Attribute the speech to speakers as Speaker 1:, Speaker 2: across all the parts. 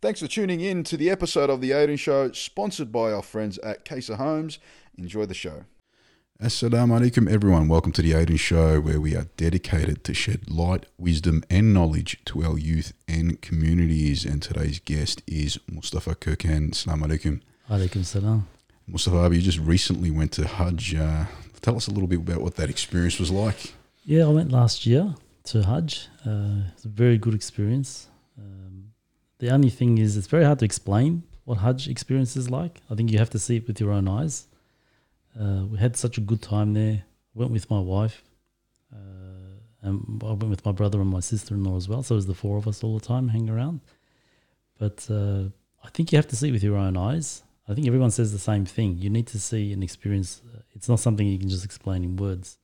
Speaker 1: Thanks for tuning in to the episode of The Odin Show, sponsored by our friends at Casa Homes. Enjoy the show. Assalamu alaikum, everyone. Welcome to The Odin Show, where we are dedicated to shed light, wisdom, and knowledge to our youth and communities. And today's guest is Mustafa Kirkan. Assalamu alaikum.
Speaker 2: Alaikum salam.
Speaker 1: Mustafa, Abi, you just recently went to Hajj. Uh, tell us a little bit about what that experience was like.
Speaker 2: Yeah, I went last year to Hajj. Uh, it's a very good experience. Um, the only thing is, it's very hard to explain what Hajj experience is like. I think you have to see it with your own eyes. Uh, we had such a good time there. Went with my wife, uh, and I went with my brother and my sister-in-law as well. So it was the four of us all the time hanging around. But uh, I think you have to see it with your own eyes. I think everyone says the same thing. You need to see and experience. It's not something you can just explain in words.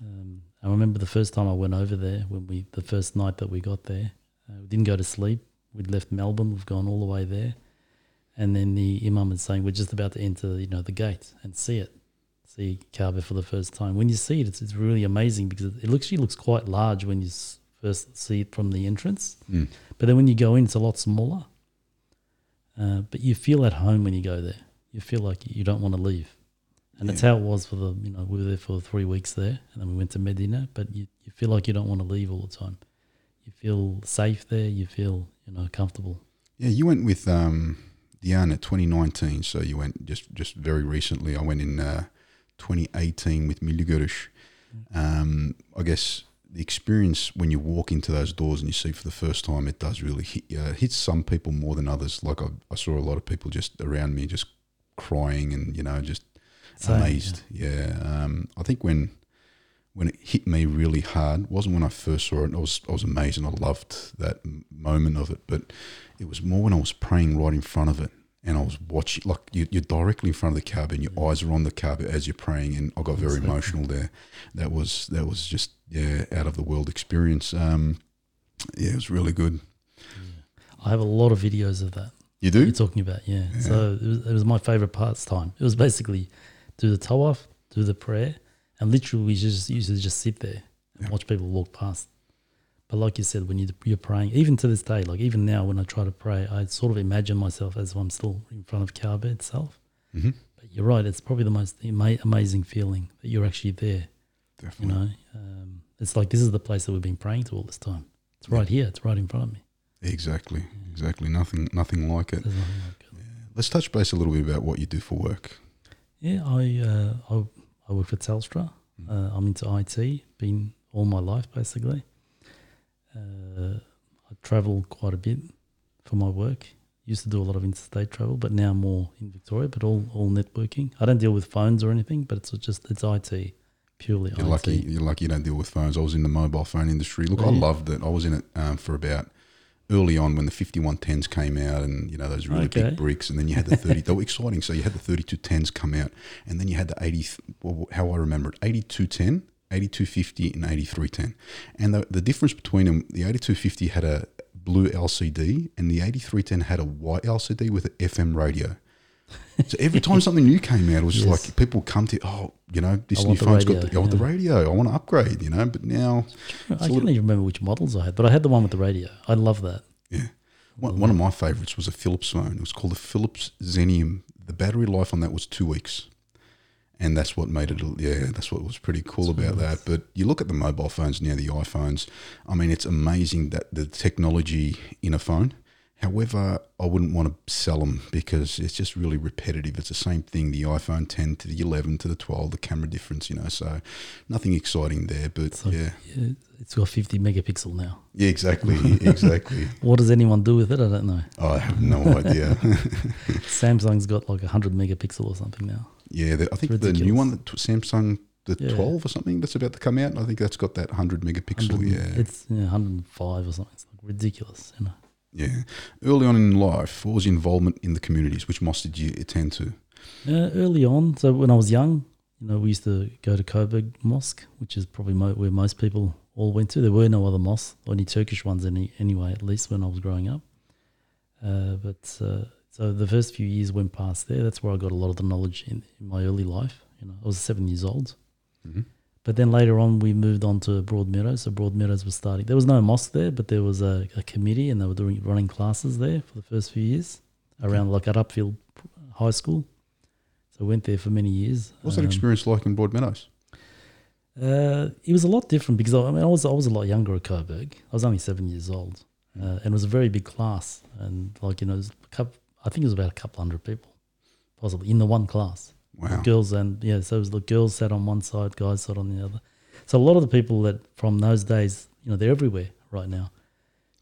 Speaker 2: Um, I remember the first time I went over there when we the first night that we got there, uh, we didn't go to sleep. We'd left Melbourne. We've gone all the way there, and then the imam is saying we're just about to enter, you know, the gate and see it, see Kaaba for the first time. When you see it, it's, it's really amazing because it actually looks quite large when you s- first see it from the entrance,
Speaker 1: Mm.
Speaker 2: but then when you go in, it's a lot smaller. Uh, but you feel at home when you go there. You feel like you don't want to leave. And that's
Speaker 1: Yeah.
Speaker 2: how it was for the, you know, we were there for three weeks there and then we went to Medina, but you, you feel like you don't want to leave all the time. You feel safe there. You feel, you know, comfortable.
Speaker 1: Yeah, you went with um, Diana 2019, so you went just just very recently. I went in uh, 2018 with Miligurish. Um, I guess the experience when you walk into those doors and you see for the first time, it does really hit you. It hits some people more than others. Like I, I saw a lot of people just around me just crying and you know just
Speaker 2: Same,
Speaker 1: amazed. Yeah, um, I think when when it hit me really hard wasn't when I first saw it. I was I was amazed and I loved that m- moment of it, but it was more when I was praying right in front of it and I was watching. Like you, you're directly in front of the Kaaba and your eyes are on the Kaaba as you're praying, and I got very
Speaker 2: Mm. Exactly.
Speaker 1: emotional there. That was that was just yeah out of the world experience. Um, yeah, it was really good.
Speaker 2: I have a lot of videos of that.
Speaker 1: You do?
Speaker 2: You're talking about, yeah. So it was, it was my favorite parts time. It was basically do the tawaf, do the prayer, and literally we just used to just sit there and
Speaker 1: Yeah.
Speaker 2: watch people walk past. But like you said, when you, you're praying, even to this day, like even now when I try to pray, I sort of imagine myself as if I'm still in front of Kaaba itself.
Speaker 1: hmm
Speaker 2: But you're right, it's probably the most ama- amazing feeling that you're actually there. You
Speaker 1: Definitely.
Speaker 2: know, um, it's like this is the place that we've been praying to all this time. It's
Speaker 1: Yeah. Mm.
Speaker 2: right here. It's right in front of me.
Speaker 1: Exactly. Exactly. Nothing. Nothing like it.
Speaker 2: There's nothing like it.
Speaker 1: Let's touch base a little bit about what you do for work.
Speaker 2: Yeah, I uh, I, I work for Telstra. Uh, I'm into IT, been all my life basically. Uh, I travel quite a bit for my work. Used to do a lot of interstate travel, but now more in Victoria. But all all networking. I don't deal with phones or anything, but it's just it's IT purely.
Speaker 1: You're
Speaker 2: IT.
Speaker 1: lucky. You're lucky you don't deal with phones. I was in the mobile phone industry. Look, I
Speaker 2: Yeah.
Speaker 1: loved it. I was in it um, for about early on when the 5110s came out, and you know those really
Speaker 2: Okay.
Speaker 1: big bricks. And then you had the 30. they were exciting. So you had the 3210s come out, and then you had the 80. Well, how I remember it, 8210. 8250 and 8310. And the, the difference between them, the 8250 had a blue LCD and the 8310 had a white LCD with an FM radio. So every time something new came out, it was just
Speaker 2: Yes.
Speaker 1: like people come to, oh, you know, this
Speaker 2: I
Speaker 1: new
Speaker 2: want the
Speaker 1: phone's got
Speaker 2: radio,
Speaker 1: the, I want the
Speaker 2: yeah.
Speaker 1: radio. I want to upgrade, you know. But now,
Speaker 2: I
Speaker 1: little-
Speaker 2: can't even remember which models I had, but I had the one with the radio. I love that.
Speaker 1: yeah, one, one of my favorites was a Philips phone. It was called the Philips Zenium. The battery life on that was two weeks, and that's what made it. a- Yeah, that's what was pretty cool about that. But you look at the mobile phones now, the iPhones. I mean, it's amazing that the technology in a phone. However, I wouldn't want to sell them because it's just really repetitive. It's the same thing: the iPhone 10 to the 11 to the 12, the camera difference, you know. So, nothing exciting there. But
Speaker 2: So-
Speaker 1: yeah,
Speaker 2: Yeah, It's got 50 megapixel now.
Speaker 1: yeah, exactly, exactly. Oh,
Speaker 2: What does anyone do with it? I don't know.
Speaker 1: I have no idea.
Speaker 2: Samsung's got like 100 megapixel or something now.
Speaker 1: yeah, the, I think the new
Speaker 2: ridiculous.
Speaker 1: one, the t- Samsung, the
Speaker 2: Yeah.
Speaker 1: 12 or something that's about to come out. I think that's got that 100 megapixel.
Speaker 2: 100
Speaker 1: Yeah,
Speaker 2: It's you know, 105 or something. It's like ridiculous, you know.
Speaker 1: yeah. Early on in life, what was your involvement in the communities? Which mosque did you attend to?
Speaker 2: Uh, early on, so when I was young, you know, we used to go to Coburg Mosque, which is probably mo- where most people all went to. There were no other mosques, or any Turkish ones, any anyway. At least when I was growing up. Uh, but uh, so the first few years went past there. That's where I got a lot of the knowledge in, in my early life. You know, I was seven years old.
Speaker 1: Mhm.
Speaker 2: But then later on, we moved on to Broadmeadows. So Broadmeadows was starting. There was no mosque there, but there was a, a committee, and they were doing running classes there for the first few years around like at Upfield High School. So I went there for many years.
Speaker 1: What's that
Speaker 2: Um,
Speaker 1: experience like in Broadmeadows?
Speaker 2: Uh, it was a lot different because I, I mean I was I was a lot younger at Coburg. I was only seven years old,
Speaker 1: Mm.
Speaker 2: uh, and it was a very big class. And like you know, it was a couple, I think it was about a couple hundred people, possibly in the one class.
Speaker 1: Wow.
Speaker 2: Girls and yeah, so it was the girls sat on one side, guys sat on the other. So a lot of the people that from those days, you know, they're everywhere right now.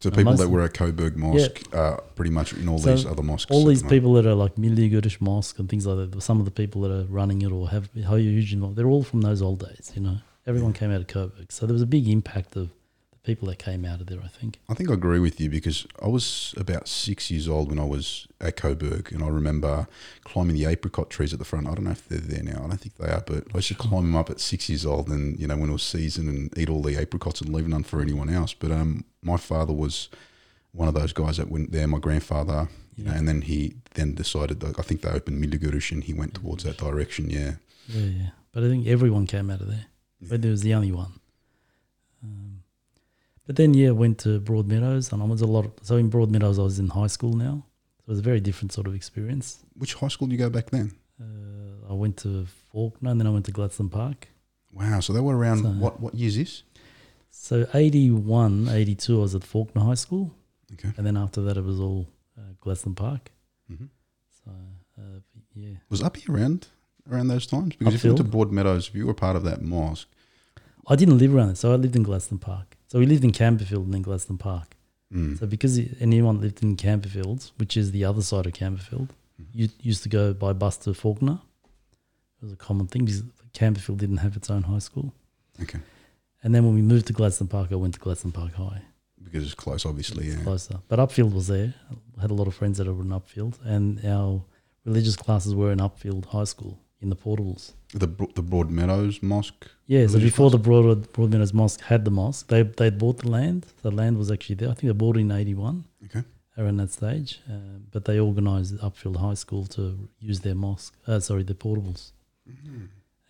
Speaker 1: So people that
Speaker 2: mostly-
Speaker 1: were at Coburg Mosque are pretty much in all
Speaker 2: So
Speaker 1: these other mosques.
Speaker 2: All
Speaker 1: at
Speaker 2: these
Speaker 1: the moment.
Speaker 2: people that are like Milli Kurdish Mosque and things like that. Some of the people that are running it or have how huge involved. They're all from those old days. You know, everyone came out of Coburg, so there was a big impact of the people that came out of there. I think.
Speaker 1: I think I agree with you because I was about six years old when I was at Coburg, and I remember climbing the apricot trees at the front. I don't know if they're there now. I don't think they are, but I used to climb them up at six years old, and you know when it was season, and eat all the apricots and leave none for anyone else. But um, my father was one of those guys that went there. My grandfather, you know, and then he then decided. That, I think they opened Milligurish, and he went towards that direction. Yeah,
Speaker 2: Yeah, yeah. But I think everyone came out of there. But there was the only one. Um, but then, yeah, went to Broadmeadows, and I was a lot. Of, so in Broadmeadows, I was in high school now. So it was a very different sort of experience.
Speaker 1: which high school did you go back then?
Speaker 2: Uh, I went to Faulkner, and then I went to Gladstone Park.
Speaker 1: Wow, so they were around.
Speaker 2: So-
Speaker 1: what what years is?
Speaker 2: So 81, 82, I was at Faulkner High School,
Speaker 1: Okay.
Speaker 2: and then after that, it was all uh, Gladstone Park.
Speaker 1: Mhm.
Speaker 2: So uh, yeah,
Speaker 1: Was Uppy around around those times? Because if you went to Broad Meadows, if you were part of that mosque,
Speaker 2: I didn't live around it, so I lived in Gladstone Park. So we lived in Camberfield and then Gladstone Park.
Speaker 1: mm,
Speaker 2: So because anyone lived in Camperfield, which is the other side of Camperfield,
Speaker 1: Mm-hmm.
Speaker 2: you used to go by bus to Faulkner. It was a common thing because Camperfield didn't have its own high school.
Speaker 1: okay,
Speaker 2: And then when we moved to Gladstone Park, I went to Gladstone Park High.
Speaker 1: because it's close, obviously.
Speaker 2: It's
Speaker 1: Yeah.
Speaker 2: closer. But Upfield was there. I had a lot of friends that were in Upfield. And our religious classes were in Upfield High School in the portables.
Speaker 1: The Bro- the Broad Meadows mosque.
Speaker 2: Yeah, so
Speaker 1: Religious
Speaker 2: before the Broad, Broadmeadows Mosque had the mosque, they, they bought the land. The land was actually there. I think they bought it in 81.
Speaker 1: Okay,
Speaker 2: around that stage, uh, but they organised Upfield High School to use their mosque. Uh, sorry, their portables.
Speaker 1: Mm-hmm.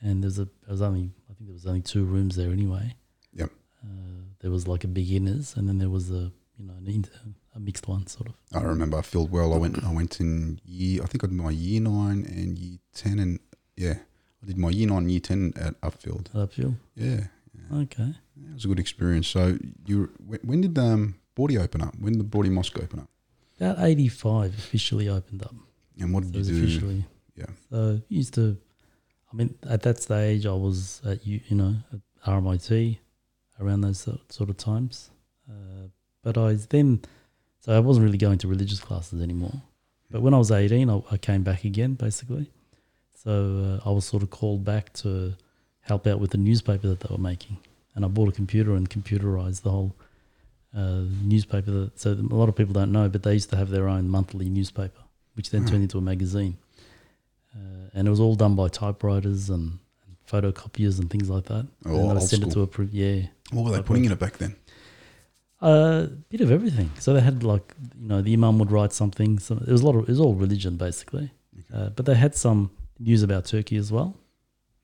Speaker 2: And there's a there was only I think there was only two rooms there anyway.
Speaker 1: Yep.
Speaker 2: Uh, there was like a beginners, and then there was a you know an inter- a mixed one sort of.
Speaker 1: I remember I filled well. I went I went in year I think I did my year nine and year ten and yeah I did my year nine year ten at Upfield.
Speaker 2: at Upfield.
Speaker 1: Yeah,
Speaker 2: Okay.
Speaker 1: yeah, it was a good experience. So you were- when, when did um Bordy open up? When did Bordy mosque open up?
Speaker 2: About eighty five officially opened up.
Speaker 1: And what
Speaker 2: So
Speaker 1: did
Speaker 2: it was
Speaker 1: you do?
Speaker 2: officially.
Speaker 1: Yeah.
Speaker 2: So used to, I mean, at that stage, I was at you, you know, at RMIT around those so- sort of times. Uh, but I then, so I wasn't really going to religious classes anymore. But when I was 18, I, I came back again, basically. So uh, I was sort of called back to help out with the newspaper that they were making. And I bought a computer and computerized the whole uh, newspaper. That, so a lot of people don't know, but they used to have their own monthly newspaper, which then
Speaker 1: Mm.
Speaker 2: turned into a magazine. Uh, and it was all done by typewriters and, and photocopiers and things like that.
Speaker 1: Oh,
Speaker 2: and then they
Speaker 1: old
Speaker 2: would send it to
Speaker 1: school.
Speaker 2: a pro- yeah.
Speaker 1: What were they putting in it back then?
Speaker 2: A bit of everything. So they had like you know the imam would write something. So it was a lot of it was all religion basically, uh, but they had some news about Turkey as well,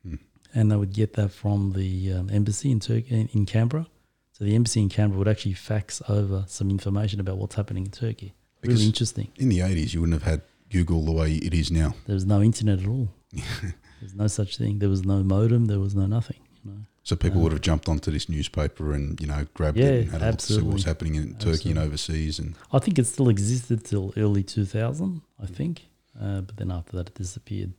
Speaker 1: Hmm.
Speaker 2: and they would get that from the um, embassy in Turkey in, in Canberra. So the embassy in Canberra would actually fax over some information about what's happening in Turkey.
Speaker 1: Because-
Speaker 2: really interesting.
Speaker 1: In the eighties, you wouldn't have had Google the way it is now.
Speaker 2: There was no internet at all. There's no such thing. There was no modem. There was no nothing. You know.
Speaker 1: So people would have jumped onto this newspaper and you know grabbed
Speaker 2: Yeah,
Speaker 1: it and had a look to see what was
Speaker 2: absolutely.
Speaker 1: happening in Turkey and overseas. And
Speaker 2: I think it still existed till early 2000, I think. Uh, but then after that, it disappeared.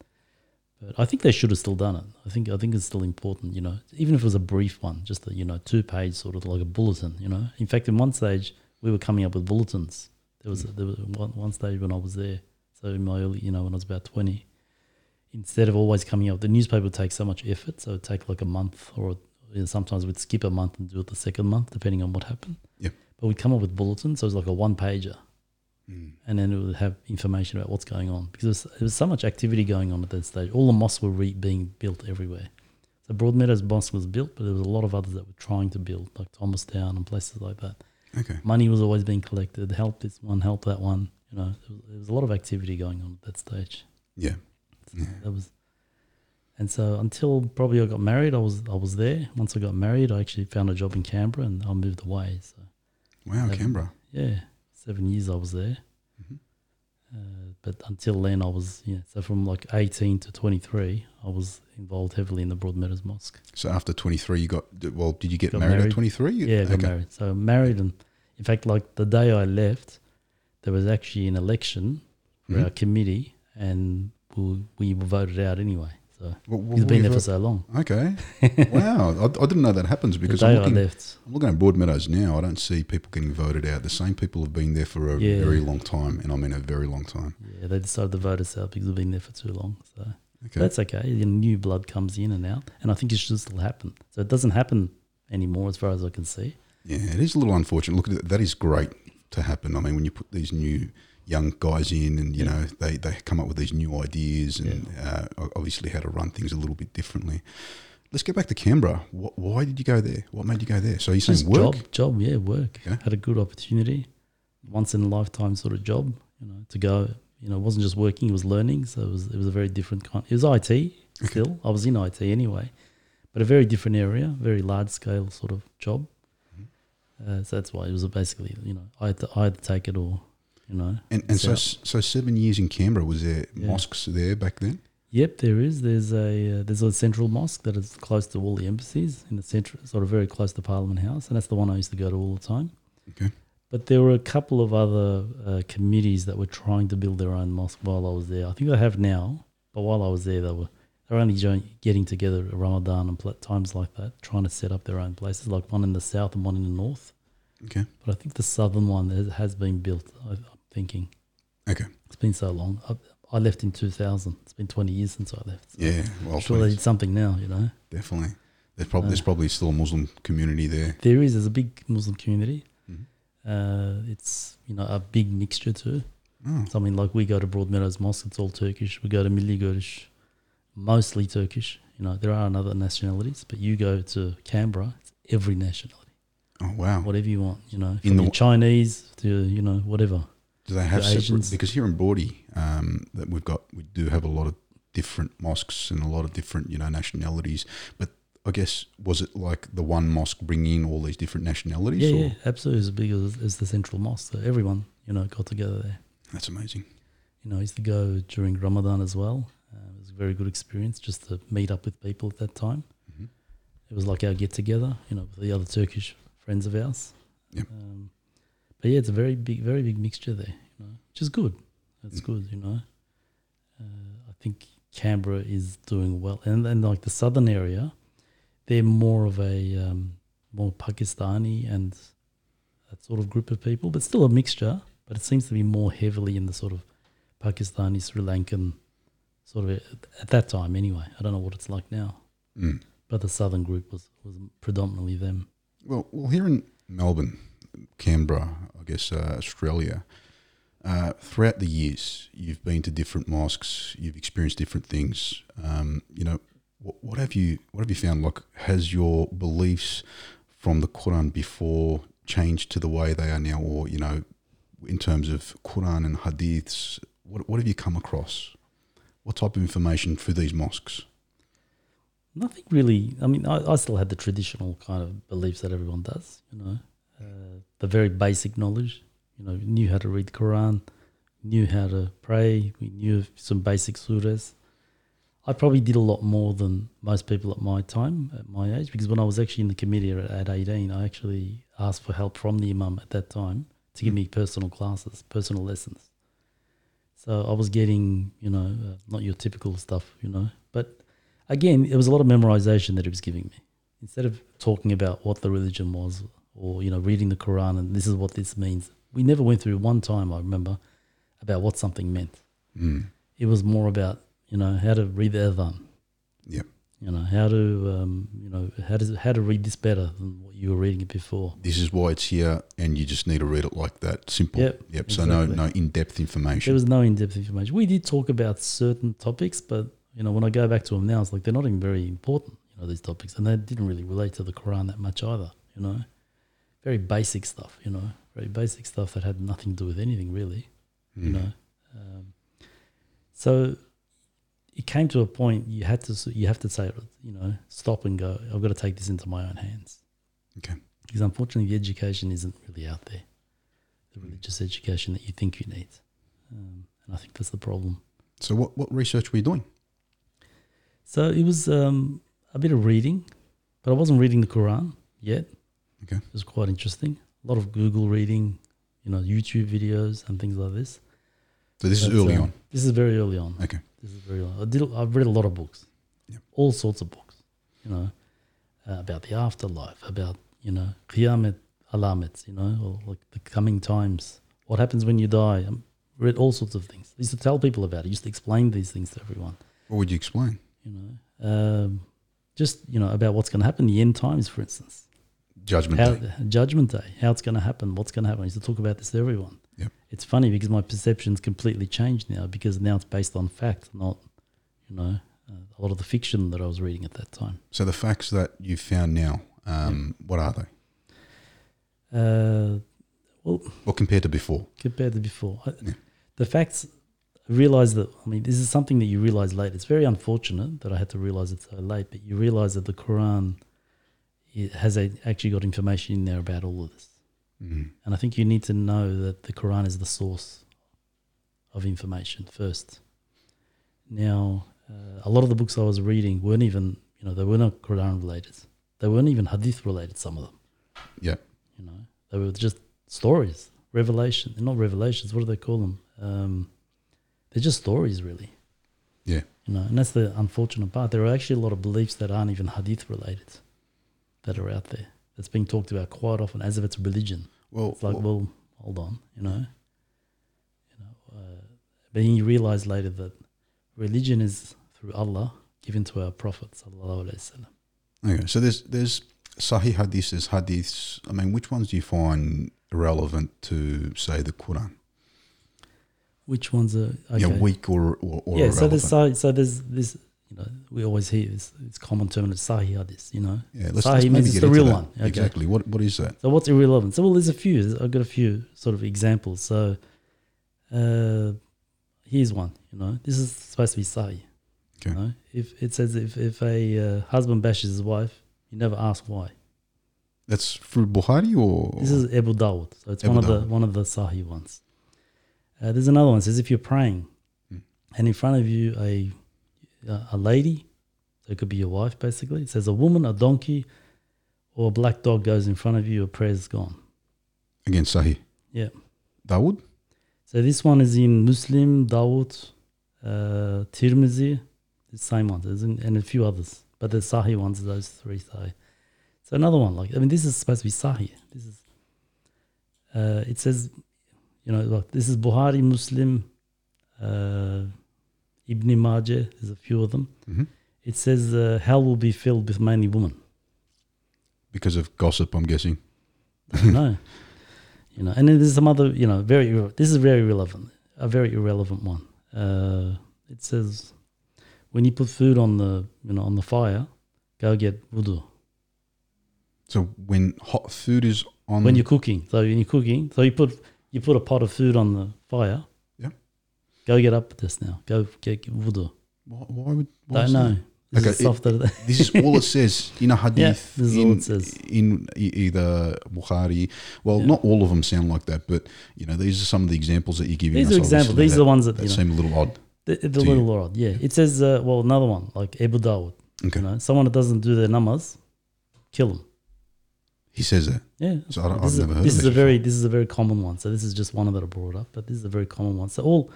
Speaker 2: But I think they should have still done it. I think I think it's still important, you know, even if it was a brief one, just a you know two page sort of like a bulletin, you know. In fact, in one stage we were coming up with bulletins. There was there was one, one stage when I was there, so in my early, you know, when I was about twenty, instead of always coming up, the newspaper would take so much effort, so it'd take like a month, or you know, sometimes we'd skip a month and do it the second month, depending on what happened.
Speaker 1: Yep.
Speaker 2: But we'd come up with bulletins, so it was like a one pager
Speaker 1: Mm.
Speaker 2: and then it would have information about what's going on because there was, there was so much activity going on at that stage. All the mosques were re- being built everywhere. So Broadmeadows Mosque was built, but there was a lot of others that were trying to build, like Thomastown and places like that.
Speaker 1: okay,
Speaker 2: Money was always being collected. Help this one, help that one. You know, there was, there was a lot of activity going on at that stage.
Speaker 1: yeah,
Speaker 2: So that was, And so until probably I got married, I was I was there. Once I got married, I actually found a job in Canberra and I moved away. So
Speaker 1: Wow,
Speaker 2: Yeah.
Speaker 1: Canberra.
Speaker 2: yeah, seven years I was there.
Speaker 1: Mhm.
Speaker 2: Uh, but until then, I was yeah. So from like eighteen to twenty three, I was involved heavily in the Broadmeadows Mosque.
Speaker 1: So after 23, you got, well, did you get
Speaker 2: Got
Speaker 1: married,
Speaker 2: married.
Speaker 1: at 23?
Speaker 2: Yeah, I got married. So married, and in fact, like the day I left, there was actually an election for
Speaker 1: Mhm.
Speaker 2: our committee, and we, we were voted out anyway. So
Speaker 1: What- what
Speaker 2: he's
Speaker 1: were you
Speaker 2: been there for
Speaker 1: vote-
Speaker 2: so long.
Speaker 1: Okay. wow. I, I didn't know that happens
Speaker 2: The
Speaker 1: because I'm
Speaker 2: day I
Speaker 1: looking,
Speaker 2: left,
Speaker 1: I'm looking at Broadmeadows now. I don't see people getting voted out. The same people have been there for a
Speaker 2: Yeah.
Speaker 1: very long time, and I mean a very long time.
Speaker 2: yeah, they decided to vote us out because we've been there for too long. So
Speaker 1: Okay.
Speaker 2: that's okay. You know, new blood comes in and out, and I think it should still happen. So it doesn't happen anymore, as far as I can see.
Speaker 1: yeah, it is a little unfortunate. Look, that is great to happen. I mean, when you put these new young guys in and, you know, they, they come up with these new ideas and uh, obviously how to run things a little bit differently. Let's get back to Canberra. Wh why did you go there? What made you go there? So you're saying
Speaker 2: Just
Speaker 1: work?
Speaker 2: job, job, yeah, work.
Speaker 1: Okay.
Speaker 2: Had a good opportunity, once in a lifetime sort of job. You know, to go. You know, it wasn't just working; it was learning. So it was it was a very different kind. It was IT still. I was in IT anyway, but a very different area, very large scale sort of job.
Speaker 1: Mm-hmm.
Speaker 2: Uh, so that's why it was basically you know I had to, I had to take it all. You know,
Speaker 1: And, and so,
Speaker 2: So-
Speaker 1: so seven years in Canberra, was there
Speaker 2: Yeah.
Speaker 1: mosques there back then?
Speaker 2: Yep, there is. There's a uh, there's a central mosque that is close to all the embassies in the central, sort of very close to Parliament House, and that's the one I used to go to all the time.
Speaker 1: Okay.
Speaker 2: But there were a couple of other uh, committees that were trying to build their own mosque while I was there. I think they have now, but while I was there, they were they were only join, getting together at Ramadan and pl- times like that, trying to set up their own places, like one in the south and one in the north.
Speaker 1: Okay.
Speaker 2: But I think the southern one has, has been built. I, I'm thinking
Speaker 1: Okay.
Speaker 2: it's been so long. I, I left in 2000. It's been 20 years since I left.
Speaker 1: Yeah. Well,
Speaker 2: I'm sure they did something now, you know.
Speaker 1: Definitely. There's probably
Speaker 2: Uh,
Speaker 1: there's probably still a Muslim community there.
Speaker 2: There is, there's a big Muslim community.
Speaker 1: Mhm.
Speaker 2: Uh, it's, you know, a big mixture too.
Speaker 1: Oh,
Speaker 2: So, I mean, like we go to Broadmeadows Mosque, it's all Turkish. We go to Milli Kurdish, mostly Turkish. You know, there are another nationalities, but you go to Canberra, it's every nationality,
Speaker 1: oh wow.
Speaker 2: whatever you want, you know,
Speaker 1: In
Speaker 2: from
Speaker 1: the
Speaker 2: your
Speaker 1: w-
Speaker 2: Chinese to, you know, whatever.
Speaker 1: Do they have
Speaker 2: the
Speaker 1: separate?
Speaker 2: Asians.
Speaker 1: Because here in Bordy, um, that we've got we do have a lot of different mosques and a lot of different you know nationalities. But I guess was it like the one mosque bringing in all these different nationalities?
Speaker 2: Yeah,
Speaker 1: or?
Speaker 2: yeah, absolutely. It's as big as, as the central mosque. So everyone, you know, got together there.
Speaker 1: That's amazing.
Speaker 2: you know, I used to go during Ramadan as well. Uh, it was a very good experience just to meet up with people at that time.
Speaker 1: Mhm.
Speaker 2: It was like our get together, you know, with the other Turkish friends of ours.
Speaker 1: Yep.
Speaker 2: Um, but yeah, it's a very big, very big mixture there, you know, which is good. That's
Speaker 1: Mm.
Speaker 2: good, you know. Uh, I think Canberra is doing well, and then like the southern area, they're more of a um, more Pakistani and that sort of group of people, but still a mixture. But it seems to be more heavily in the sort of Pakistani, Sri Lankan sort of at that time anyway. I don't know what it's like now,
Speaker 1: Mm.
Speaker 2: but the southern group was, was predominantly them.
Speaker 1: Well, well, here in Melbourne, Canberra, I guess uh, Australia, uh, throughout the years, you've been to different mosques, you've experienced different things. Um, you know, what, what have you what have you found? Like, has your beliefs from the Quran before changed to the way they are now, or you know, in terms of Quran and Hadiths? What what have you come across? What type of information through these mosques?
Speaker 2: Nothing really. I mean, I, I still had the traditional kind of beliefs that everyone does, you know, uh, the very basic knowledge, you know, knew how to read the Quran, knew how to pray, we knew some basic surahs. I probably did a lot more than most people at my time, at my age, because when I was actually in the committee at, at 18, I actually asked for help from the imam at that time to give me personal classes, personal lessons. So I was getting, you know, uh, not your typical stuff, you know, but again, it was a lot of memorization that he was giving me. Instead of talking about what the religion was or, you know, reading the Quran and this is what this means, we never went through one time, I remember, about what something meant.
Speaker 1: Mm.
Speaker 2: It was more about, you know, how to read the Adhan.
Speaker 1: Yep.
Speaker 2: You know, how to, um, you know, how, does, how to read this better than what you were reading it before.
Speaker 1: this is why it's here, and you just need to read it like that. Simple.
Speaker 2: Yep,
Speaker 1: So no,
Speaker 2: exactly.
Speaker 1: no in-depth
Speaker 2: There
Speaker 1: information.
Speaker 2: was no in-depth information. We did talk about certain topics, but you know, when I go back to them now, it's like they're not even very important. You know, these topics, and they didn't really relate to the Quran that much either. You know, very basic stuff. You know, very basic stuff that had nothing to do with anything really. You
Speaker 1: Mm.
Speaker 2: know, um, so Um, it came to a point you had to s- you have to say you know stop and go. I've got to take this into my own hands.
Speaker 1: Okay.
Speaker 2: Because unfortunately, the education isn't really out there,
Speaker 1: Mm.
Speaker 2: the religious education that you think you need, um, and I think that's the problem.
Speaker 1: So what, what research were you doing?
Speaker 2: So it was um, a bit of reading, but I wasn't reading the Quran yet.
Speaker 1: Okay.
Speaker 2: It was quite interesting. A lot of Google reading, you know, YouTube videos and things like this.
Speaker 1: So this
Speaker 2: But,
Speaker 1: is early
Speaker 2: um,
Speaker 1: on.
Speaker 2: This is very early on.
Speaker 1: Okay.
Speaker 2: This is very early. I did. I've read a lot of books,
Speaker 1: Yep.
Speaker 2: all sorts of books. You know, uh, about the afterlife, about you know, qiyamit, alamet. You know, or like the coming times. What happens when you die? I read all sorts of things. I used to tell people about it. I used to explain these things to everyone.
Speaker 1: What would you explain?
Speaker 2: You know, um, just you know about what's going to happen, the end times, for instance.
Speaker 1: Judgment
Speaker 2: How,
Speaker 1: Day.
Speaker 2: judgment Day, how it's going to happen, what's going to happen. I used to talk about this to everyone.
Speaker 1: Yep.
Speaker 2: It's funny because my perception's completely changed now because now it's based on fact, not, you know, uh, a lot of the fiction that I was reading at that time.
Speaker 1: So the facts that you found now, um, what are they?
Speaker 2: Uh,
Speaker 1: Well, compared to before.
Speaker 2: compared to before. I,
Speaker 1: Yeah.
Speaker 2: The facts, I realize that, I mean, this is something that you realize late. It's very unfortunate that I had to realize it so late, but you realize that the Quran it has a, actually got information in there about all of this.
Speaker 1: Mm.
Speaker 2: And I think you need to know that the Quran is the source of information first. Now, uh, a lot of the books I was reading weren't even, you know, they were not Quran related. They weren't even Hadith related, some of them.
Speaker 1: Yeah.
Speaker 2: You know, they were just stories, revelation. They're not revelations. What do they call them? Um, they're just stories, really.
Speaker 1: Yeah.
Speaker 2: You know, and that's the unfortunate part. There are actually a lot of beliefs that aren't even Hadith related that are out there. That's being talked about quite often as if it's religion.
Speaker 1: Well,
Speaker 2: It's like,
Speaker 1: well,
Speaker 2: well, hold on, you know. You know, uh, but then you realize later that religion is through Allah given to our Prophet sallallahu alaihi wasallam.
Speaker 1: okay. So there's there's Sahih hadiths, there's hadiths. I mean, which ones do you find relevant to say the Quran?
Speaker 2: Which ones are okay?
Speaker 1: Yeah, weak or or, or
Speaker 2: yeah.
Speaker 1: irrelevant.
Speaker 2: So there's so, so there's this. You know, we always hear this. It's common term. It's sahih hadith. You know.
Speaker 1: yeah, let's,
Speaker 2: Sahih
Speaker 1: let's
Speaker 2: means
Speaker 1: maybe
Speaker 2: it's
Speaker 1: get
Speaker 2: the
Speaker 1: into
Speaker 2: real
Speaker 1: that.
Speaker 2: one. Okay.
Speaker 1: Exactly. What what is that?
Speaker 2: So what's irrelevant? So well, there's a few. There's- I've got a few sort of examples. So uh, here's one. You know, this is supposed to be sahih.
Speaker 1: Okay.
Speaker 2: You know? If it says if if a uh, husband bashes his wife, you never ask why.
Speaker 1: That's through Bukhari or
Speaker 2: This is Abu Dawud, so it's
Speaker 1: Abu
Speaker 2: one of the
Speaker 1: Dawud.
Speaker 2: one of the Sahih ones. Uh, there's another one. It says if you're praying,
Speaker 1: Hmm.
Speaker 2: and in front of you a a lady, so it could be your wife basically. It says a woman, a donkey, or a black dog goes in front of you, your prayer's gone.
Speaker 1: again Sahih.
Speaker 2: Yeah.
Speaker 1: Dawood?
Speaker 2: So this one is in Muslim, Dawud, uh, Tirmizi, the same ones, as in- and a few others. But the Sahih ones are those three Sahih. So another one, like I mean, this is supposed to be Sahih. This is, uh, it says, you know, like this is Buhari, Muslim, uh, Ibn Majah. There's a few of them.
Speaker 1: hmm
Speaker 2: It says uh, hell will be filled with mainly women.
Speaker 1: Because of gossip, I'm guessing.
Speaker 2: no. You know, and then there's some other, you know, very, irre- this is very relevant, a very irrelevant one. Uh, it says, when you put food on the, you know, on the fire, go get wudu.
Speaker 1: So when hot food is on
Speaker 2: When you're cooking, so when you're cooking, so you put, you put a pot of food on the fire.
Speaker 1: Yeah.
Speaker 2: Go get up with this now. Go get wudu.
Speaker 1: why, why would why
Speaker 2: Don't
Speaker 1: is
Speaker 2: know. This
Speaker 1: Okay,
Speaker 2: is
Speaker 1: it-
Speaker 2: softer than-
Speaker 1: this is all it says in a hadith
Speaker 2: Yeah, this is
Speaker 1: in,
Speaker 2: all it says.
Speaker 1: in e- either Bukhari. Well,
Speaker 2: Yeah.
Speaker 1: not all of them sound like that, but you know, these are some of the examples that you're giving.
Speaker 2: these
Speaker 1: us,
Speaker 2: are examples.
Speaker 1: obviously,
Speaker 2: These are
Speaker 1: that,
Speaker 2: the ones that,
Speaker 1: that
Speaker 2: you know,
Speaker 1: seem a little odd.
Speaker 2: the, the
Speaker 1: to you.
Speaker 2: little odd. Yeah. It says, uh, well, another one, like Abu Dawud.
Speaker 1: Okay,
Speaker 2: You know, someone that doesn't do their namaz, kill them.
Speaker 1: he says that.
Speaker 2: Yeah.
Speaker 1: So I don't, I've
Speaker 2: this is,
Speaker 1: never heard
Speaker 2: this
Speaker 1: of
Speaker 2: is a very this is a very common one. So this is just one that I brought up, but this is a very common one. So all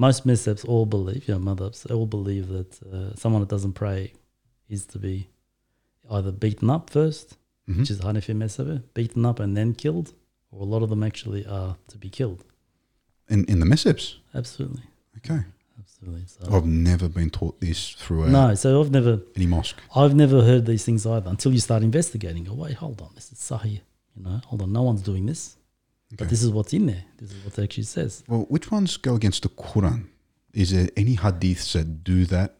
Speaker 2: most mishaps all believe, you know, madhaps all believe that uh, someone that doesn't pray is to be either beaten up first,
Speaker 1: Mhm.
Speaker 2: which is Hanafi mezhab, beaten up and then killed, or a lot of them actually are to be killed.
Speaker 1: in in the mesebs.
Speaker 2: Absolutely,
Speaker 1: Okay,
Speaker 2: absolutely. So
Speaker 1: I've never been taught this throughout
Speaker 2: Oh. no, so I've never
Speaker 1: any mosque.
Speaker 2: I've never heard these things either until you start investigating. Go wait, hold on, this is sahih. You know, hold on, no one's doing this, but
Speaker 1: Okay.
Speaker 2: this is what's in there. This is what it actually says.
Speaker 1: Well, which ones go against the Quran? Is there any hadiths that do that?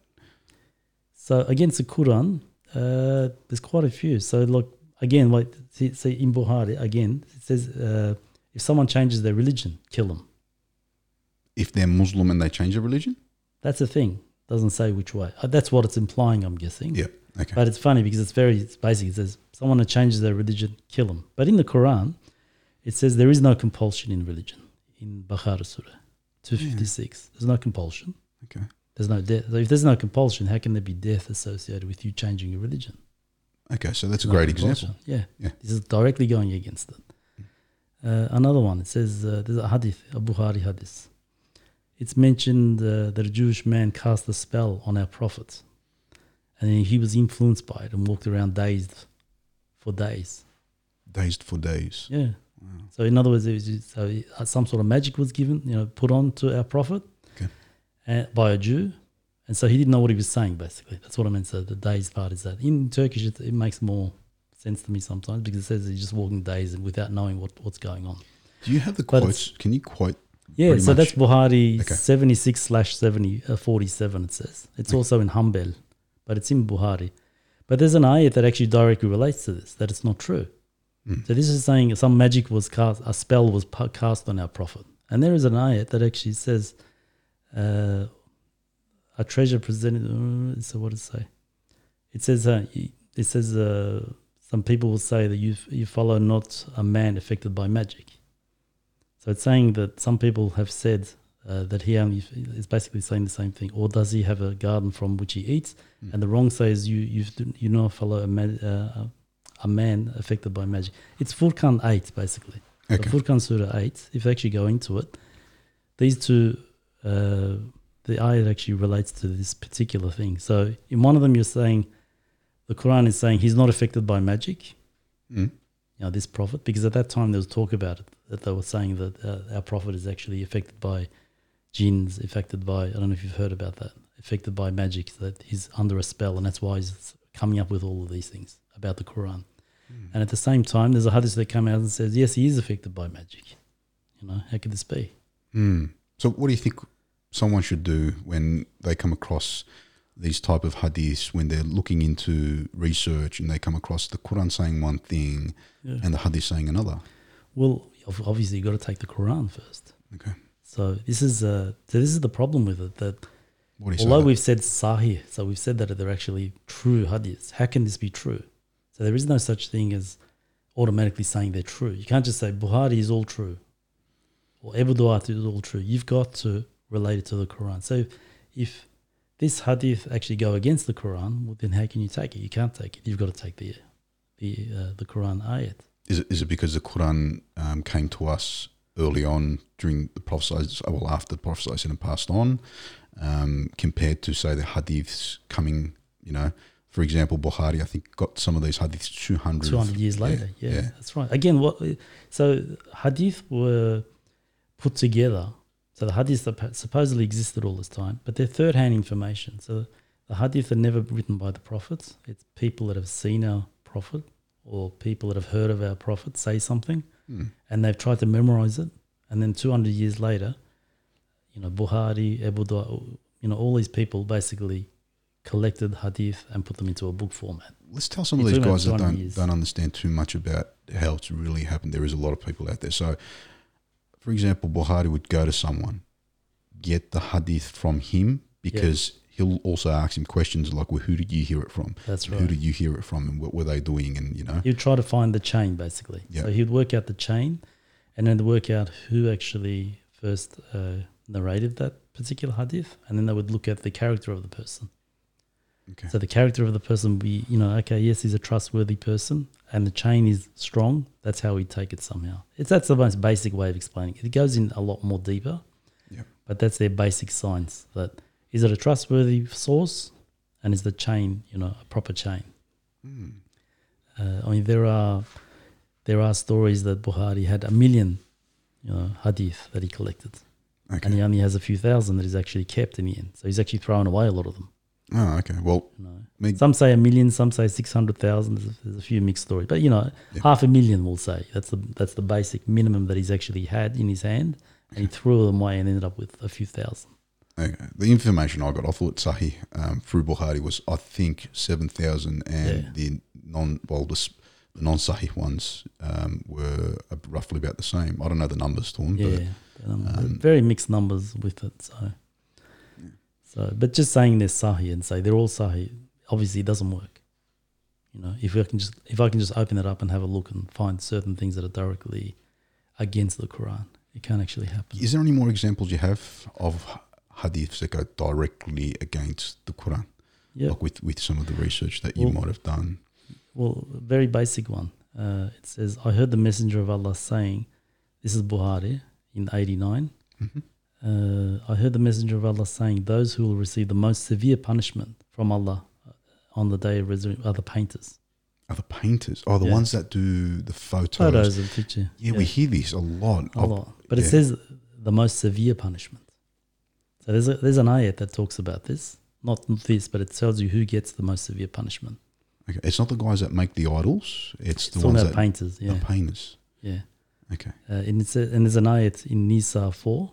Speaker 2: So against the Quran, uh, there's quite a few. So like again, like see, see in Buhari again, it says uh, if someone changes their religion, kill them.
Speaker 1: If they're Muslim and they change their religion,
Speaker 2: That's the thing. Doesn't say which way. Uh, That's what it's implying, I'm guessing.
Speaker 1: Yeah. Okay.
Speaker 2: Mm. But it's funny because it's very it's basic. It says someone who changes their religion, kill them. But in the Quran, it says there is no compulsion in religion in Baqarah Surah 256. There's no compulsion.
Speaker 1: okay.
Speaker 2: There's no death. So if there's no compulsion, how can there be death associated with you changing your religion?
Speaker 1: Okay. So that's a
Speaker 2: No
Speaker 1: great
Speaker 2: compulsion.
Speaker 1: example.
Speaker 2: Yeah.
Speaker 1: Yeah.
Speaker 2: This is directly going against it. Uh, another one, it says uh, there's a hadith, a Bukhari hadith. It's mentioned uh, that a Jewish man cast a spell on our prophet and he was influenced by it and walked around dazed for days.
Speaker 1: Dazed for days.
Speaker 2: Yeah. So, in other words, it was just, so he- uh, some sort of magic was given, you know, put on to our prophet
Speaker 1: Okay.
Speaker 2: uh, by a Jew. And so he didn't know what he was saying, basically. That's what I meant. So, the dazed part is that. In Turkish, it, it makes more sense to me sometimes because it says he's just walking dazed and without knowing what, what's going on.
Speaker 1: Do you have the
Speaker 2: But
Speaker 1: quotes? Can you quote?
Speaker 2: Yeah,
Speaker 1: Pretty
Speaker 2: so
Speaker 1: much.
Speaker 2: that's Buhari
Speaker 1: Okay.
Speaker 2: 76 slash 70, uh, 47, it says. It's also in Hanbel, but it's in Buhari. But there's an ayat that actually directly relates to this, that it's not true.
Speaker 1: Mm. Hmm.
Speaker 2: So this is saying some magic was cast, a spell was pa- cast on our prophet. And there is an ayat that actually says uh, a treasure presented, uh, so what does it say? It says, uh, y- it says uh, some people will say that you, you follow not a man affected by magic. So it's saying that some people have said uh, that he only is basically saying the same thing. Or does he have a garden from which he eats? And the wrong says you you you know follow a man, uh, a man affected by magic. It's Furqan eight basically.
Speaker 1: Okay.
Speaker 2: So Furqan Surah eight. If you actually go into it, these two uh, the ayat actually relates to this particular thing. So in one of them, you're saying the Quran is saying he's not affected by magic
Speaker 1: Mm.
Speaker 2: you know, this prophet? Because at that time there was talk about it that they were saying that uh, our prophet is actually affected by jinns, affected by I don't know if you've heard about that, affected by magic, that he's under a spell, and that's why he's coming up with all of these things about the Quran. And at the same time, there's a hadith that come out and says, yes, he is affected by magic. You know, how could this be?
Speaker 1: Hmm. So, what do you think someone should do when they come across these type of hadiths when they're looking into research and they come across the Quran saying one thing
Speaker 2: Yeah.
Speaker 1: and the hadith saying another?
Speaker 2: Well, ob- obviously you've got to take the Quran first.
Speaker 1: Okay.
Speaker 2: So this is uh, so this is the problem with it that
Speaker 1: What do you
Speaker 2: Although
Speaker 1: say?
Speaker 2: we've said sahih, so we've said that they're actually true hadiths. How can this be true? So there is no such thing as automatically saying they're true. You can't just say Buhari is all true or Abu Duat is all true. You've got to relate it to the Quran. So if this hadith actually go against the Quran, well, then how can you take it? You can't take it. You've got to take the the uh, the Quran ayat.
Speaker 1: Is it, is it because the Quran um, came to us early on during the prophesied, well, after the prophesied and passed on, um, compared to, say, the hadiths coming, you know, for example, Bukhari, I think, got some of these hadiths 200,
Speaker 2: 200 years
Speaker 1: yeah,
Speaker 2: later. Yeah, that's right. Again, what so hadith were put together. So the hadith suppo- supposedly existed all this time, but they're third hand information. So the hadith are never written by the prophets. It's people that have seen our prophet or people that have heard of our prophet say something
Speaker 1: Hmm.
Speaker 2: and they've tried to memorize it. And then 200 years later, you know, Buhari, Abu Dawud, you know, all these people basically collected hadith and put them into a book format.
Speaker 1: let's tell some of
Speaker 2: You're
Speaker 1: these
Speaker 2: talking
Speaker 1: guys that
Speaker 2: about
Speaker 1: don't
Speaker 2: 20 years.
Speaker 1: don't understand too much about how it's really happened. There is a lot of people out there. So, for example, Buhari would go to someone, get the hadith from him because he'll also ask him questions like, "Well, who did you hear it from?
Speaker 2: That's
Speaker 1: And
Speaker 2: right.
Speaker 1: Who did you hear it from? And what were they doing?" And you know,
Speaker 2: He'd try to find the chain basically.
Speaker 1: Mm-hmm. Yeah.
Speaker 2: So he'd work out the chain and then work out who actually first uh, narrated that particular hadith. And then they would look at the character of the person.
Speaker 1: okay,
Speaker 2: So the character of the person would be, you know, okay, yes, he's a trustworthy person and the chain is strong. That's how we take it somehow. It's That's the most basic way of explaining it. It goes in a lot more deeper,
Speaker 1: Yeah.
Speaker 2: but that's their basic science that is it a trustworthy source and is the chain, you know, a proper chain?
Speaker 1: Hmm.
Speaker 2: Uh, I mean, there are there are stories that Bukhari had a million, you know, hadith that he collected, and
Speaker 1: okay,
Speaker 2: he only has a few thousand that he's actually kept in the end. So he's actually thrown away a lot of them.
Speaker 1: oh, okay. Well,
Speaker 2: You know,
Speaker 1: I mean,
Speaker 2: some say a million, some say six hundred thousand. There's, a- there's a few mixed stories, but you know,
Speaker 1: Yeah.
Speaker 2: half a million we'll say that's the that's the basic minimum that he's actually had in his hand, and he threw them away and ended up with a few thousand.
Speaker 1: okay. the information I got, I thought Sahih um, through Bukhari was, I think, seven thousand, and
Speaker 2: Yeah.
Speaker 1: the non well the. s- The non-Sahih ones um, were roughly about the same. I don't know the numbers, Torn,
Speaker 2: Yeah,
Speaker 1: but
Speaker 2: um,
Speaker 1: um,
Speaker 2: very mixed numbers with it. So, So, but just saying they're Sahi and say they're all Sahi, obviously it doesn't work. You know, if I can just if I can just open it up and have a look and find certain things that are directly against the Quran, it can't actually happen.
Speaker 1: Is there any more examples you have of h- hadiths that go directly against the Quran?
Speaker 2: Yeah.
Speaker 1: Like with, with some of the research that you
Speaker 2: Well-
Speaker 1: might have done.
Speaker 2: Well, a very basic one. Uh, it says, "I heard the Messenger of Allah saying, this is Buhari in eighty nine.
Speaker 1: Mhm.
Speaker 2: Uh, I heard the Messenger of Allah saying, Those who will receive the most severe punishment from Allah uh, on the day of resurrection are the painters.
Speaker 1: Are the painters? Oh, the
Speaker 2: Yeah.
Speaker 1: ones that do the photos.
Speaker 2: Photos of picture.
Speaker 1: Yeah, we hear this a lot.
Speaker 2: a
Speaker 1: I've-
Speaker 2: lot. But it
Speaker 1: yeah.
Speaker 2: says the most severe punishment. So there's, a, there's an ayat that talks about this. Not this, but it tells you who gets the most severe punishment.
Speaker 1: Okay. It's not the guys that make the idols. It's,
Speaker 2: It's
Speaker 1: the
Speaker 2: talking
Speaker 1: ones
Speaker 2: about
Speaker 1: that
Speaker 2: painters. Yeah.
Speaker 1: the painters.
Speaker 2: yeah.
Speaker 1: Okay.
Speaker 2: Uh, and, it's a, and there's an ayat in Nisa 4.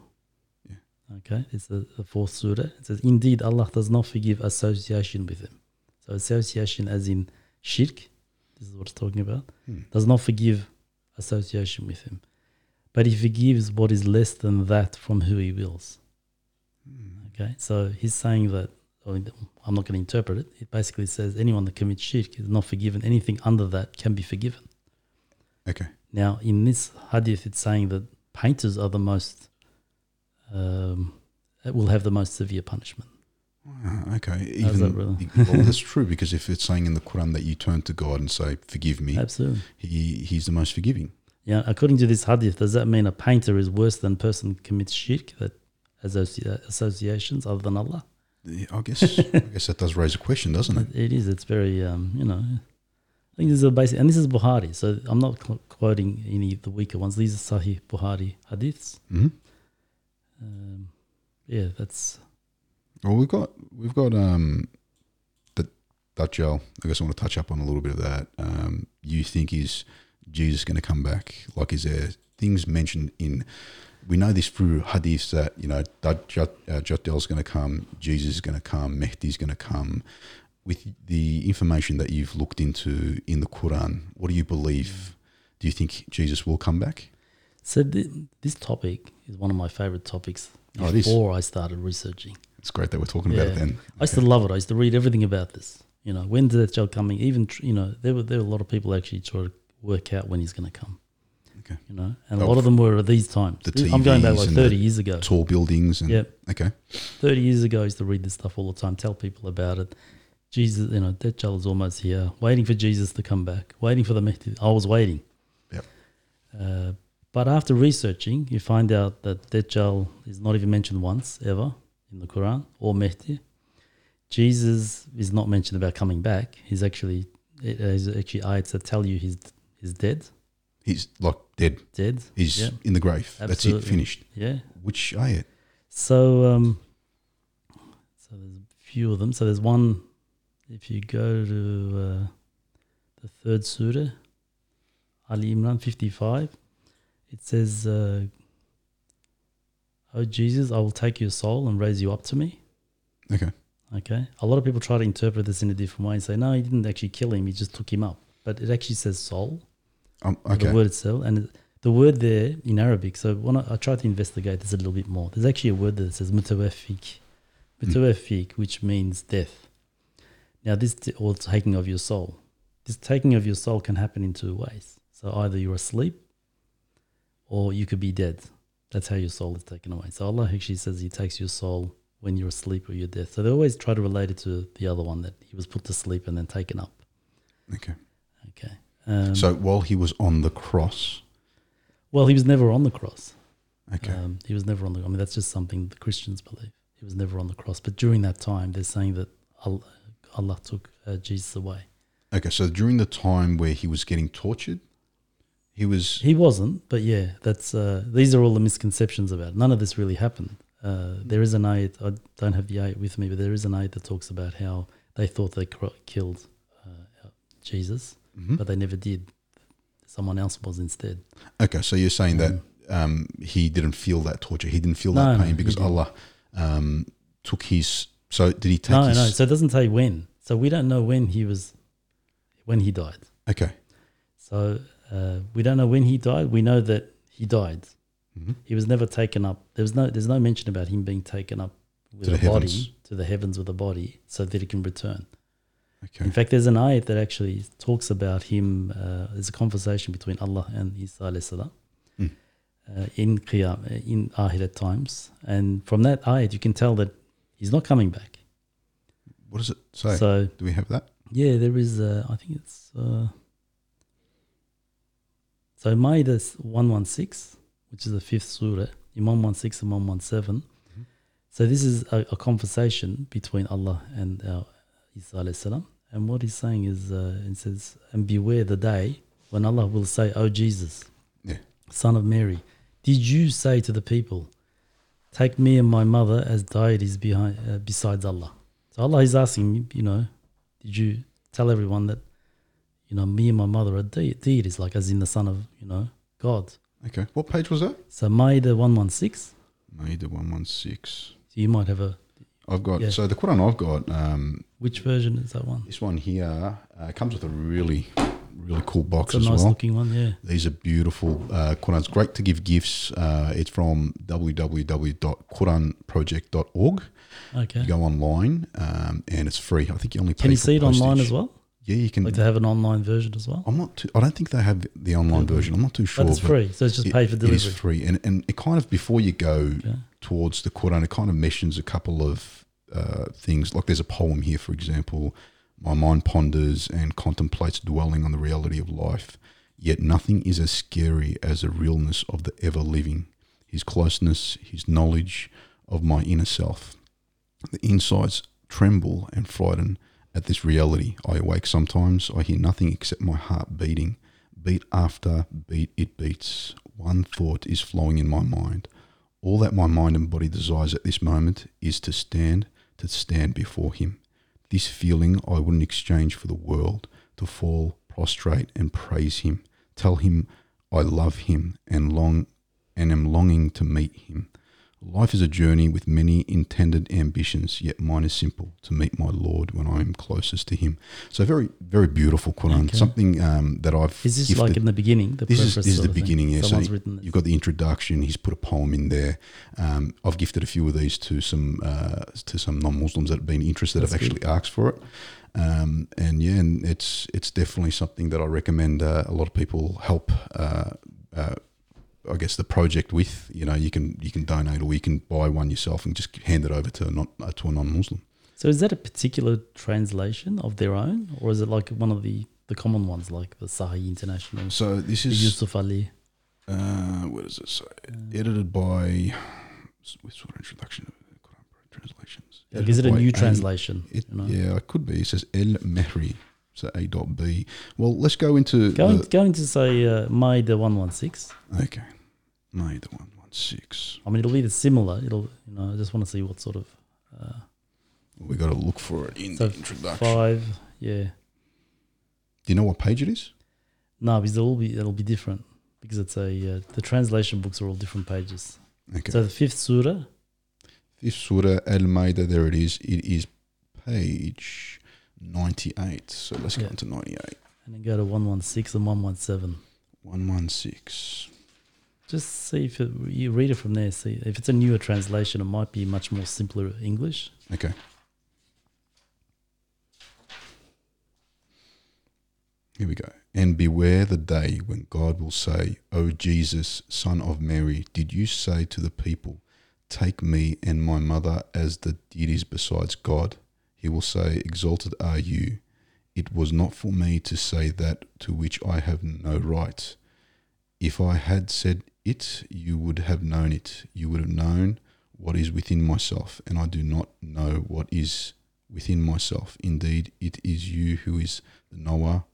Speaker 1: Yeah.
Speaker 2: Okay. It's the the fourth surah. It says, Indeed, Allah does not forgive association with Him. So, association as in shirk, this is what it's talking about,
Speaker 1: Hmm.
Speaker 2: does not forgive association with Him. But He forgives what is less than that from who He wills.
Speaker 1: Hmm.
Speaker 2: Okay. So, He's saying that, I mean, I'm not going to interpret it. It basically says, Anyone that commits shirk is not forgiven. Anything under that can be forgiven.
Speaker 1: Okay.
Speaker 2: Now, in this hadith, it's saying that painters are the most, um, that will have the most severe punishment.
Speaker 1: Wow, okay.
Speaker 2: How's
Speaker 1: Even
Speaker 2: that, brother?
Speaker 1: well, that's true because if it's saying in the Quran that you turn to God and say, "Forgive me,"
Speaker 2: Absolutely.
Speaker 1: he he's the most forgiving.
Speaker 2: Yeah. According to this hadith, does that mean a painter is worse than person who commits shirk that associ- associations other than Allah?
Speaker 1: Yeah, I guess I guess that does raise a question, doesn't it?
Speaker 2: It- it is. It's very, um, you know, I think this is a basic, and this is Buhari. So I'm not cl- quoting any of the weaker ones. These are Sahih Buhari hadiths.
Speaker 1: hmm
Speaker 2: Um, yeah, that's
Speaker 1: Well, we've got we've got um the Dajjal. I guess I want to touch up on a little bit of that. Um, you think is Jesus going to come back? Like, is there things mentioned in? We know this through hadiths that you know Dajjal uh, is going to come, Jesus is going to come, Mehdi is going to come. With the information that you've looked into in the Quran, what do you believe? Do you think Jesus will come back?
Speaker 2: So th- this topic is one of my favorite topics
Speaker 1: Oh, it is.
Speaker 2: before I started researching.
Speaker 1: It's great that we're talking
Speaker 2: Yeah.
Speaker 1: about it then.
Speaker 2: I used to love it. I used to read everything about this. You know, when did that gel coming? Even tr- you know, there were there were a lot of people actually trying to work out when he's going to come.
Speaker 1: Okay.
Speaker 2: You know, and a
Speaker 1: Oh,
Speaker 2: lot of them were at these times.
Speaker 1: the
Speaker 2: I'm going back
Speaker 1: TVs
Speaker 2: like
Speaker 1: and the
Speaker 2: 30 years ago.
Speaker 1: Tall buildings and
Speaker 2: Yep.
Speaker 1: okay,
Speaker 2: 30 years ago, I used to read this stuff all the time, tell people about it. Jesus, you know, Dajjal is almost here, waiting for Jesus to come back, waiting for the Mahdi. I was waiting.
Speaker 1: Yep.
Speaker 2: Uh, but after researching, you find out that Dajjal is not even mentioned once ever in the Quran or Mahdi. Jesus is not mentioned about coming back. He's actually, it- there's actually ayats that tell you he's, he's dead,
Speaker 1: he's like dead.
Speaker 2: dead.
Speaker 1: He's
Speaker 2: Yeah.
Speaker 1: in the grave. That's
Speaker 2: Absolutely.
Speaker 1: it. Finished.
Speaker 2: Yeah.
Speaker 1: Which ayat?
Speaker 2: So, um, so there's a few of them. So there's one. If you go to uh, the third surah, Ali Imran 55, it says, uh, "Oh Jesus, I will take your soul and raise you up to me."
Speaker 1: Okay.
Speaker 2: Okay. A lot of people try to interpret this in a different way and say, "No, he didn't actually kill him; he just took him up." But it actually says soul.
Speaker 1: Um,
Speaker 2: So
Speaker 1: okay.
Speaker 2: the word itself and it- the word there in Arabic. So when I, I tried to investigate this a little bit more, there's actually a word that says mutawaffiq, mutawaffiq, which means death. Now this t- or taking of your soul. This taking of your soul can happen in two ways. So either you're asleep, or you could be dead. That's how your soul is taken away. So Allah actually says He takes your soul when you're asleep or you're dead. So they always try to relate it to the other one that He was put to sleep and then taken up.
Speaker 1: Okay.
Speaker 2: Okay. Um,
Speaker 1: So while he was on the cross,
Speaker 2: well, He was never on the cross.
Speaker 1: okay,
Speaker 2: Um, he was never on the. I mean, that's just something the Christians believe. He was never on the cross. But during that time, they're saying that Allah, Allah took uh, Jesus away. Uh,
Speaker 1: okay. So during the time where he was getting tortured, he was
Speaker 2: He wasn't, but yeah, that's uh, these are all the misconceptions about. it. None of this really happened. Uh,
Speaker 1: Hmm.
Speaker 2: there is an ayat. I don't have the ayat with me, but there is an ayat that talks about how they thought they cro- killed uh, Jesus,
Speaker 1: Mhm.
Speaker 2: but they never did. Someone else was instead.
Speaker 1: okay. So you're saying that um, he didn't feel that torture. He didn't feel
Speaker 2: Mm. No,
Speaker 1: that
Speaker 2: no,
Speaker 1: pain
Speaker 2: he
Speaker 1: because
Speaker 2: didn't.
Speaker 1: Allah um, took his. So did he take
Speaker 2: no,
Speaker 1: his?
Speaker 2: no. So it doesn't say when. So we don't know when he was, when he died.
Speaker 1: okay.
Speaker 2: So uh, we don't know when he died. We know that he died.
Speaker 1: Mhm.
Speaker 2: He was never taken up. There was no. There's no mention about him being taken up with
Speaker 1: To the
Speaker 2: a body
Speaker 1: heavens.
Speaker 2: to the heavens with a body, so that it can return. In
Speaker 1: Okay.
Speaker 2: fact, there's an ayat that actually talks about him. Uh, there's a conversation between Allah and Isa alayhi salam,
Speaker 1: Hmm.
Speaker 2: uh, in Qiyam, in Ahirat times, and from that ayat you can tell that he's not coming back.
Speaker 1: What does it say?
Speaker 2: So
Speaker 1: Do we have that?
Speaker 2: yeah, there is. Uh, I think it's. Uh, so Maida one one six, which is the fifth surah, Imam one six and one one seven.
Speaker 1: Mhm.
Speaker 2: So this is a, a conversation between Allah and uh, Isa alayhi salam. And what he's saying is, uh, it says, "And beware the day when Allah will say, O Jesus,
Speaker 1: Yeah.
Speaker 2: son of Mary, did you say to the people, take me and my mother as deities behind uh, besides Allah?" So Allah is asking, you know, did you tell everyone that you know me and my mother are de- deities like as in the son of you know god
Speaker 1: Okay. What page was that?
Speaker 2: so maida 116
Speaker 1: Maida 116.
Speaker 2: so you might have a
Speaker 1: I've got,
Speaker 2: Yeah.
Speaker 1: so the Quran I've got, um,
Speaker 2: which version is that one
Speaker 1: this one here uh, comes with a really, really cool box
Speaker 2: it's a
Speaker 1: as
Speaker 2: nice
Speaker 1: well.
Speaker 2: looking one yeah
Speaker 1: These are beautiful uh, Qurans. Great to give gifts. Uh, it's from www.quranproject.org.
Speaker 2: okay
Speaker 1: You go online um, and it's free. I think you only pay
Speaker 2: can you
Speaker 1: for
Speaker 2: see it online
Speaker 1: postage.
Speaker 2: as well
Speaker 1: Yeah, you can.
Speaker 2: like they have an online version as well
Speaker 1: I'm not. Too, I don't think they have the online version. I'm not too sure.
Speaker 2: but it's free so it's just paid for
Speaker 1: it is
Speaker 2: delivery
Speaker 1: free, and and it kind of before you go
Speaker 2: okay.
Speaker 1: towards the Quran, it kind of mentions a couple of uh, things. Like there's a poem here, for example. My mind ponders and contemplates dwelling on the reality of life, yet nothing is as scary as the realness of the ever living, his closeness, his knowledge of my inner self. The insides tremble and frighten at this reality. I awake sometimes, I hear nothing except my heart beating. Beat after beat, it beats. One thought is flowing in my mind. All that my mind and body desires at this moment is to stand, to stand before Him. This feeling I wouldn't exchange for the world, to fall prostrate and praise Him, tell Him I love Him and long and am longing to meet Him. Life is a journey with many intended ambitions, yet mine is simple to meet my Lord when I am closest to Him. So, very, very beautiful Quran.
Speaker 2: Okay.
Speaker 1: Something um, that I've
Speaker 2: is this
Speaker 1: gifted-
Speaker 2: like in the beginning the
Speaker 1: this is,
Speaker 2: preface
Speaker 1: this is
Speaker 2: sort
Speaker 1: the
Speaker 2: of thing?
Speaker 1: beginning, yeah.
Speaker 2: someone's
Speaker 1: so
Speaker 2: written this
Speaker 1: you've got the introduction. He's put a poem in there. Um, I've gifted a few of these to some uh, to some non-Muslims that have been interested. that have
Speaker 2: That's
Speaker 1: actually asked for it, um, and yeah, and it's it's definitely something that I recommend uh, a lot of people help. Uh, uh, I guess the project with you know you can you can donate or you can buy one yourself and just hand it over to a non uh, to a non-Muslim.
Speaker 2: so is that a particular translation of their own or is it like one of the the common ones like the sahi international
Speaker 1: So this
Speaker 2: the
Speaker 1: is
Speaker 2: yusuf ali
Speaker 1: Uh, what does it say?
Speaker 2: Uh,
Speaker 1: Edited by with sort of introduction of Quran translations.
Speaker 2: like is it a
Speaker 1: By
Speaker 2: new
Speaker 1: A-
Speaker 2: translation
Speaker 1: It,
Speaker 2: you know?
Speaker 1: Yeah, it could be. It says El Mehri, so A dot B. Well, let's go into
Speaker 2: Going,
Speaker 1: the,
Speaker 2: going to say uh, Maida one one six.
Speaker 1: okay. No, the one one six.
Speaker 2: I mean, it'll be the similar. It'll you know. I just want to see what sort of uh,
Speaker 1: We got to look for it in
Speaker 2: So
Speaker 1: the introduction.
Speaker 2: five. Yeah,
Speaker 1: Do you know what page it is?
Speaker 2: no, because it'll be it'll be different because it's a uh, the translation books are all different pages.
Speaker 1: Okay.
Speaker 2: So the fifth surah.
Speaker 1: this surah Al Maida. There it is. It is page ninety-eight. So let's go
Speaker 2: Yeah.
Speaker 1: into ninety-eight.
Speaker 2: And then go to one one six and one one seven.
Speaker 1: One one six.
Speaker 2: Just see if it, you read it from there. See if it's a newer translation, it might be much more simpler English.
Speaker 1: Okay. Here we go. And beware the day when God will say, O Jesus, son of Mary, did you say to the people, Take me and my mother as the deities besides God? He will say, Exalted are you. It was not for me to say that to which I have no right. If I had said it, you would have known it. You would have known what is within myself, and I do not know what is within myself. Indeed, it is you who is the knower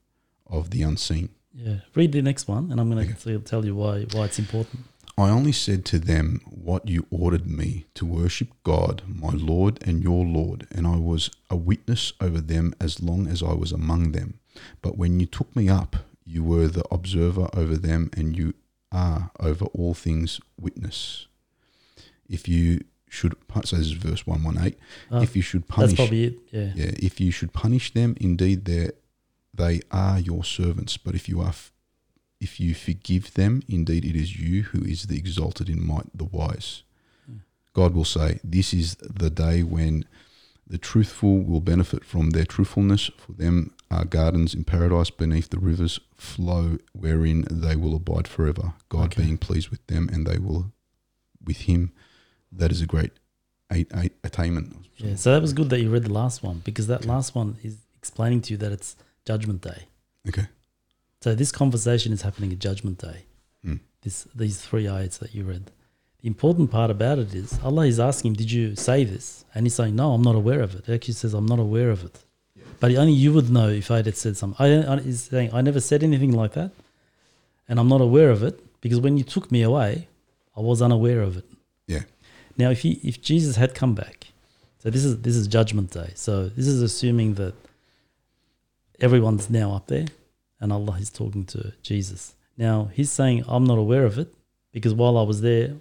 Speaker 1: of the unseen.
Speaker 2: Yeah, read the next one, and I'm going
Speaker 1: Okay.
Speaker 2: to tell you why why it's important.
Speaker 1: I only said to them what you ordered me to worship God, my Lord and your Lord, and I was a witness over them as long as I was among them. But when you took me up, you were the observer over them, and you are over all things witness. If you should, pu- so this is verse 118,
Speaker 2: Ah,
Speaker 1: if you should
Speaker 2: That's
Speaker 1: punish
Speaker 2: probably it. Yeah.
Speaker 1: yeah, if you should punish them, indeed they they are your servants. But if you are f- if you forgive them, indeed it is you who is the exalted in might, the wise.
Speaker 2: Hmm.
Speaker 1: God will say, This is the day when the truthful will benefit from their truthfulness. For them are gardens in paradise beneath the rivers flow, wherein they will abide forever. God
Speaker 2: Okay.
Speaker 1: being pleased with them, and they will with Him. That is a great a- a- attainment.
Speaker 2: Yeah, so that was good that you read the last one because that last one is explaining to you that it's Judgment Day.
Speaker 1: Okay.
Speaker 2: So this conversation is happening at Judgment Day.
Speaker 1: Mm.
Speaker 2: This these three ayats that you read. The important part about it is Allah is asking him, "Did you say this?" And he's saying, "No, I'm not aware of it." It actually says, "I'm not aware of it." But only you would know if I had said something. I, I he's saying, "I never said anything like that, and I'm not aware of it because when you took me away, I was unaware of it."
Speaker 1: Yeah.
Speaker 2: Now, if he, if Jesus had come back, so this is this is Judgment Day. So this is assuming that everyone's now up there, and Allah is talking to Jesus. Now he's saying, "I'm not aware of it because while I was there,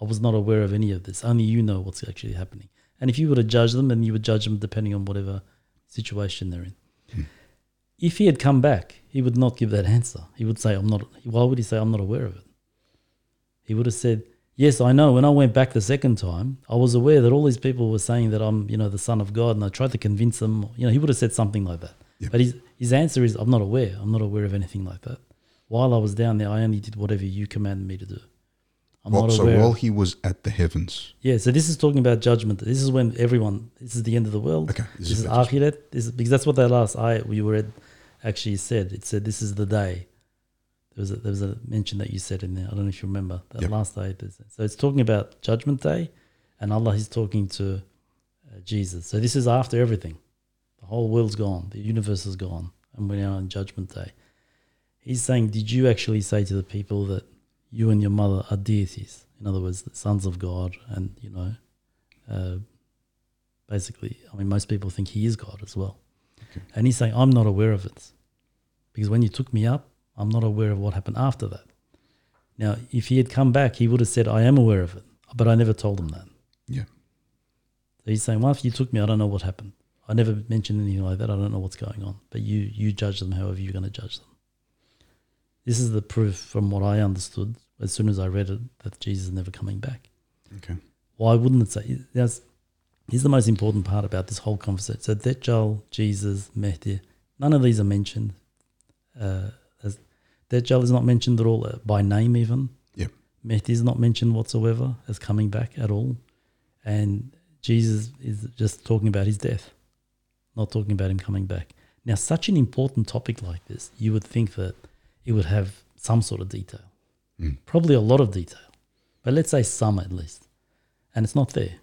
Speaker 2: I was not aware of any of this. Only you know what's actually happening. And if you were to judge them, then you would judge them depending on whatever situation they're in."
Speaker 1: Hmm.
Speaker 2: If he had come back, he would not give that answer. He would say, "I'm not." Why would he say, "I'm not aware of it"? he would have said, Yes, I know. When I went back the second time, I was aware that all these people were saying that I'm, you know, the son of God, and I tried to convince them. You know, he would have said something like that.
Speaker 1: Yeah.
Speaker 2: But his, his answer is, I'm not aware. I'm not aware of anything like that. While I was down there, I only did whatever you commanded me to do. I'm
Speaker 1: Well,
Speaker 2: not
Speaker 1: so
Speaker 2: aware.
Speaker 1: while He was at the heavens,
Speaker 2: yeah, so this is talking about judgment. This is when everyone, this is the end of the world.
Speaker 1: Okay, this
Speaker 2: This,
Speaker 1: is
Speaker 2: is
Speaker 1: about
Speaker 2: Akhirat. This is, because that's what that last ayat we read actually said. It said, This is the day. There was a, there was a mention that you said in there. I don't know if you remember that
Speaker 1: Yep.
Speaker 2: last day. So it's talking about Judgment Day, and Allah is talking to uh, Jesus. So this is after everything. The whole world's gone. The universe is gone, and we're now on Judgment Day. He's saying, "Did you actually say to the people that you and your mother are deities? In other words, the sons of God, and you know, uh, basically, I mean, most people think He is God as well."
Speaker 1: Okay.
Speaker 2: And he's saying, "I'm not aware of it." because when you took me up, I'm not aware of what happened after that. Now, if he had come back, he would have said, I am aware of it, but I never told him that.
Speaker 1: Yeah.
Speaker 2: So he's saying, Well, if you took me, I don't know what happened. I never mentioned anything like that. I don't know what's going on. But you you judge them however you're going to judge them. This is the proof from what I understood as soon as I read it that Jesus is never coming back
Speaker 1: okay,
Speaker 2: why wouldn't it say that's here's the most important part about this whole conversation so Dajjal Jesus Mehdi none of these are mentioned uh, as Dajjal is not mentioned at all uh, by name even
Speaker 1: Yep.
Speaker 2: Mehdi is not mentioned whatsoever as coming back at all and Jesus is just talking about his death not talking about him coming back now such an important topic like this you would think that it would have some sort of detail
Speaker 1: Mm.
Speaker 2: probably a lot of detail but let's say some at least and it's not there.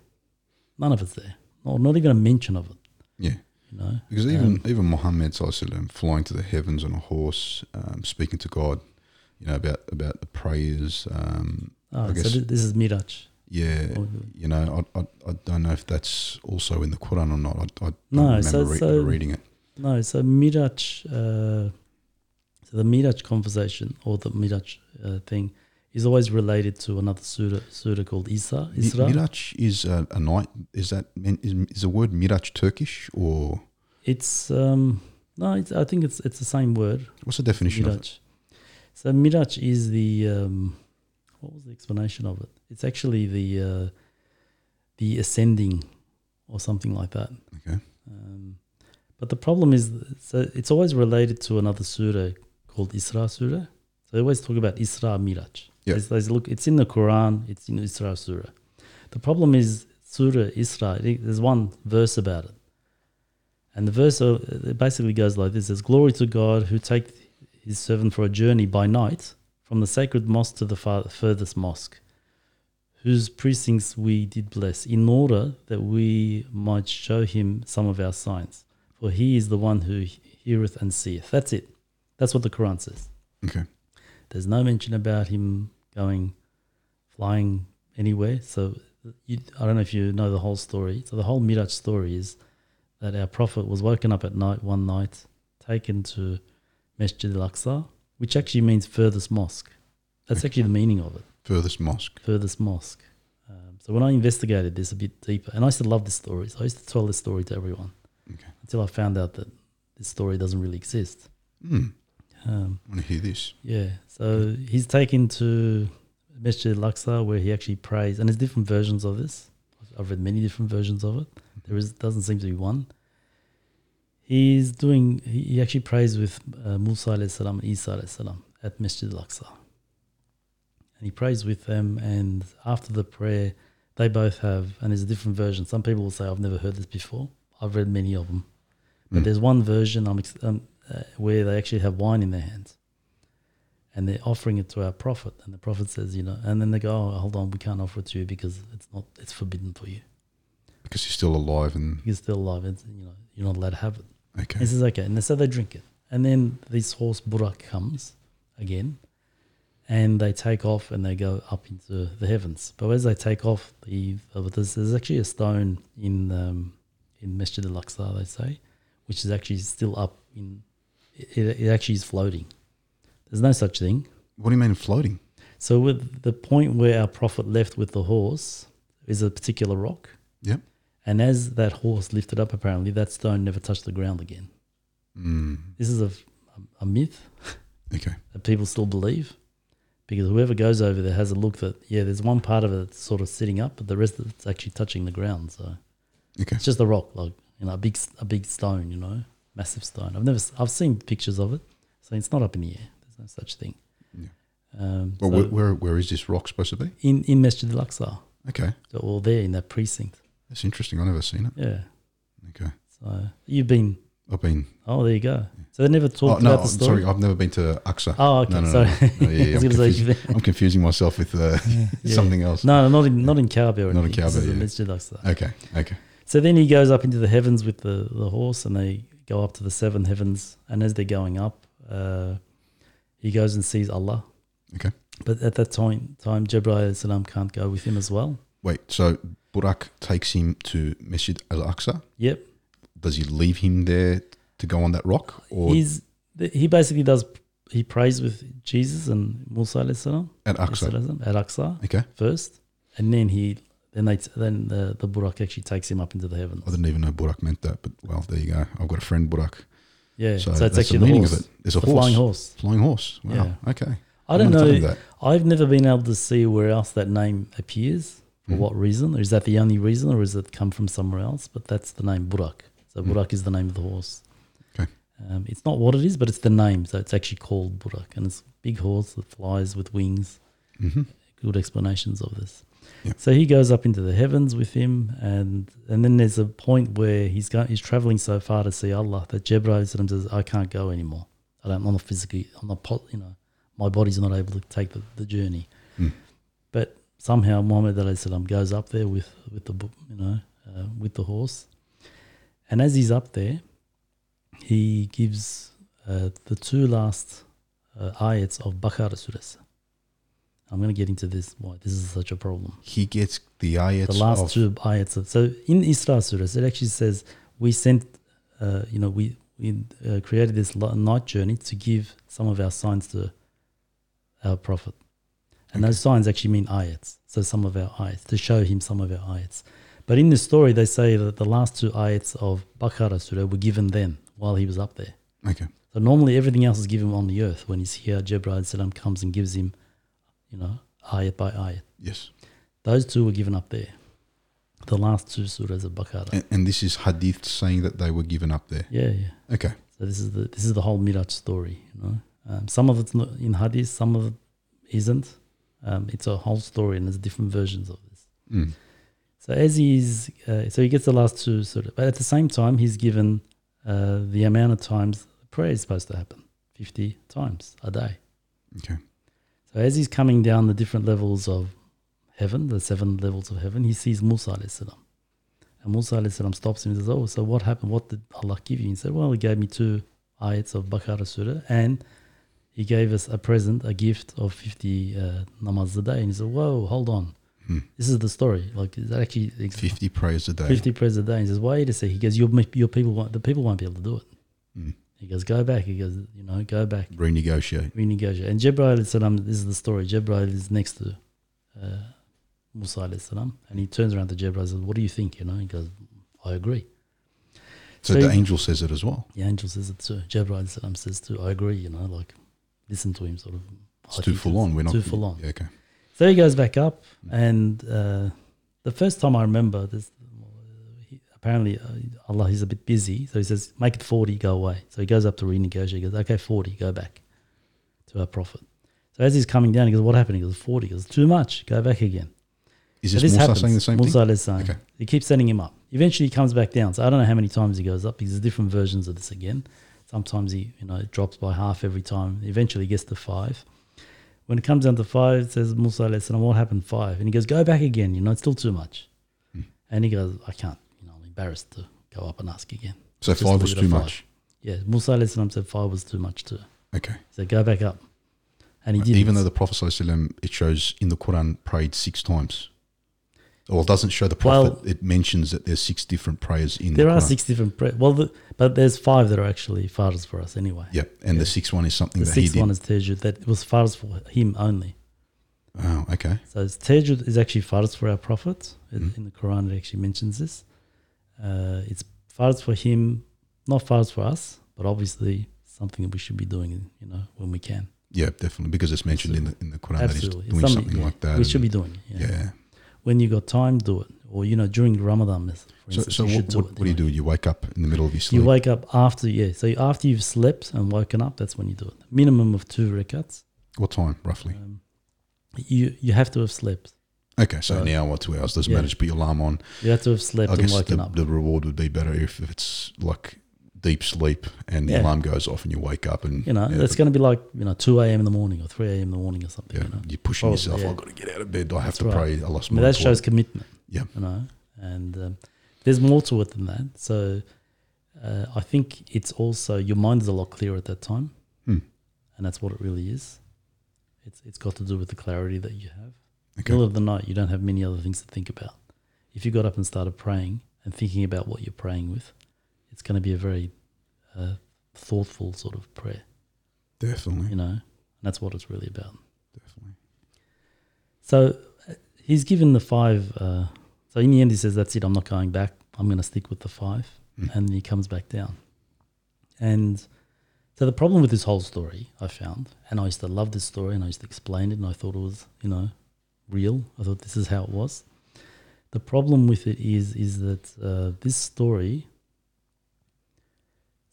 Speaker 2: None of it's there. Not, not even a mention of it.
Speaker 1: yeah.
Speaker 2: You know.
Speaker 1: Because
Speaker 2: Um,
Speaker 1: even even Muhammad Sallallahu flying to the heavens on a horse, um, speaking to God, you know about about the prayers. Um,
Speaker 2: ah,
Speaker 1: I guess
Speaker 2: so thi- this is Miraj.
Speaker 1: yeah,
Speaker 2: Or-
Speaker 1: you know, I, I, I don't know if that's also in the Quran or not. I, I don't
Speaker 2: No,
Speaker 1: remember
Speaker 2: so-
Speaker 1: re-
Speaker 2: so-
Speaker 1: reading it.
Speaker 2: No, so Miraj. Uh, so the Miraj conversation or the Miraj uh, thing is always related to another surah, surah called Isa.
Speaker 1: Mi-
Speaker 2: Isra.
Speaker 1: Miraj is a, a night. Is that meant- is, is the word Miraj Turkish or
Speaker 2: It's um, no, it's, I think it's it's the same word.
Speaker 1: what's the definition of it?
Speaker 2: Miraj. So Miraj is the um, what was the explanation of it? It's actually the uh, the ascending or something like that.
Speaker 1: Okay.
Speaker 2: Um, but the problem is, so it's always related to another surah called Isra Surah. So they always talk about Isra Miraj.
Speaker 1: Yeah.
Speaker 2: There's- there's- look, it's in the Quran. It's in Isra Surah. The problem is Surah Isra. it- There's one verse about it, and the verse uh, it basically goes like this: "There's glory to God who takes his servant for a journey by night from the sacred mosque to the far, furthest mosque, whose precincts we did bless, in order that we might show him some of our signs. For he is the one who heareth and seeth." That's it. That's what the Quran says.
Speaker 1: Okay,
Speaker 2: There's no mention about him going flying anywhere. So you, I don't know if you know the whole story. So the whole Miraj story is that our prophet was woken up at night one night, taken to Masjid al-Aqsa, which actually means furthest mosque. That's actually the meaning of it,
Speaker 1: furthest mosque.
Speaker 2: furthest mosque. Um, so when I investigated this a bit deeper, and I used to love this story, so I used to tell this story to everyone
Speaker 1: Okay,
Speaker 2: until I found out that this story doesn't really exist.
Speaker 1: hmm.
Speaker 2: Um,
Speaker 1: I want to hear this.
Speaker 2: yeah. So he's taken to Masjid Al-Aqsa, where he actually prays, and there's different versions of this. I've read many different versions of it. There is doesn't seem to be one. He's doing. He he actually prays with uh, Musa alayhi salam and Isa alayhi salam at Masjid Al-Aqsa, and he prays with them. And after the prayer, they both have, and there's a different version. Some people will say, "I've never heard this before." I've read many of them, but
Speaker 1: Mm.
Speaker 2: there's one version I'm ex- um, uh, where they actually have wine in their hands, and they're offering it to our prophet, and the prophet says, "You know," and then they go, "Oh, hold on, we can't offer it to you because it's not, it's forbidden for you."
Speaker 1: Hmm, because he's still alive and
Speaker 2: You're still alive. It's, you know, you're not allowed to have it.
Speaker 1: okay.
Speaker 2: He says, okay. And so they drink it. And then this horse Burak comes again and they take off and they go up into the heavens. But as they take off, the, uh, there's, there's actually a stone in um, in Masjid al Aqsa, they say, which is actually still up in, it, it- it actually is floating. There's no such thing.
Speaker 1: What do you mean floating?
Speaker 2: So with the point where our prophet left with the horse is a particular rock.
Speaker 1: Yep.
Speaker 2: And as that horse lifted up, apparently that stone never touched the ground again.
Speaker 1: Mm,
Speaker 2: This is a, a myth
Speaker 1: okay.
Speaker 2: that people still believe, because whoever goes over there has a look that yeah, there's one part of it that's sort of sitting up, but the rest of it's actually touching the ground. So
Speaker 1: Okay.
Speaker 2: it's just a rock, like you know, a big a big stone, you know, massive stone. I've never s- I've seen pictures of it, so it's not up in the air. There's no such thing.
Speaker 1: Yeah.
Speaker 2: Um,
Speaker 1: Well,
Speaker 2: so
Speaker 1: where, where where is this rock supposed to be?
Speaker 2: in in Masjid Al Aqsa,
Speaker 1: Okay,
Speaker 2: they're all there in that precinct.
Speaker 1: that's interesting. I've never seen it.
Speaker 2: Yeah.
Speaker 1: Okay,
Speaker 2: So you've been.
Speaker 1: I've been.
Speaker 2: Oh, there you go. So they never
Speaker 1: Oh,
Speaker 2: talked
Speaker 1: no,
Speaker 2: about
Speaker 1: I'm
Speaker 2: the story.
Speaker 1: sorry, I've never been to Aksa.
Speaker 2: Oh, okay.
Speaker 1: No, no, no,
Speaker 2: sorry.
Speaker 1: no. No, yeah, yeah,
Speaker 2: I was
Speaker 1: I'm
Speaker 2: going to say
Speaker 1: confused. I'm confusing myself with uh,
Speaker 2: Yeah.
Speaker 1: something else.
Speaker 2: No, not in not in cowbell. or
Speaker 1: Not in
Speaker 2: anything. This
Speaker 1: cowbell,
Speaker 2: is a
Speaker 1: yeah.
Speaker 2: Masjid Al-Aqsa.
Speaker 1: Okay, okay.
Speaker 2: So then he goes up into the heavens with the, the horse, and they go up to the seven heavens. And as they're going up, uh, he goes and sees Allah.
Speaker 1: Okay.
Speaker 2: But at that time, time Jibril alayhi salam can't go with him as well.
Speaker 1: Wait, so Burak takes him to Masjid Al Aqsa.
Speaker 2: Yep.
Speaker 1: Does he leave him there to go on that rock, or
Speaker 2: He's th- he basically does he prays with Jesus and Musa alayhi salam
Speaker 1: at Aqsa?
Speaker 2: alayhi salam, at Aqsa
Speaker 1: Okay,
Speaker 2: first, and then he then they t- then the, the Burak actually takes him up into the heavens.
Speaker 1: I didn't even know Burak meant that, but well, there you go. I've got a friend Burak.
Speaker 2: Yeah, so,
Speaker 1: So,
Speaker 2: it's
Speaker 1: that's
Speaker 2: actually
Speaker 1: the
Speaker 2: the
Speaker 1: meaning
Speaker 2: horse.
Speaker 1: of it. There's a
Speaker 2: the
Speaker 1: horse.
Speaker 2: flying horse.
Speaker 1: Flying horse. Wow.
Speaker 2: Yeah.
Speaker 1: Okay.
Speaker 2: I don't
Speaker 1: wouldn't have
Speaker 2: know.
Speaker 1: thought of
Speaker 2: I've never been able to see where else that name appears. For
Speaker 1: Mhm.
Speaker 2: what reason? Or is that the only reason, or is it come from somewhere else? But that's the name Burak. So
Speaker 1: Mhm.
Speaker 2: Burak is the name of the horse.
Speaker 1: Okay.
Speaker 2: Um, it's not what it is, but it's the name. So it's actually called Burak, and it's a big horse that flies with wings.
Speaker 1: that. hmm
Speaker 2: Good explanations of this.
Speaker 1: Yeah.
Speaker 2: So he goes up into the heavens with him, and and then there's a point where he's going, he's traveling so far to see Allah that Jibril says, "I can't go anymore. I don't. I'm not physically. I'm not. po- You know, my body's not able to take the, the journey."
Speaker 1: Mm.
Speaker 2: But somehow Muhammad alayhi salam goes up there with with the bu- you know uh, with the horse, and as he's up there, he gives uh, the two last uh, ayats of Baqarah surah. I'm going to get into this why this is such a problem
Speaker 1: He gets the ayats
Speaker 2: the last
Speaker 1: of
Speaker 2: two ayats. of- So in Isra surahs, it actually says, "We sent, uh, you know, we we uh, created this lo- night journey to give some of our signs to our prophet, and
Speaker 1: Okay.
Speaker 2: those signs actually mean ayats. So some of our ayats to show him some of our ayats. But in the story, they say that the last two ayats of Baqarah surah were given then while he was up there.
Speaker 1: Okay.
Speaker 2: So normally everything else is given on the earth. When he's here, Jibril salam comes and gives him, you know, ayat by ayat.
Speaker 1: Yes.
Speaker 2: Those two were given up there. The last two surahs of Baqarah.
Speaker 1: And, and this is hadith saying that they were given up there.
Speaker 2: yeah, yeah.
Speaker 1: Okay.
Speaker 2: So this is the this is the whole Miraj story. You know, um, some of it's not in hadith, some of it isn't. Um, it's a whole story, and there's different versions of this.
Speaker 1: Mm.
Speaker 2: So as he's uh, so he gets the last two surahs, but at the same time he's given uh, the amount of times prayer is supposed to happen, fifty times a day.
Speaker 1: Okay.
Speaker 2: So as he's coming down the different levels of heaven, the seven levels of heaven, he sees Musa alayhi salam. And Musa alayhi salam stops him and says, Oh, so what happened? What did Allah give you? He said, Well, he gave me two ayats of Baqarah surah and he gave us a present, a gift of 50 uh, namaz a day. And he said, Whoa, hold on.
Speaker 1: Hmm.
Speaker 2: This is the story. Like, is that actually ex- 50,
Speaker 1: 50 prayers a day.
Speaker 2: prayers a day? And he says, Wait a sec. He goes, Your, your people won't, the people won't be able to do it.
Speaker 1: Hmm.
Speaker 2: He goes, Go back. He goes, You know, go back
Speaker 1: Renegotiate.
Speaker 2: renegotiate. And Jibril alayhi salam, this is the story. Jibril is next to uh, Musa alayhi salam, and he turns around to Jibril and says, "What do you think?" You know, he goes, "I agree."
Speaker 1: So,
Speaker 2: So
Speaker 1: the
Speaker 2: you-
Speaker 1: angel says it as well.
Speaker 2: The angel says it too. Jibril alayhi salam says too, "I agree." You know, like listen to him, sort of.
Speaker 1: It's
Speaker 2: I
Speaker 1: too
Speaker 2: think
Speaker 1: full on. We're not
Speaker 2: Oh, too full on.
Speaker 1: Yeah, okay.
Speaker 2: So he goes back up, and uh, the first time I remember, this, he, apparently uh, Allah he's a bit busy, so he says, "Make it forty, go away." So he goes up to renegotiate. He goes, "Okay, forty, go back to our prophet." So as he's coming down, he goes, "What happened?" He goes, 40. He goes, "Too much, go back again."
Speaker 1: Is
Speaker 2: So
Speaker 1: this, Musa
Speaker 2: happens.
Speaker 1: saying the same
Speaker 2: Musa
Speaker 1: thing?
Speaker 2: is saying.
Speaker 1: Okay.
Speaker 2: He keeps sending him up. Eventually, he comes back down. So I don't know how many times he goes up because there's different versions of this again. Sometimes he, you know, drops by half every time. Eventually, he gets to five. When it comes down to five, it says Musa alayhi salam, what happened five? And he goes, go back again. You know, it's still too much.
Speaker 1: Hmm.
Speaker 2: And he goes, I can't. You know, I'm embarrassed to go up and ask again.
Speaker 1: So
Speaker 2: Just
Speaker 1: five
Speaker 2: leave
Speaker 1: was
Speaker 2: it at
Speaker 1: too
Speaker 2: five.
Speaker 1: much.
Speaker 2: Yeah, Musa alayhi salam said five was too much too.
Speaker 1: Okay.
Speaker 2: He said, go back up. And he did.
Speaker 1: Even though the Prophet ﷺ, it shows in the Quran prayed six times. Well, it doesn't show the
Speaker 2: Well-
Speaker 1: Prophet. it mentions that there's six different prayers in
Speaker 2: there
Speaker 1: the
Speaker 2: are
Speaker 1: Quran.
Speaker 2: six different, pre- well, the, but there's five that are actually faras for us anyway.
Speaker 1: Yep. And the sixth one is something
Speaker 2: The
Speaker 1: that he
Speaker 2: sixth
Speaker 1: did.
Speaker 2: one is Tejud that was farz for him only.
Speaker 1: oh, okay.
Speaker 2: So it's Tejud is actually farz for our Prophet. In-
Speaker 1: Mm-hmm.
Speaker 2: In the Quran, it actually mentions this. Uh, it's farz for him, not farz for us, but obviously something that we should be doing, you know, when we can.
Speaker 1: Yeah, definitely. Because it's mentioned in the, in the Quran
Speaker 2: Absolutely.
Speaker 1: that he's
Speaker 2: It's
Speaker 1: doing something,
Speaker 2: yeah,
Speaker 1: like that.
Speaker 2: We
Speaker 1: and-
Speaker 2: should be doing it. Yeah.
Speaker 1: yeah.
Speaker 2: When you got time, do it. Or, you know, during Ramadan, for
Speaker 1: So,
Speaker 2: instance,
Speaker 1: so
Speaker 2: you
Speaker 1: what,
Speaker 2: should do
Speaker 1: what,
Speaker 2: it.
Speaker 1: what do you
Speaker 2: anyway.
Speaker 1: do? You wake up in the middle of your
Speaker 2: You
Speaker 1: sleep.
Speaker 2: wake up after, yeah. So after you've slept and woken up, that's when you do it. Minimum of two rakats.
Speaker 1: what time, roughly?
Speaker 2: Um, you, you have to have slept.
Speaker 1: Okay, so
Speaker 2: uh,
Speaker 1: an hour or two hours doesn't
Speaker 2: yeah.
Speaker 1: matter. Just put your alarm on.
Speaker 2: You have to have slept
Speaker 1: I
Speaker 2: and
Speaker 1: guess
Speaker 2: woken
Speaker 1: the,
Speaker 2: up.
Speaker 1: the reward would be better if, if it's like deep sleep and the
Speaker 2: Yeah.
Speaker 1: alarm goes off and you wake up and
Speaker 2: you know,
Speaker 1: yeah,
Speaker 2: it's going to be like you know, two a.m. in the morning or three a.m. in the morning or something.
Speaker 1: yeah,
Speaker 2: You know,
Speaker 1: you're pushing
Speaker 2: Probably,
Speaker 1: yourself.
Speaker 2: yeah.
Speaker 1: I've got to get out of bed. I have
Speaker 2: That's
Speaker 1: to
Speaker 2: right.
Speaker 1: pray. I lost
Speaker 2: I mean,
Speaker 1: my
Speaker 2: that shows commitment.
Speaker 1: Yeah.
Speaker 2: you know, and um, there's more to it than that. So uh, I think it's also your mind is a lot clearer at that time,
Speaker 1: Hmm.
Speaker 2: and that's what it really is. It's it's got to do with the clarity that you have.
Speaker 1: Okay.
Speaker 2: Middle of the night, you don't have many other things to think about. If you got up and started praying and thinking about what you're praying with, it's going to be a very uh, thoughtful sort of prayer.
Speaker 1: Definitely.
Speaker 2: you know, and that's what it's really about.
Speaker 1: Definitely.
Speaker 2: So uh, he's given the five. Uh, so in the end, he says, "That's it. I'm not going back. I'm going to stick with the five.
Speaker 1: Mm.
Speaker 2: and he comes back down. And so the problem with this whole story, I found, and I used to love this story, and I used to explain it, and I thought it was, you know, real. I thought this is how it was. The problem with it is, is that uh, this story.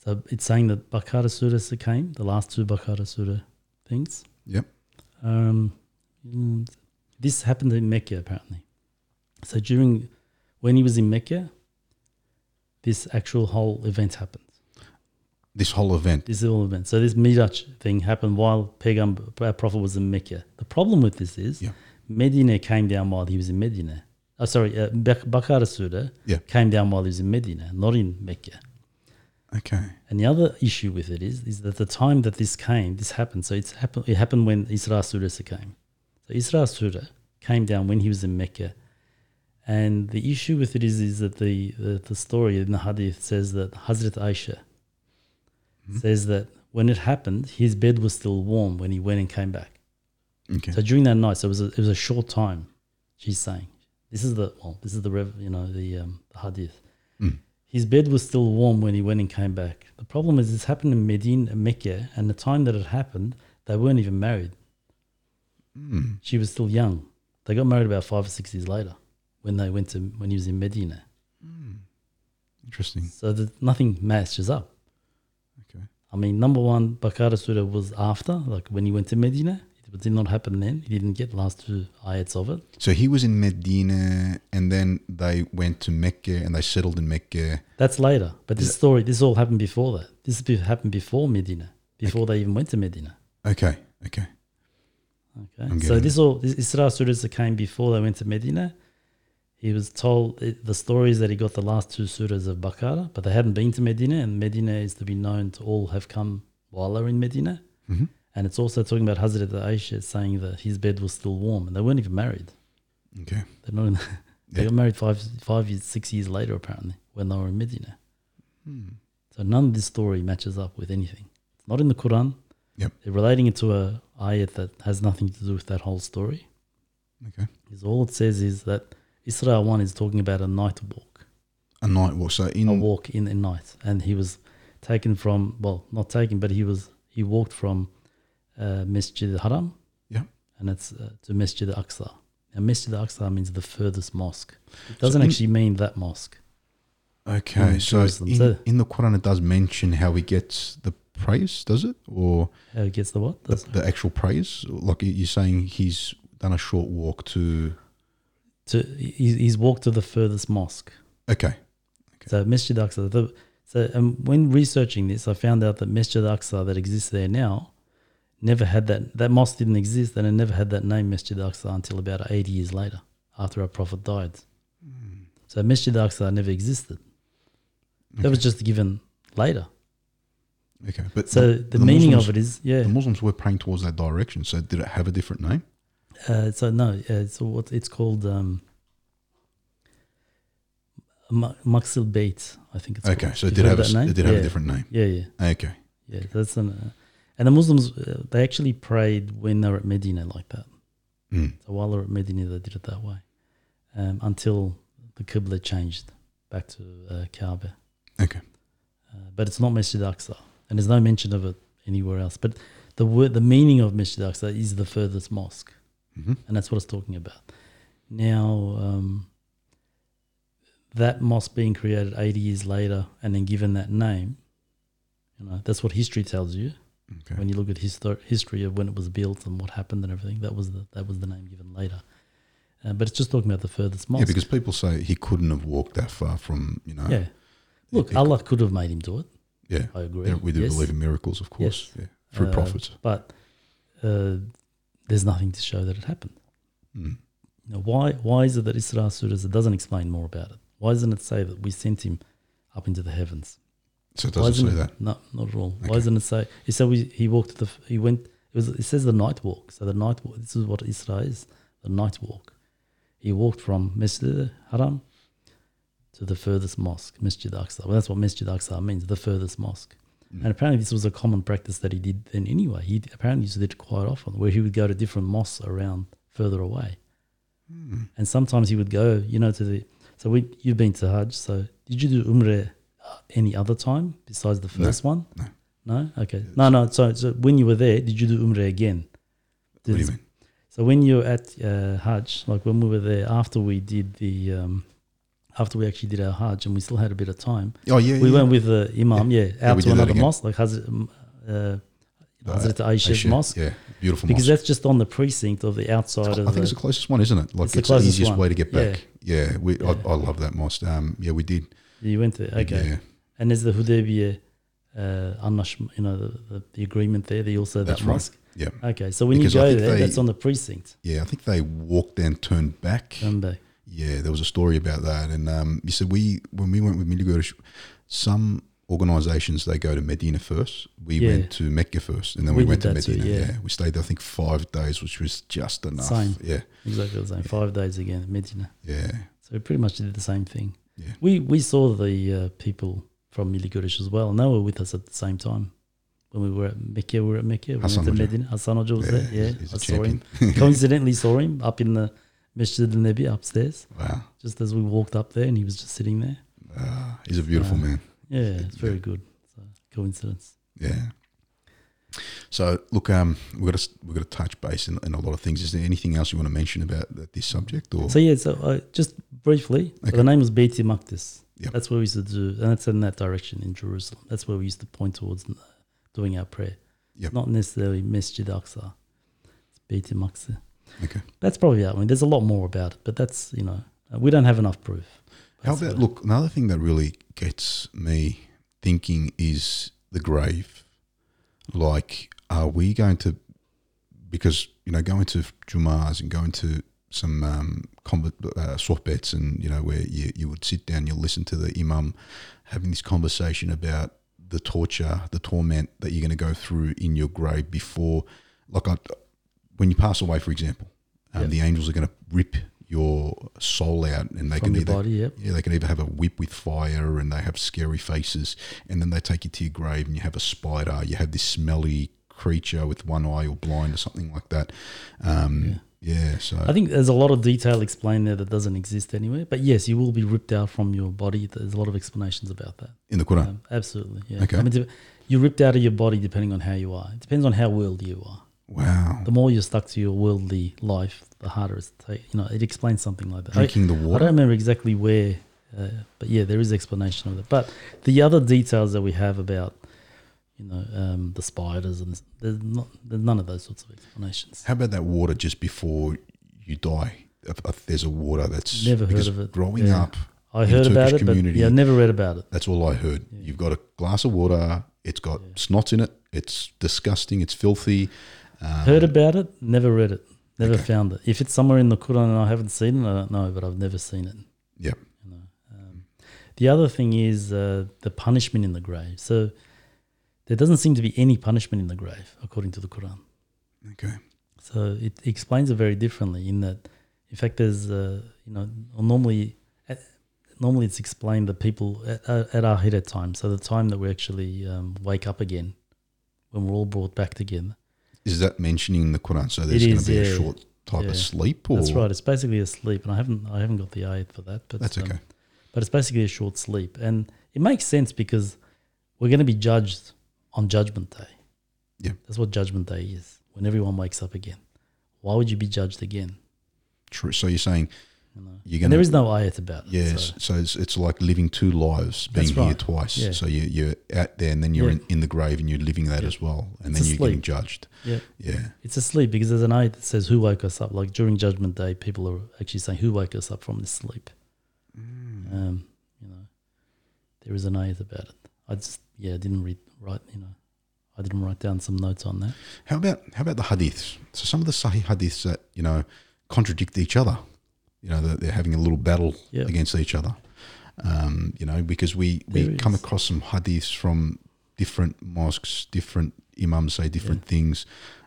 Speaker 2: So it's saying that Bakara Sura came, the last two Bakara Sura things.
Speaker 1: Yep.
Speaker 2: Um, mm, this happened in Mecca apparently. So during when he was in Mecca, this actual whole event happened.
Speaker 1: This whole event.
Speaker 2: This whole event. So this Miraj thing happened while Pegam our Prophet was in Mecca. The problem with this is
Speaker 1: Yeah.
Speaker 2: Medina came down while he was in Medina. Oh, sorry, uh, Bak- Bakara Surah
Speaker 1: Yeah.
Speaker 2: came down while he was in Medina, not in Mecca.
Speaker 1: Okay.
Speaker 2: And the other issue with it is, is that the time that this came, this happened. So it's happened. It happened when Isra Surah came. So Isra Surah came down when he was in Mecca, and the issue with it is, is that the the, the story in the Hadith says that Hazrat Aisha says that when it happened, his bed was still warm when he went and came back.
Speaker 1: Okay.
Speaker 2: So during that night, so it was a, it was a short time. She's saying, "This is the well, this is the rev, you know the, um, the hadith."
Speaker 1: Mm.
Speaker 2: His bed was still warm when he went and came back. The problem is, this happened in Medina, Mecca, and the time that it happened, they weren't even married.
Speaker 1: Mm.
Speaker 2: She was still young. They got married about five or six years later, when they went to when he was in Medina.
Speaker 1: Interesting.
Speaker 2: So that nothing matches up.
Speaker 1: Okay.
Speaker 2: I mean, number one, Bakara Surah was after, like when he went to Medina. It did not happen then. He didn't get the last two ayats of it.
Speaker 1: So he was in Medina, and then they went to Mecca, and they settled in Mecca.
Speaker 2: That's later. But this story, this all happened before that. This be- happened before Medina, before they even went to Medina.
Speaker 1: Okay. Okay.
Speaker 2: Okay.
Speaker 1: I'm
Speaker 2: So
Speaker 1: getting
Speaker 2: this all, this Isra surahs that came before they went to Medina, he was told the the story is that he got the last two surahs of Bakara, but they hadn't been to Medina, and Medina is to be known to all have come while they're in Medina.
Speaker 1: Mhm.
Speaker 2: And it's also talking about Hazrat Aisha saying that his bed was still warm, and they weren't even married.
Speaker 1: Okay.
Speaker 2: They're not. In, they
Speaker 1: Yeah.
Speaker 2: got married five, five years, six years later, apparently, when they were in Medina.
Speaker 1: Hmm.
Speaker 2: So none of this story matches up with anything. It's not in the Quran.
Speaker 1: Yep.
Speaker 2: They're relating it to a ayat that has nothing to do with that whole story.
Speaker 1: Okay.
Speaker 2: Is all it says is that Isra one is talking about a night walk,
Speaker 1: A night walk. So
Speaker 2: a
Speaker 1: in
Speaker 2: walk in the night, and he was taken from well, not taken, but he was he walked from uh, Masjid Haram,
Speaker 1: Yep.
Speaker 2: and that's uh, to Masjid al-Aqsa. Now, Masjid al-Aqsa means the furthest mosque. It doesn't
Speaker 1: in-
Speaker 2: actually mean that mosque.
Speaker 1: Okay,
Speaker 2: Mm,
Speaker 1: so
Speaker 2: Jerusalem,
Speaker 1: in,
Speaker 2: so-
Speaker 1: in the Quran it does mention how he gets the praise, does it? Or
Speaker 2: How it Uh, gets the what?
Speaker 1: the,
Speaker 2: The,
Speaker 1: the actual praise? Like you're saying he's done a short walk to.
Speaker 2: to he- he's walked to the furthest mosque.
Speaker 1: Okay,
Speaker 2: So Masjid Aqsa. The, so and when researching this, I found out that Masjid Aqsa that exists there now never had that that mosque didn't exist, and it never had that name Masjid Aqsa until about eighty years later, after our Prophet died. So Masjid Aqsa never existed. That was just given later.
Speaker 1: okay. But
Speaker 2: So the, meaning
Speaker 1: Muslims,
Speaker 2: of it is yeah.
Speaker 1: The Muslims were praying towards that direction, so did it have a different name?
Speaker 2: Uh, so no, uh, so what it's called um, Ma- Maqsil Bait, I think it's
Speaker 1: Okay,
Speaker 2: called.
Speaker 1: so it
Speaker 2: You've
Speaker 1: did
Speaker 2: heard
Speaker 1: have a,
Speaker 2: that
Speaker 1: s-
Speaker 2: name?
Speaker 1: it did have
Speaker 2: yeah.
Speaker 1: a different name.
Speaker 2: Yeah, yeah.
Speaker 1: Okay,
Speaker 2: Yeah, that's an. Uh, and the Muslims, uh, they actually prayed when they were at Medina like that.
Speaker 1: Mm.
Speaker 2: So while they were at Medina, they did it that way um, until the Qibla changed back to uh, Kaaba.
Speaker 1: okay.
Speaker 2: Uh, but it's not Masjid Aqsa, and there's no mention of it anywhere else. But the word, the meaning of Masjid Aqsa is the furthest mosque,
Speaker 1: Mhm.
Speaker 2: and that's what it's talking about. Now, um, that mosque being created 80 years later and then given that name, you know, that's what history tells you
Speaker 1: Okay.
Speaker 2: when you look at histor- history of when it was built and what happened and everything, that was the that was the name given later. Uh, but it's just talking about the furthest mosque.
Speaker 1: Yeah, because people say he couldn't have walked that far from you know.
Speaker 2: Yeah. look,
Speaker 1: it- it-
Speaker 2: Allah could have made him do it.
Speaker 1: yeah.
Speaker 2: I agree.
Speaker 1: There- we do
Speaker 2: yes.
Speaker 1: believe in miracles, of course, yeah, through
Speaker 2: Uh,
Speaker 1: prophets.
Speaker 2: but uh, there's nothing to show that it happened.
Speaker 1: Mm.
Speaker 2: Now, why why is it that Isra Suras it doesn't explain more about it? Why doesn't it say that we sent him up into the heavens?
Speaker 1: So it
Speaker 2: why
Speaker 1: doesn't
Speaker 2: isn't
Speaker 1: say
Speaker 2: it-
Speaker 1: that.
Speaker 2: No, not at all.
Speaker 1: Okay.
Speaker 2: Why doesn't it say? It said we, he walked to the. He went. It was. It says the night walk. So the night walk. This is what Isra is. The night walk. He walked from Masjid Haram to the furthest mosque, Masjid Aqsa. Well, that's what Masjid Aqsa means, the furthest mosque.
Speaker 1: Mm.
Speaker 2: And apparently, this was a common practice that he did then anyway. He d- apparently used to do it quite often, where he would go to different mosques around further away.
Speaker 1: Hmm.
Speaker 2: And sometimes he would go, you know, to the. So we, you've been to Hajj. So did you do Umrah uh, any other time besides the
Speaker 1: No.
Speaker 2: first one?
Speaker 1: No.
Speaker 2: No? Okay. No, no. So, so when you were there, did you do Umrah again?
Speaker 1: What do you
Speaker 2: Did-
Speaker 1: mean?
Speaker 2: so when you're at uh, Hajj, like when we were there after we did the, um, after we actually did our Hajj and we still had a bit of time,
Speaker 1: Oh yeah,
Speaker 2: we
Speaker 1: yeah.
Speaker 2: went with the Imam, yeah, out
Speaker 1: we
Speaker 2: to
Speaker 1: did that
Speaker 2: another
Speaker 1: again.
Speaker 2: mosque, like Hazrat, um, uh,
Speaker 1: Uh,
Speaker 2: Hazrat Aisha's
Speaker 1: Aisha,
Speaker 2: mosque,
Speaker 1: Yeah, beautiful mosque.
Speaker 2: because that's just on the precinct of the outside
Speaker 1: I
Speaker 2: of
Speaker 1: think
Speaker 2: the,
Speaker 1: it's the closest one, isn't it? Like
Speaker 2: It's
Speaker 1: it's
Speaker 2: the
Speaker 1: the,
Speaker 2: closest
Speaker 1: easiest
Speaker 2: one.
Speaker 1: way to get
Speaker 2: Yeah.
Speaker 1: back. Yeah, we, I, I
Speaker 2: Yeah.
Speaker 1: love that mosque. Um, yeah, we did.
Speaker 2: you went there, okay,
Speaker 1: Yeah,
Speaker 2: and there's the Hudaybiyah, uh, Anash, you know, the, the, the agreement there, they also
Speaker 1: That's
Speaker 2: that
Speaker 1: right.
Speaker 2: mosque,
Speaker 1: yeah,
Speaker 2: okay, so when
Speaker 1: Because
Speaker 2: you
Speaker 1: I
Speaker 2: go
Speaker 1: think
Speaker 2: there,
Speaker 1: they-
Speaker 2: that's on the precinct,
Speaker 1: yeah. I think they walked and turned back.
Speaker 2: come back,
Speaker 1: Yeah, there was a story about that, and um, you said we when we went with Mindigo, to sh- some organisations they go to Medina first. We
Speaker 2: Yeah.
Speaker 1: went to Mecca first, and then
Speaker 2: We
Speaker 1: we, went to
Speaker 2: did that too,
Speaker 1: Medina.
Speaker 2: yeah.
Speaker 1: yeah. we stayed there I think five days, which was just enough.
Speaker 2: Same.
Speaker 1: Yeah,
Speaker 2: exactly the same, five days again, Medina.
Speaker 1: yeah,
Speaker 2: So we pretty much did the same thing.
Speaker 1: Yeah.
Speaker 2: We we saw the uh, people from Miligurish as well, and they were with us at the same time. When we were at Mecca, we were at Mecca. We
Speaker 1: Hassan
Speaker 2: went to
Speaker 1: Hoxha.
Speaker 2: Medina. Hassan Hoxha was
Speaker 1: yeah.
Speaker 2: there. Yeah,
Speaker 1: he's
Speaker 2: I
Speaker 1: a
Speaker 2: saw him.
Speaker 1: champion.
Speaker 2: Coincidentally, saw him up in the Masjid al-Nabi upstairs,
Speaker 1: Wow,
Speaker 2: just as we walked up there, and he was just sitting there.
Speaker 1: Ah, he's a beautiful
Speaker 2: Yeah.
Speaker 1: man.
Speaker 2: Yeah, it's very good. So, coincidence.
Speaker 1: Yeah. So look, um, we got to we got to touch base in, in a lot of things. Is there anything else you want to mention about th- this subject? Or
Speaker 2: So yeah, so uh, just briefly, so the
Speaker 1: Okay.
Speaker 2: name was Beit Maktis.
Speaker 1: Yeah.
Speaker 2: That's where we used to do, and that's in that direction in Jerusalem. That's where we used to point towards uh, doing our prayer.
Speaker 1: Yeah.
Speaker 2: Not necessarily Masjid Aqsa. It's Beit Maktis.
Speaker 1: okay,
Speaker 2: That's probably out. I mean, there's a lot more about it, but that's you know, uh, we don't have enough proof.
Speaker 1: how
Speaker 2: That's
Speaker 1: about
Speaker 2: what-
Speaker 1: look? Another thing that really gets me thinking is the grave. Like, are we going to? Because you know, going to Jumars and going to some um, convert, uh, sohbets and you know where you, you would sit down, you'll listen to the imam having this conversation about the torture, the torment that you're going to go through in your grave before, like I, when you pass away, for example, um,
Speaker 2: Yeah.
Speaker 1: the angels are going to rip your soul out, and they
Speaker 2: from
Speaker 1: can
Speaker 2: your
Speaker 1: either
Speaker 2: body? Yep.
Speaker 1: yeah, they can either have a whip with fire and they have scary faces, and then they take you to your grave and you have a spider, you have this smelly creature with one eye or blind or something like that. Um, yeah. so
Speaker 2: I think there's a lot of detail explained there that doesn't exist anywhere. But yes, you will be ripped out from your body. There's a lot of explanations about that.
Speaker 1: in the Quran,
Speaker 2: Um, absolutely. Yeah.
Speaker 1: Okay.
Speaker 2: I mean, de- you're ripped out of your body depending on how you are. It depends on how worldly you are.
Speaker 1: Wow.
Speaker 2: The more you're stuck to your worldly life, the harder it's to take. You know, it explains something like that. I-
Speaker 1: Drinking the
Speaker 2: I don't
Speaker 1: water.
Speaker 2: remember exactly where, uh, but yeah, there is explanation of that. But the other details that we have about, you know, um, the spiders and this- there's not there's none of those sorts of explanations.
Speaker 1: How about that water just before you die? If, if there's a water that's
Speaker 2: Never heard
Speaker 1: because
Speaker 2: of it.
Speaker 1: Growing
Speaker 2: Yeah.
Speaker 1: up,
Speaker 2: I
Speaker 1: in
Speaker 2: heard
Speaker 1: the
Speaker 2: about it,
Speaker 1: Turkish
Speaker 2: but
Speaker 1: community-
Speaker 2: yeah, I never read about it.
Speaker 1: that's all I heard.
Speaker 2: Yeah.
Speaker 1: You've got a glass of water. It's got
Speaker 2: Yeah.
Speaker 1: snots in it. It's disgusting. It's filthy. Um,
Speaker 2: heard about it, never read it, never
Speaker 1: okay.
Speaker 2: found it. If it's somewhere in the Quran and I haven't seen it, I don't know, but I've never seen it.
Speaker 1: Yep.
Speaker 2: You know, um, the other thing is uh, the punishment in the grave. So there doesn't seem to be any punishment in the grave, according to the Quran.
Speaker 1: Um, Okay.
Speaker 2: So it explains it very differently in that, in fact, there's, uh, you know, normally, at, normally it's explained that people at, uh, at our Hira time, so the time that we actually um, wake up again, when we're all brought back together.
Speaker 1: Is that mentioning the Quran? So there's going
Speaker 2: is,
Speaker 1: to be
Speaker 2: yeah.
Speaker 1: a short type
Speaker 2: Yeah.
Speaker 1: of sleep, or
Speaker 2: That's right. It's basically a sleep, and I haven't, I haven't got the ayat for that, but
Speaker 1: That's
Speaker 2: um,
Speaker 1: okay.
Speaker 2: but it's basically a short sleep, and it makes sense because we're going to be judged on Judgment Day.
Speaker 1: Yeah.
Speaker 2: that's what Judgment Day is. When everyone wakes up again, why would you be judged again?
Speaker 1: True. So you're saying
Speaker 2: You know?
Speaker 1: you're going
Speaker 2: And
Speaker 1: to
Speaker 2: there is no ayat about it.
Speaker 1: Yes, so,
Speaker 2: so-
Speaker 1: it's, it's like living two lives, being
Speaker 2: That's
Speaker 1: here
Speaker 2: right.
Speaker 1: twice.
Speaker 2: Yeah.
Speaker 1: So you, you're out there, and then you're
Speaker 2: Yeah.
Speaker 1: in, in the grave, and you're living that
Speaker 2: Yeah.
Speaker 1: as well, and
Speaker 2: It's
Speaker 1: then
Speaker 2: a
Speaker 1: you're
Speaker 2: sleep.
Speaker 1: getting judged.
Speaker 2: Yeah.
Speaker 1: Yeah,
Speaker 2: it's a sleep because there's an ayat that says, "Who woke us up?" Like during Judgment Day, people are actually saying, "Who woke us up from this sleep?"
Speaker 1: Mm.
Speaker 2: Um, you know, there is an ayat about it. I just yeah, I didn't read write. You know, I didn't write down some notes on that.
Speaker 1: How about how about the hadiths? So some of the Sahih hadiths that you know contradict each other. You know, they're, they're having a little battle
Speaker 2: Yeah.
Speaker 1: against each other. Um, you know, because we
Speaker 2: There
Speaker 1: we come
Speaker 2: is.
Speaker 1: across some hadiths from different mosques, different imams say different things.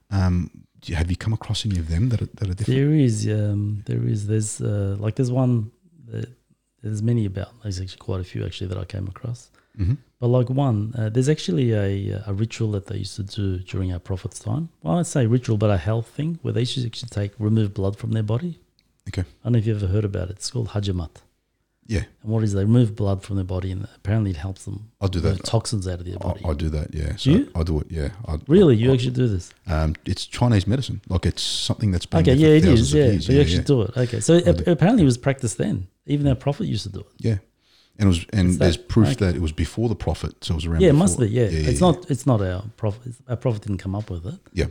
Speaker 1: Um, do you- have you come across any of them that are, that are different?
Speaker 2: There is, um, there is. There's uh, like there's one. That, there's many about. There's actually quite a few actually that I came across.
Speaker 1: hmm
Speaker 2: But like one, uh, there's actually a a ritual that they used to do during our prophet's time. Well, I'd say ritual, but a health thing where they used to actually take remove blood from their body.
Speaker 1: Okay.
Speaker 2: I don't know if you ever heard about it. It's called hajamat.
Speaker 1: Yeah,
Speaker 2: And what it is they remove blood from their body, and apparently it helps them
Speaker 1: I'll do
Speaker 2: remove
Speaker 1: that. Oh,
Speaker 2: toxins out of their body.
Speaker 1: I, I do that. Yeah, so
Speaker 2: you?
Speaker 1: I do it. Yeah, I,
Speaker 2: really, you
Speaker 1: I-
Speaker 2: actually do this?
Speaker 1: Um, it's Chinese medicine. Like it's something that's been
Speaker 2: Okay,
Speaker 1: there for
Speaker 2: yeah, it
Speaker 1: thousands
Speaker 2: is.
Speaker 1: of
Speaker 2: Yeah,
Speaker 1: years.
Speaker 2: so you actually do it. Okay, so ap-
Speaker 1: do.
Speaker 2: apparently it was practiced then. Even our prophet used to do it.
Speaker 1: Yeah. And it was and
Speaker 2: It's
Speaker 1: there's
Speaker 2: that-
Speaker 1: proof
Speaker 2: okay.
Speaker 1: that it was before the prophet, so it was around.
Speaker 2: Yeah, it
Speaker 1: before.
Speaker 2: must be. Yeah, it's
Speaker 1: yeah.
Speaker 2: not. It's not our prophet. Our prophet didn't come up with it,
Speaker 1: Yeah,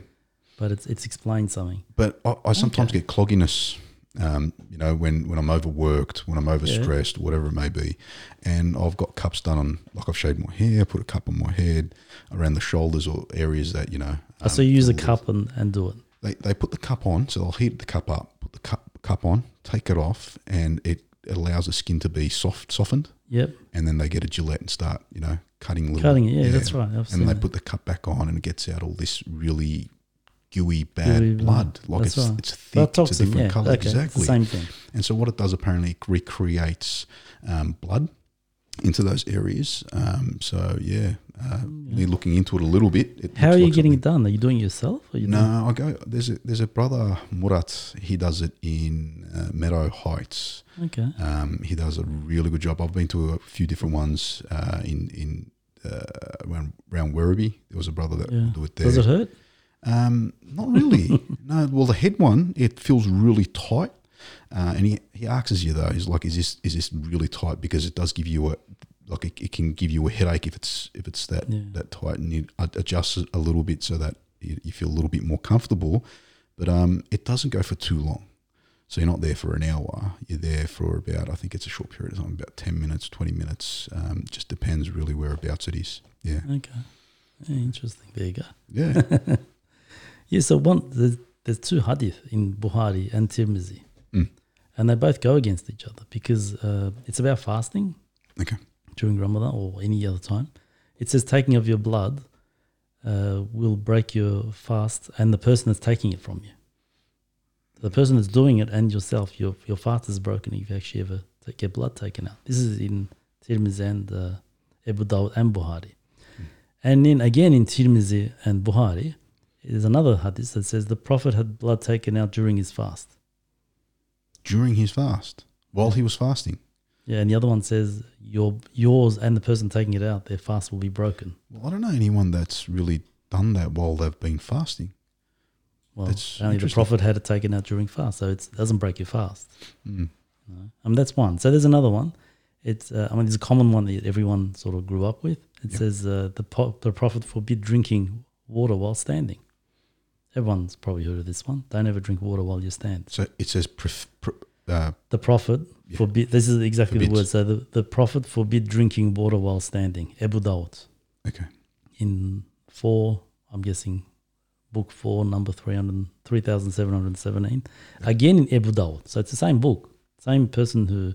Speaker 2: but it's it's explained something.
Speaker 1: but I, I sometimes get clogginess. Um, you know, when when I'm overworked, when I'm overstressed, whatever it may be, and I've got cups done on, like I've shaved my hair, put a cup on my head, around the shoulders or areas that you know.
Speaker 2: Oh, so
Speaker 1: um,
Speaker 2: you use a
Speaker 1: feel-
Speaker 2: cup and, and do it.
Speaker 1: They they put the cup on, so they'll heat the cup up, put the cup cup on, take it off, and it allows the skin to be soft softened.
Speaker 2: Yep,
Speaker 1: and then they get a Gillette and start, you know, cutting little.
Speaker 2: cutting it. Yeah, that's right. I've
Speaker 1: And
Speaker 2: seen
Speaker 1: they
Speaker 2: that.
Speaker 1: put the cut back on, and it gets out all this really gooey bad
Speaker 2: Gooey blood.
Speaker 1: blood. Like
Speaker 2: That's
Speaker 1: it's
Speaker 2: right.
Speaker 1: it's
Speaker 2: That
Speaker 1: thick, it's a
Speaker 2: toxin,
Speaker 1: different
Speaker 2: yeah.
Speaker 1: color,
Speaker 2: okay, it's the
Speaker 1: exactly.
Speaker 2: same thing.
Speaker 1: And so what it does apparently it recreates um, blood into those areas. Um, so yeah, uh, really looking into it a little bit. It
Speaker 2: How are
Speaker 1: looks
Speaker 2: you
Speaker 1: like something-
Speaker 2: getting it done? Are you doing it yourself? Or you doing-
Speaker 1: no, I go. There's a there's a brother Murat. He does it in uh, Meadow Heights.
Speaker 2: Okay.
Speaker 1: Um, he does a really good job. I've been to a few different ones uh, in in uh, around, around Werribee. There was a brother that
Speaker 2: Yeah.
Speaker 1: do it there.
Speaker 2: Does it hurt?
Speaker 1: Um, not really. no. Well, the head one it feels really tight, uh, and he he asks you though. He's like, "Is this is this really tight?" Because it does give you a like it, it can give you a headache if it's if it's that
Speaker 2: Yeah.
Speaker 1: that tight, and you ad- adjust it a little bit so that you, you feel a little bit more comfortable. But um, it doesn't go for too long. So you're not there for an hour. You're there for about, I think it's a short period of time, about 10 minutes, 20 minutes. Um, just depends really whereabouts it is. Yeah.
Speaker 2: Okay. Yeah, interesting. There you go.
Speaker 1: Yeah.
Speaker 2: Yeah. So one, there's, there's two hadith in Buhari and Tirmizi,
Speaker 1: Mm.
Speaker 2: and they both go against each other because uh, it's about fasting.
Speaker 1: Okay.
Speaker 2: during Ramadan or any other time. It says taking of your blood uh, will break your fast and the person that's taking it from you. The person that's doing it and yourself, your your fast is broken if you actually ever ta- get blood taken out. This is in Tirmizi and uh, Abu Dawud and Buhari.
Speaker 1: Mm.
Speaker 2: And then again in Tirmizi and Buhari, there's another hadith that says the Prophet had blood taken out during his fast.
Speaker 1: During his fast, while he was fasting.
Speaker 2: Yeah, and the other one says your yours and the person taking it out, their fast will be broken.
Speaker 1: Well, I don't know anyone that's really done that while they've been fasting.
Speaker 2: Well,
Speaker 1: That's
Speaker 2: only the
Speaker 1: interesting.
Speaker 2: prophet had it taken out during fast, so it's, it doesn't break your fast. Hmm.
Speaker 1: Mm.
Speaker 2: you know. I mean, that's one. So there's another one. It's uh, I mean, there's a common one that everyone sort of grew up with. It
Speaker 1: Yeah.
Speaker 2: says uh, the po- the prophet forbid drinking water while standing. Everyone's probably heard of this one. Don't ever drink water while you stand.
Speaker 1: So it says pref- pre- uh,
Speaker 2: The prophet
Speaker 1: Yeah.
Speaker 2: forbid. This is exactly the word.
Speaker 1: Forbids.
Speaker 2: So the, the prophet forbid drinking water while standing. Abu Dawud
Speaker 1: okay.
Speaker 2: in four, I'm guessing, book four, number 300, 3717. Again in Abu Dawud. So it's the same book, same person who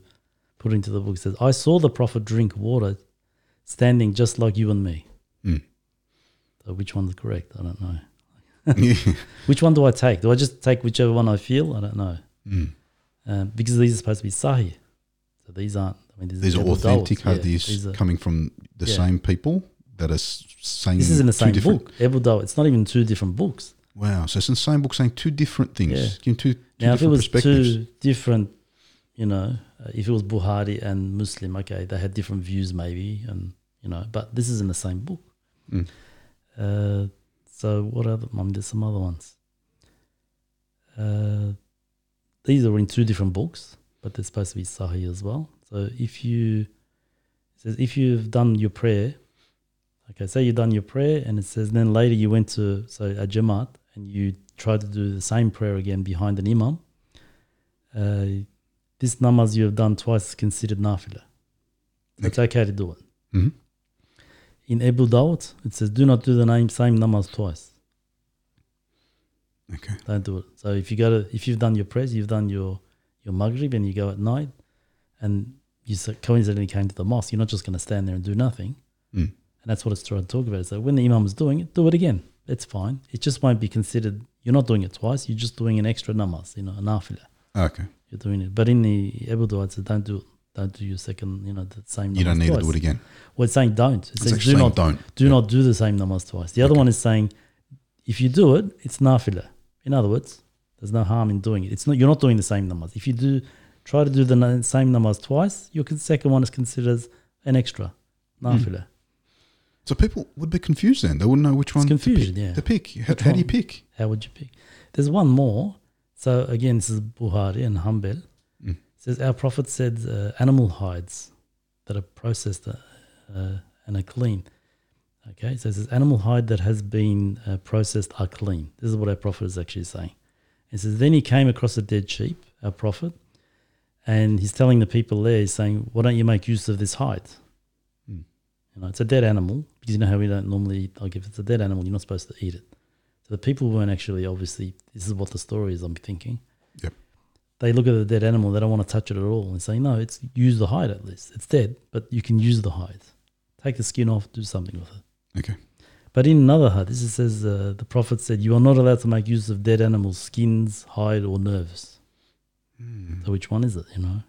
Speaker 2: put into the book says, I saw the prophet drink water standing just like you and me.
Speaker 1: Mm.
Speaker 2: So which one's correct? I don't know.
Speaker 1: yeah.
Speaker 2: Which one do I take? Do I just take whichever one I feel? I don't know.
Speaker 1: Mm.
Speaker 2: Um, because these are supposed to be sahih. So these aren't, I mean, these,
Speaker 1: These are
Speaker 2: Abu Dawud.
Speaker 1: authentic
Speaker 2: Yeah,
Speaker 1: hadiths
Speaker 2: these are-
Speaker 1: coming from the
Speaker 2: Yeah.
Speaker 1: same people that are s- saying
Speaker 2: This is in the
Speaker 1: two
Speaker 2: same
Speaker 1: different-
Speaker 2: book, Abu Dawud. It's not even two different books.
Speaker 1: Wow. So it's in the same book saying two different things.
Speaker 2: Yeah.
Speaker 1: Give two, two
Speaker 2: Now, if it
Speaker 1: different
Speaker 2: was
Speaker 1: perspectives.
Speaker 2: two different, you know, uh, if it was Buhari and Muslim, okay, they had different views maybe, and you know, but this is in the same book.
Speaker 1: Mm.
Speaker 2: Uh, so what other? I mean, there's some other ones. Uh, these are in two different books, but they're supposed to be Sahih as well. So if you it says if you've done your prayer, okay, say you've done your prayer, and it says then later you went to so a jamaat and you tried to do the same prayer again behind an imam. Uh, this namaz you have done twice is considered nafila. It's okay to do it.
Speaker 1: Mhm.
Speaker 2: In Abu Dawud, it says, "Do not do the name, same namaz twice.
Speaker 1: Okay.
Speaker 2: Don't do it." So if you go to, if you've done your prayers, you've done your your maghrib, and you go at night, and you so- coincidentally came to the mosque, you're not just going to stand there and do nothing.
Speaker 1: Mm.
Speaker 2: And that's what it's trying to talk about. So when the imam is doing it, do it again. It's fine. It just won't be considered. You're not doing it twice. You're just doing an extra namaz, you know, an nafila.
Speaker 1: Ah, Okay.
Speaker 2: You're doing it. But in the Abu Dawud, it says, don't do don't do your second, you know, the same.
Speaker 1: You don't
Speaker 2: namaz
Speaker 1: need to
Speaker 2: twice.
Speaker 1: do it again.
Speaker 2: Well, it's saying don't. It
Speaker 1: It's
Speaker 2: says
Speaker 1: actually
Speaker 2: do
Speaker 1: saying
Speaker 2: not
Speaker 1: don't.
Speaker 2: do not do the same namaz twice. The other one is saying, if you do it, it's nafila. In other words, there's no harm in doing it. It's not you're not doing the same namaz. If you do try to do the na- same namaz twice, your con- second one is considered as an extra nafila.
Speaker 1: So people would be confused then. They wouldn't know which one
Speaker 2: confusion,
Speaker 1: to pick.
Speaker 2: yeah.
Speaker 1: To pick. How,
Speaker 2: Which
Speaker 1: how do you
Speaker 2: one?
Speaker 1: pick?
Speaker 2: How would you pick? There's one more. So again, this is Buhari and Hanbal.
Speaker 1: Mm.
Speaker 2: says our prophet said uh, animal hides that are processed uh, uh, and are clean. Okay, so it says animal hide that has been uh, processed are clean. This is what our prophet is actually saying. It says then he came across a dead sheep, our prophet, and he's telling the people there, he's saying, why don't you make use of this hide?
Speaker 1: Mm.
Speaker 2: You know, it's a dead animal because you know how we don't normally eat. Like if it's a dead animal, you're not supposed to eat it. So the people weren't actually obviously. This is what the story is. I'm thinking.
Speaker 1: Yep.
Speaker 2: They look at the dead animal. They don't want to touch it at all, and say, "No, it's use the hide at least. It's dead, but you can use the hide. Take the skin off. Do something with it."
Speaker 1: Okay.
Speaker 2: But in another hadith, it says uh, the Prophet said, "You are not allowed to make use of dead animals' skins, hide, or nerves."
Speaker 1: Hmm.
Speaker 2: So which one is it? You know.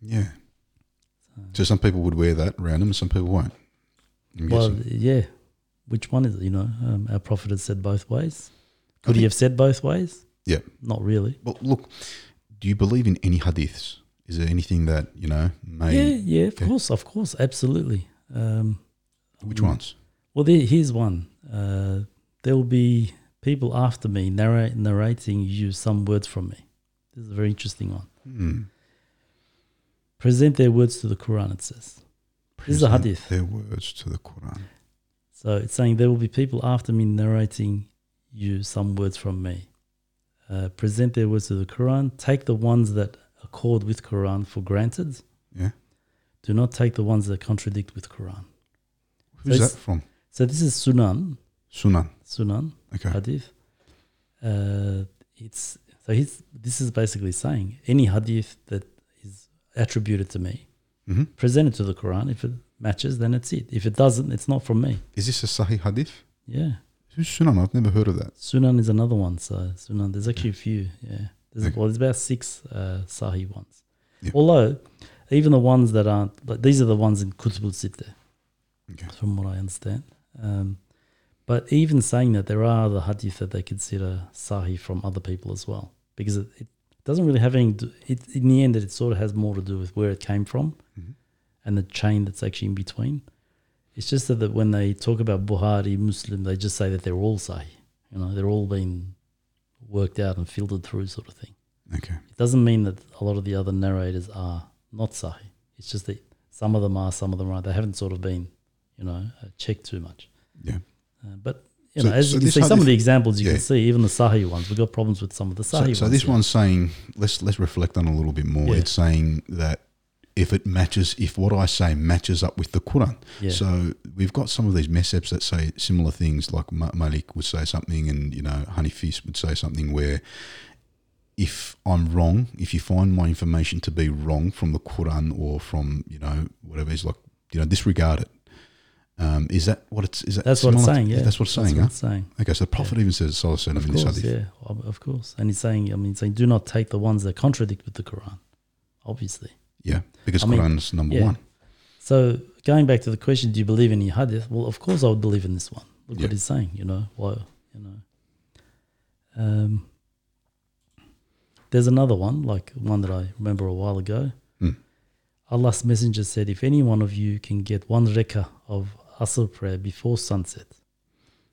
Speaker 1: Yeah. So some people would wear that around them and some people won't. I'm
Speaker 2: Well,
Speaker 1: guessing.
Speaker 2: yeah. Which one is it? You know, um, our prophet has said both ways.
Speaker 1: I
Speaker 2: Could he
Speaker 1: think-
Speaker 2: have said both ways?
Speaker 1: Yeah.
Speaker 2: Not really.
Speaker 1: Well, look, do you believe in any hadiths? Is there anything that, you know, may.
Speaker 2: yeah, yeah, of
Speaker 1: okay.
Speaker 2: course, of course, absolutely. Um,
Speaker 1: Which ones?
Speaker 2: well, there, here's one. Uh, there will be people after me narrate, narrating you some words from me. This is a very interesting one.
Speaker 1: Hmm.
Speaker 2: Present their words to the Quran, it says. This is a
Speaker 1: Present
Speaker 2: hadith.
Speaker 1: Their words to the Quran.
Speaker 2: So it's saying there will be people after me narrating you some words from me. Uh, present their words to the Quran. Take the ones that accord with Quran for granted.
Speaker 1: Yeah.
Speaker 2: Do not take the ones that contradict with Quran.
Speaker 1: Who's
Speaker 2: it's-
Speaker 1: that from?
Speaker 2: So this is Sunan,
Speaker 1: Sunan.
Speaker 2: Sunan
Speaker 1: Okay.
Speaker 2: hadith. Uh, it's so he's, this is basically saying any hadith that is attributed to me,
Speaker 1: Mhm.
Speaker 2: presented to the Quran. If it matches, then it's it. If it doesn't, it's not from me.
Speaker 1: Is this a Sahih hadith?
Speaker 2: Yeah.
Speaker 1: Who's Sunan? I've never heard of that.
Speaker 2: Sunan is another one. So Sunan, there's actually a few. Yeah, there's,
Speaker 1: Okay.
Speaker 2: well, there's about six uh, Sahih ones.
Speaker 1: Yeah.
Speaker 2: Although, even the ones that aren't, but these are the ones in Qutb al Sittah,
Speaker 1: Okay.
Speaker 2: from what I understand. Um, but even saying that, there are other hadith that they consider Sahih from other people as well, because it, it doesn't really have any. do- It, in the end, it sort of has more to do with where it came from,
Speaker 1: Mhm.
Speaker 2: and the chain that's actually in between. It's just that, that when they talk about Buhari Muslim, they just say that they're all Sahih. You know, they're all being worked out and filtered through sort of thing.
Speaker 1: Okay.
Speaker 2: It doesn't mean that a lot of the other narrators are not Sahi. It's just that some of them are, some of them aren't. They haven't sort of been, you know, uh, checked too much.
Speaker 1: Yeah.
Speaker 2: Uh, but you
Speaker 1: So-
Speaker 2: know, as
Speaker 1: so
Speaker 2: you can
Speaker 1: this
Speaker 2: see,
Speaker 1: one
Speaker 2: some
Speaker 1: is-
Speaker 2: of the examples you
Speaker 1: yeah.
Speaker 2: can see, even the Sahi ones, we've got problems with some of the Sahi
Speaker 1: So,
Speaker 2: ones.
Speaker 1: so this
Speaker 2: yeah.
Speaker 1: one's saying let's let's reflect on a little bit more.
Speaker 2: Yeah.
Speaker 1: It's saying that if it matches, if what I say matches up with the Quran.
Speaker 2: Yeah.
Speaker 1: So we've got some of these mess-ups that say similar things, like Ma- Malik would say something, and you know Hanifis would say something where. If I'm wrong, if you find my information to be wrong from the Quran or from you know whatever, it's like you know disregard it. Um, is that what it's? Is that
Speaker 2: that's what it's
Speaker 1: similar to-
Speaker 2: saying. Yeah,
Speaker 1: that's what it's saying.
Speaker 2: That's what
Speaker 1: huh?
Speaker 2: it's saying.
Speaker 1: Okay, so the Prophet even says, "Salah said
Speaker 2: Of
Speaker 1: in this
Speaker 2: course,
Speaker 1: hadith."
Speaker 2: yeah, of of course. And he's saying, I mean, he's saying, do not take the ones that contradict with the Quran, obviously.
Speaker 1: Yeah, because
Speaker 2: I mean,
Speaker 1: Quran's number
Speaker 2: yeah.
Speaker 1: one.
Speaker 2: So going back to the question, do you believe in any hadith? Well, of course I would believe in this one. Look
Speaker 1: Yeah.
Speaker 2: what he's saying, you know. Why, you know. Um, there's another one, like one that I remember a while ago.
Speaker 1: Hmm.
Speaker 2: Allah's messenger said, if any one of you can get one rekah of asr prayer before sunset,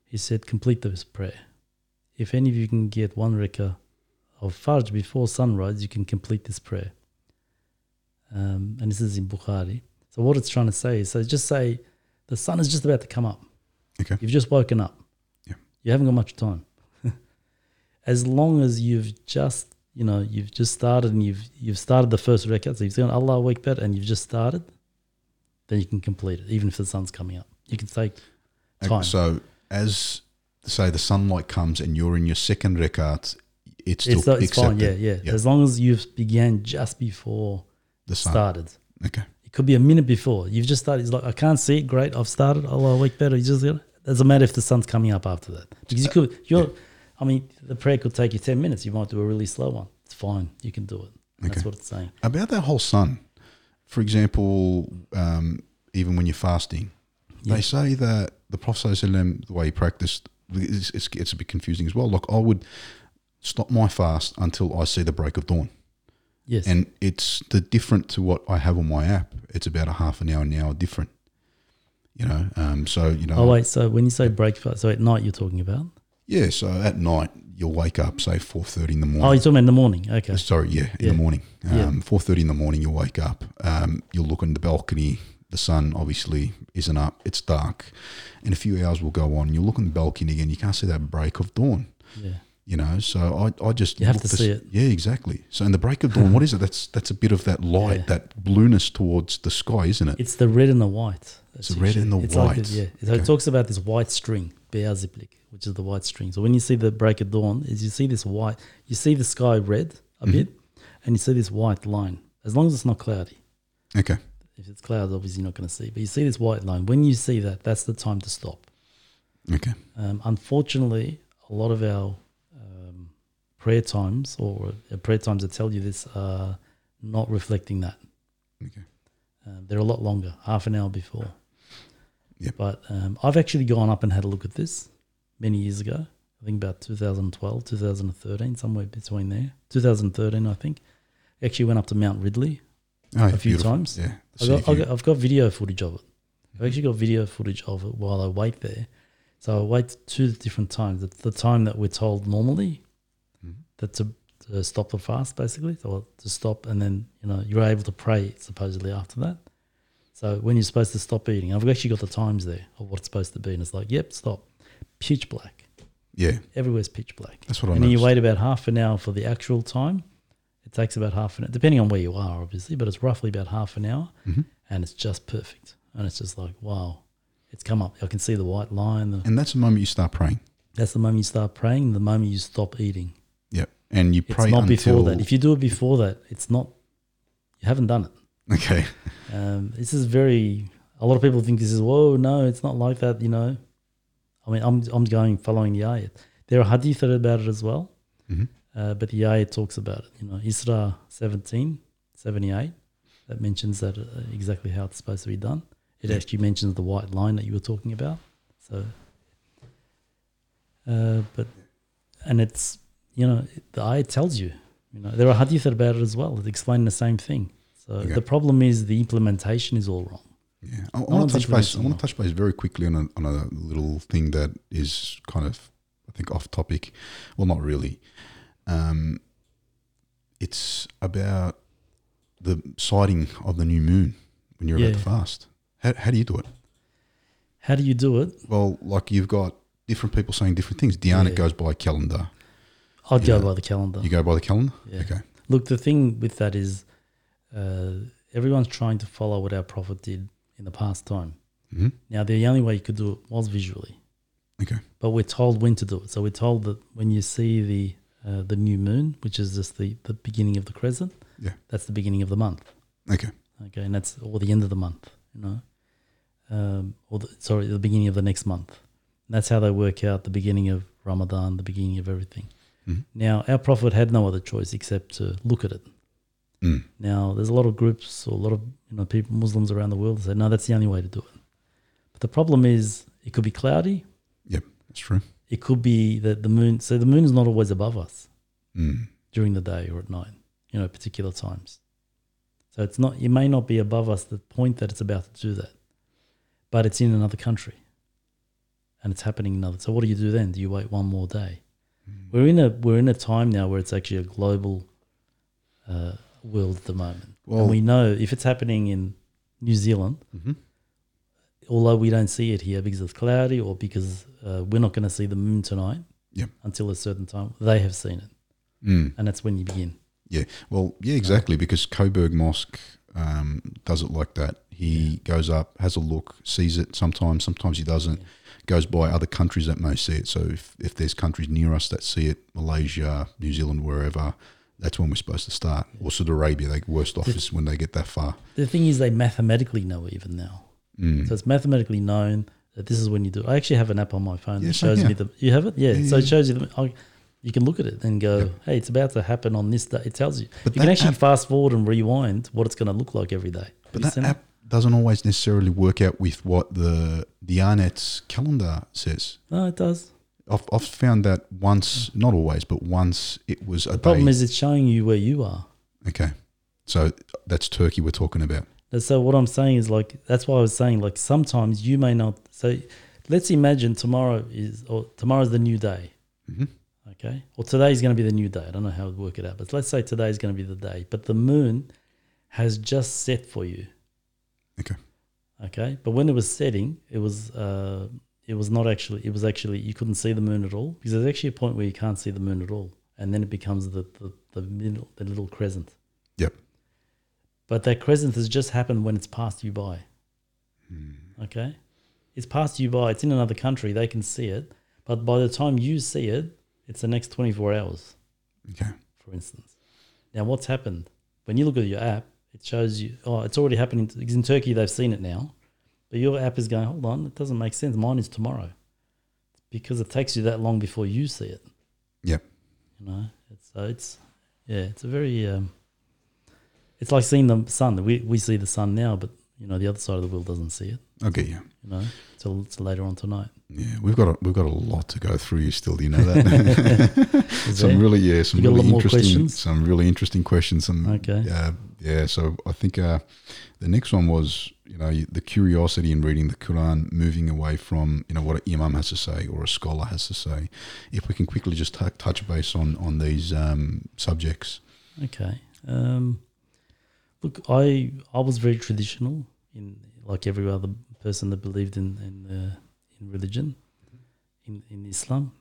Speaker 2: he said, complete this prayer. If any of you can get one rekah of farj before sunrise, you can complete this prayer. Um, and this is in Bukhari. So what it's trying to say is, so just say the sun is just about to come up.
Speaker 1: Okay.
Speaker 2: You've just woken up.
Speaker 1: Yeah.
Speaker 2: You haven't got much time. as long as you've just, you know, you've just started and you've you've started the first record, so you've seen Allah Akbar and you've just started, then you can complete it, even if the sun's coming up. You can take
Speaker 1: Okay,
Speaker 2: time.
Speaker 1: So as say the sunlight comes and you're in your second rekat, it's still
Speaker 2: it's, it's fine,
Speaker 1: accepted.
Speaker 2: yeah, yeah,
Speaker 1: Yeah.
Speaker 2: As long as you've began just before
Speaker 1: The sun.
Speaker 2: started.
Speaker 1: Okay.
Speaker 2: It could be a minute before. You've just started. It's like, I can't see it. Great. I've started. Allah wake better. You just, doesn't matter if the sun's coming up after that. Because you could, you're, I mean, the prayer could take you 10 minutes. You might do a really slow one. It's fine. You can do it. That's
Speaker 1: Okay.
Speaker 2: what it's saying.
Speaker 1: About that whole sun, for example, um, even when you're fasting,
Speaker 2: Yeah.
Speaker 1: they say that the Prophet ﷺ, the way he practiced, it's, it's, it's a bit confusing as well. Like I would stop my fast until I see the break of dawn.
Speaker 2: Yes.
Speaker 1: And it's the different to what I have on my app. It's about a half an hour, an hour different. You know, um, so you know.
Speaker 2: oh, wait. So when you say breakfast, so at night you're talking about?
Speaker 1: Yeah, so at night you'll wake up, say four thirty in the
Speaker 2: Oh, you're
Speaker 1: morning.
Speaker 2: talking about in the morning. Okay.
Speaker 1: Uh, Sorry, yeah, in
Speaker 2: Yeah.
Speaker 1: the morning. Um,
Speaker 2: Yeah.
Speaker 1: Four thirty in the morning, you'll wake up. Um, you'll look in the balcony. The sun obviously isn't up; it's dark, and a few hours will go on. You'll look in the balcony again. You can't see that break of dawn.
Speaker 2: Yeah.
Speaker 1: You know, so I, I just
Speaker 2: You have
Speaker 1: look
Speaker 2: to
Speaker 1: s-
Speaker 2: see it.
Speaker 1: Yeah, exactly. So in the break of dawn, what is it? That's that's a bit of that light,
Speaker 2: Yeah.
Speaker 1: that blueness towards the sky, isn't it?
Speaker 2: It's the red and the white.
Speaker 1: It's
Speaker 2: That's
Speaker 1: the red and the
Speaker 2: it's like
Speaker 1: white.
Speaker 2: yeah. So
Speaker 1: Okay.
Speaker 2: it talks about this white string, Beaziplik, which is the white string. So when you see the break of dawn, is you see this white, you see the sky red a
Speaker 1: Mm-hmm.
Speaker 2: bit, and you see this white line. As long as it's not cloudy.
Speaker 1: okay,
Speaker 2: If it's clouds, obviously you're not going to see. But you see this white line. When you see that, that's the time to stop.
Speaker 1: okay,
Speaker 2: Um, unfortunately, a lot of our um, prayer times or uh, prayer times that tell you this are not reflecting that.
Speaker 1: okay.
Speaker 2: Um, they're a lot longer, half an hour before.
Speaker 1: Yep.
Speaker 2: But um, I've actually gone up and had a look at this many years ago. I think about 2012, 2013, somewhere between there. 2013, I think. Actually went up to Mount Ridley.
Speaker 1: Oh,
Speaker 2: A few
Speaker 1: beautiful.
Speaker 2: times.
Speaker 1: Yeah.
Speaker 2: I
Speaker 1: So
Speaker 2: got,
Speaker 1: if
Speaker 2: I
Speaker 1: you-
Speaker 2: got, I've got video footage of it. I've actually got video footage of it while I wait there. So I wait two different times. It's the time that we're told normally
Speaker 1: Mhm.
Speaker 2: that to, to stop the fast, basically, or to stop, and then you know you're able to pray supposedly after that. So when you're supposed to stop eating, I've actually got the times there of what it's supposed to be, and it's like, yep, stop. Pitch black.
Speaker 1: yeah,
Speaker 2: Everywhere's pitch black.
Speaker 1: that's what I.
Speaker 2: and then you
Speaker 1: noticed.
Speaker 2: wait about half an hour for the actual time. It takes about half an hour, depending on where you are, obviously, but it's roughly about half an hour
Speaker 1: Mhm.
Speaker 2: and it's just perfect. And it's just like, wow, it's come up. I can see the white line. The,
Speaker 1: and that's the moment you start praying.
Speaker 2: that's the moment you start praying, the moment you stop eating.
Speaker 1: Yep. And you
Speaker 2: It's
Speaker 1: pray
Speaker 2: not
Speaker 1: until
Speaker 2: before that. If you do it before that, it's not, you haven't done it.
Speaker 1: okay.
Speaker 2: Um, this is very, a lot of people think this is, whoa, no, it's not like that, you know. I mean, I'm, I'm going following the ayat. There are hadith about it as well,
Speaker 1: Mhm.
Speaker 2: uh, but the ayat talks about it. You know, Isra 17, 78, that mentions that uh, exactly how it's supposed to be done. It
Speaker 1: Yeah.
Speaker 2: actually mentions the white line that you were talking about. So, uh, but, and it's, you know, the ayat tells you, you know, there are hadith about it as well that explain the same thing. So
Speaker 1: Okay.
Speaker 2: the problem is the implementation is all wrong.
Speaker 1: Yeah. I, I
Speaker 2: No
Speaker 1: want
Speaker 2: one's
Speaker 1: to touch base. I
Speaker 2: implementing
Speaker 1: want
Speaker 2: now.
Speaker 1: to touch base very quickly on a, on a little thing that is kind of I think off topic. Well, not really. Um, it's about the sighting of the new moon when you're
Speaker 2: Yeah.
Speaker 1: about to fast. How, how do you do it?
Speaker 2: How do you do it?
Speaker 1: Well, like you've got different people saying different things. Diana
Speaker 2: Yeah.
Speaker 1: goes by calendar.
Speaker 2: I'd
Speaker 1: Yeah.
Speaker 2: go by the calendar.
Speaker 1: You go by the calendar?
Speaker 2: Yeah.
Speaker 1: Okay.
Speaker 2: Look, the thing with that is uh, everyone's trying to follow what our prophet did in the past time.
Speaker 1: hmm
Speaker 2: Now, the only way you could do it was visually.
Speaker 1: Okay.
Speaker 2: But we're told when to do it. So we're told that when you see the uh, the new moon, which is just the, the beginning of the crescent,
Speaker 1: Yeah.
Speaker 2: that's the beginning of the month.
Speaker 1: Okay.
Speaker 2: Okay, and that's or the end of the month, you know, um, or the, sorry, the beginning of the next month. And that's how they work out the beginning of Ramadan, the beginning of everything.
Speaker 1: Mhm.
Speaker 2: Now, our prophet had no other choice except to look at it.
Speaker 1: Mm.
Speaker 2: Now, there's a lot of groups or a lot of you know people, Muslims around the world, that say no, that's the only way to do it. But the problem is, it could be cloudy.
Speaker 1: That's true.
Speaker 2: It could be that the moon. So the moon is not always above us
Speaker 1: Mm.
Speaker 2: during the day or at night, you know, particular times. So it's not, it may not be above us the point that it's about to do that, but it's in another country and it's happening in another. So what do you do then? Do you wait one more day? We're in a, we're in a time now where it's actually a global uh, world at the moment.
Speaker 1: Well-
Speaker 2: and we know if it's happening in New Zealand,
Speaker 1: hmm
Speaker 2: although we don't see it here because it's cloudy or because uh, we're not going to see the moon tonight
Speaker 1: Yeah.
Speaker 2: until a certain time, they have seen it.
Speaker 1: Mm.
Speaker 2: And that's when you begin.
Speaker 1: Yeah. Well, yeah, exactly. Because Coburg Mosque um, does it like that. He goes up, has a look, sees it sometimes, sometimes he doesn't. Goes by other countries that may see it. So if, if there's countries near us that see it, Malaysia, New Zealand, wherever, that's when we're supposed to start. Or Saudi Arabia, they worst off is when they get that far.
Speaker 2: The thing is, they mathematically know even now.
Speaker 1: Mm.
Speaker 2: So it's mathematically known that this is when you do. I actually have an app on my phone
Speaker 1: Yeah,
Speaker 2: that
Speaker 1: same
Speaker 2: shows me
Speaker 1: here.
Speaker 2: the. You have it, yeah.
Speaker 1: Yeah,
Speaker 2: so
Speaker 1: yeah.
Speaker 2: it shows you the. I, you can look at it and go, "Hey, it's about to happen on this day." It tells you.
Speaker 1: But
Speaker 2: you can
Speaker 1: that
Speaker 2: actually
Speaker 1: app-
Speaker 2: fast forward and rewind what it's going to look like every day.
Speaker 1: But
Speaker 2: Have you
Speaker 1: that
Speaker 2: seen it?
Speaker 1: app doesn't always necessarily work out with what the Dianet's calendar says.
Speaker 2: no, it does.
Speaker 1: I've, I've found that once, not always, but once it was a
Speaker 2: The problem
Speaker 1: day.
Speaker 2: is, it's showing you where you are.
Speaker 1: okay, so that's Turkey we're talking about.
Speaker 2: And so what I'm saying is like that's why I was saying like sometimes you may not. So let's imagine tomorrow is or tomorrow's the new day.
Speaker 1: Mhm.
Speaker 2: Okay. Well, today is going to be the new day. I don't know how to work it out, but let's say today is going to be the day. But the moon has just set for you.
Speaker 1: Okay.
Speaker 2: Okay. But when it was setting, it was uh, it was not actually. It was actually you couldn't see the moon at all because there's actually a point where you can't see the moon at all, and then it becomes the the, the middle the little crescent.
Speaker 1: Yep.
Speaker 2: But that crescent has just happened when it's passed you by.
Speaker 1: Hmm.
Speaker 2: Okay. It's passed you by. It's in another country. They can see it. But by the time you see it, it's the next 24 hours,
Speaker 1: Okay.
Speaker 2: for instance. Now, what's happened? When you look at your app, it shows you, oh, it's already happening. Because in Turkey, they've seen it now. But your app is going, hold on, it doesn't make sense. Mine is tomorrow. Because it takes you that long before you see it.
Speaker 1: Yep.
Speaker 2: You know, it's, so it's, yeah, it's a very, um, it's like seeing the sun. We, we see the sun now, but, you know, the other side of the world doesn't see it
Speaker 1: Okay. Yeah.
Speaker 2: you know, till, till later on tonight.
Speaker 1: Yeah. We've got a, we've got a lot to go through. You still, do you know that. some really yeah, some
Speaker 2: got a
Speaker 1: really
Speaker 2: lot more
Speaker 1: interesting
Speaker 2: questions?
Speaker 1: some really interesting questions. Some
Speaker 2: Okay.
Speaker 1: Uh, yeah. So I think uh, the next one was you know the curiosity in reading the Quran, moving away from you know what an imam has to say or a scholar has to say. If we can quickly just t- touch base on on these um, subjects.
Speaker 2: Okay. Um, look, I I was very traditional in like every other person that believed in in, uh, in religion, in in Islam,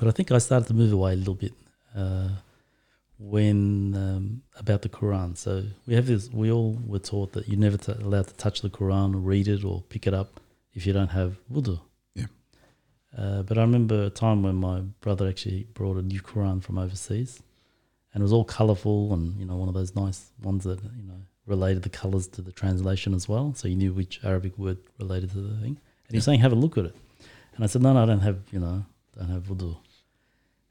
Speaker 2: but I think I started to move away a little bit uh, when um, about the Quran. So we have this. We all were taught that you're never t- allowed to touch the Quran or read it or pick it up if you don't have wudu.
Speaker 1: Yeah.
Speaker 2: Uh, but I remember a time when my brother actually brought a new Quran from overseas and it was all colourful and you know one of those nice ones that you know related the colours to the translation as well, so you knew which Arabic word related to the thing. And he was saying, "Have a look at it," and I said, "No, no, I don't have you know, don't have wudu."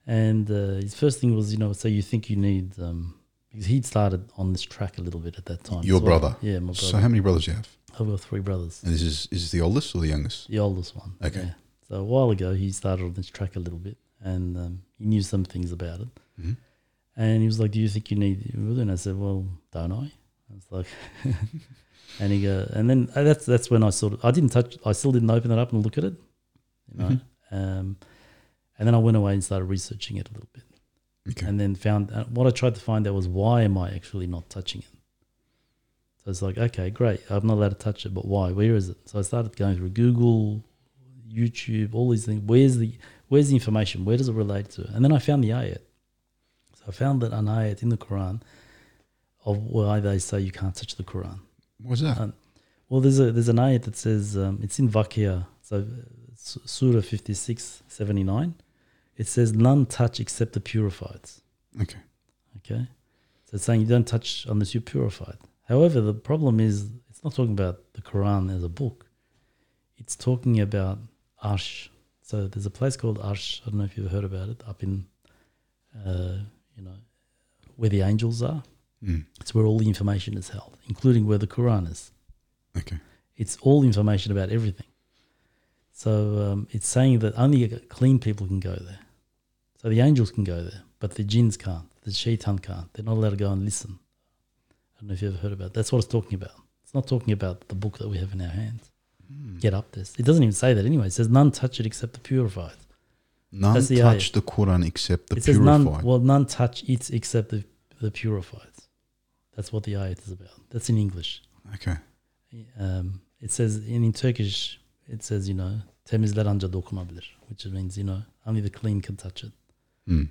Speaker 2: And uh, his first thing was, you know, so you think you need um, because he'd started on this track a little bit at that time.
Speaker 1: Your
Speaker 2: as well.
Speaker 1: brother?
Speaker 2: yeah, my brother.
Speaker 1: So how many brothers do you have?
Speaker 2: I've got three brothers.
Speaker 1: And this is is this the oldest or the youngest?
Speaker 2: The oldest one.
Speaker 1: Okay.
Speaker 2: yeah. So a while ago, he started on this track a little bit, and um, he knew some things about it.
Speaker 1: Mhm.
Speaker 2: And he was like, "Do you think you need wudu?" And I said, "Well, don't I?" I was like, and he go, and then uh, that's that's when I sort of I didn't touch, I still didn't open it up and look at it, you know. Um, And then I went away and started researching it a little bit,
Speaker 1: Okay.
Speaker 2: and then found uh, what I tried to find out was why am I actually not touching it? So it's like, okay, great, I'm not allowed to touch it, but why? Where is it? So I started going through Google, YouTube, all these things. Where's the where's the information? Where does it relate to? And then I found the ayat. So I found that an ayat in the Quran of why they say you can't touch the Quran.
Speaker 1: What's that?
Speaker 2: Uh, Well, there's a there's an ayat that says um, it's in Vakia, so uh, S- Surah 56, 79. It says none touch except the purified.
Speaker 1: okay.
Speaker 2: Okay, so it's saying you don't touch unless you're purified. However, the problem is it's not talking about the Quran as a book. It's talking about Arsh. So there's a place called Arsh. I don't know if you've heard about it up in, uh, you know, where the angels are.
Speaker 1: Mm.
Speaker 2: It's where all the information is held, including where the Quran is
Speaker 1: Okay.
Speaker 2: it's all information about everything. So um, it's saying that only clean people can go there. So the angels can go there, but the jinns can't. The shaitan can't. They're not allowed to go and listen. I don't know if you ever heard about. That's what it's talking about. It's not talking about the book that we have in our hands. Get up this. It doesn't even say that anyway. It says none touch it except the purified.
Speaker 1: None
Speaker 2: That's the
Speaker 1: touch
Speaker 2: ayat.
Speaker 1: the Quran except the
Speaker 2: it says
Speaker 1: purified.
Speaker 2: none. Well, none touch it except the the purified. That's what the ayat is about. That's in English.
Speaker 1: okay.
Speaker 2: um, it says in, in Turkish, it says you know temizler ancak dokunabilir, which means you know only the clean can touch it.
Speaker 1: Mm.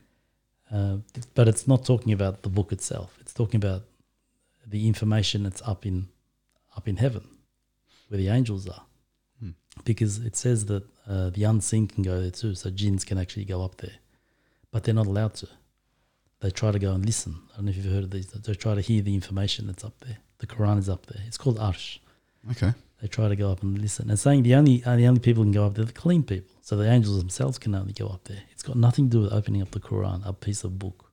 Speaker 2: Uh, but it's not talking about the book itself. It's talking about the information that's up in up in heaven, where the angels are,
Speaker 1: Hmm.
Speaker 2: because it says that uh, the unseen can go there too. So jinns can actually go up there, but they're not allowed to. They try to go and listen. I don't know if you've heard of these. They try to hear the information that's up there. The Quran is up there. It's called Arsh
Speaker 1: Okay.
Speaker 2: they try to go up and listen. And saying the only uh, the only people who can go up there are the clean people. So the angels themselves can only go up there. It's got nothing to do with opening up the Quran, a piece of book.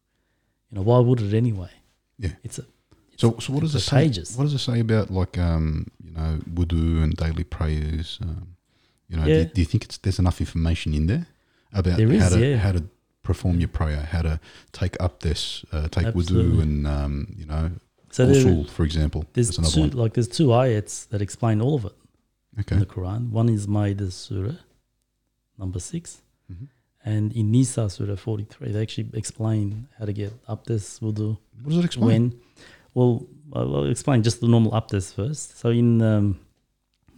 Speaker 2: You know, why would it anyway?
Speaker 1: Yeah.
Speaker 2: It's a
Speaker 1: So, so what does it
Speaker 2: it's
Speaker 1: say?
Speaker 2: pages.
Speaker 1: What does it say about like um, you know wudu and daily prayers? Um, you know, do,
Speaker 2: Yeah.
Speaker 1: you, do you think it's there's enough information in there about
Speaker 2: There
Speaker 1: how
Speaker 2: is,
Speaker 1: to
Speaker 2: yeah.
Speaker 1: how to perform your prayer, how to take up this, uh, take wudu
Speaker 2: Absolutely.
Speaker 1: and um, you know
Speaker 2: so there,
Speaker 1: usul, for example.
Speaker 2: there's
Speaker 1: That's another
Speaker 2: two
Speaker 1: one.
Speaker 2: like there's two ayats that explain all of it in
Speaker 1: Okay.
Speaker 2: the Quran. One is Maida Surah, number 6
Speaker 1: Mhm.
Speaker 2: and in Nisa Surah forty three, they actually explain how to get up this wudu.
Speaker 1: What does it explain?
Speaker 2: when well I'll I'll explain just the normal updas first so in um,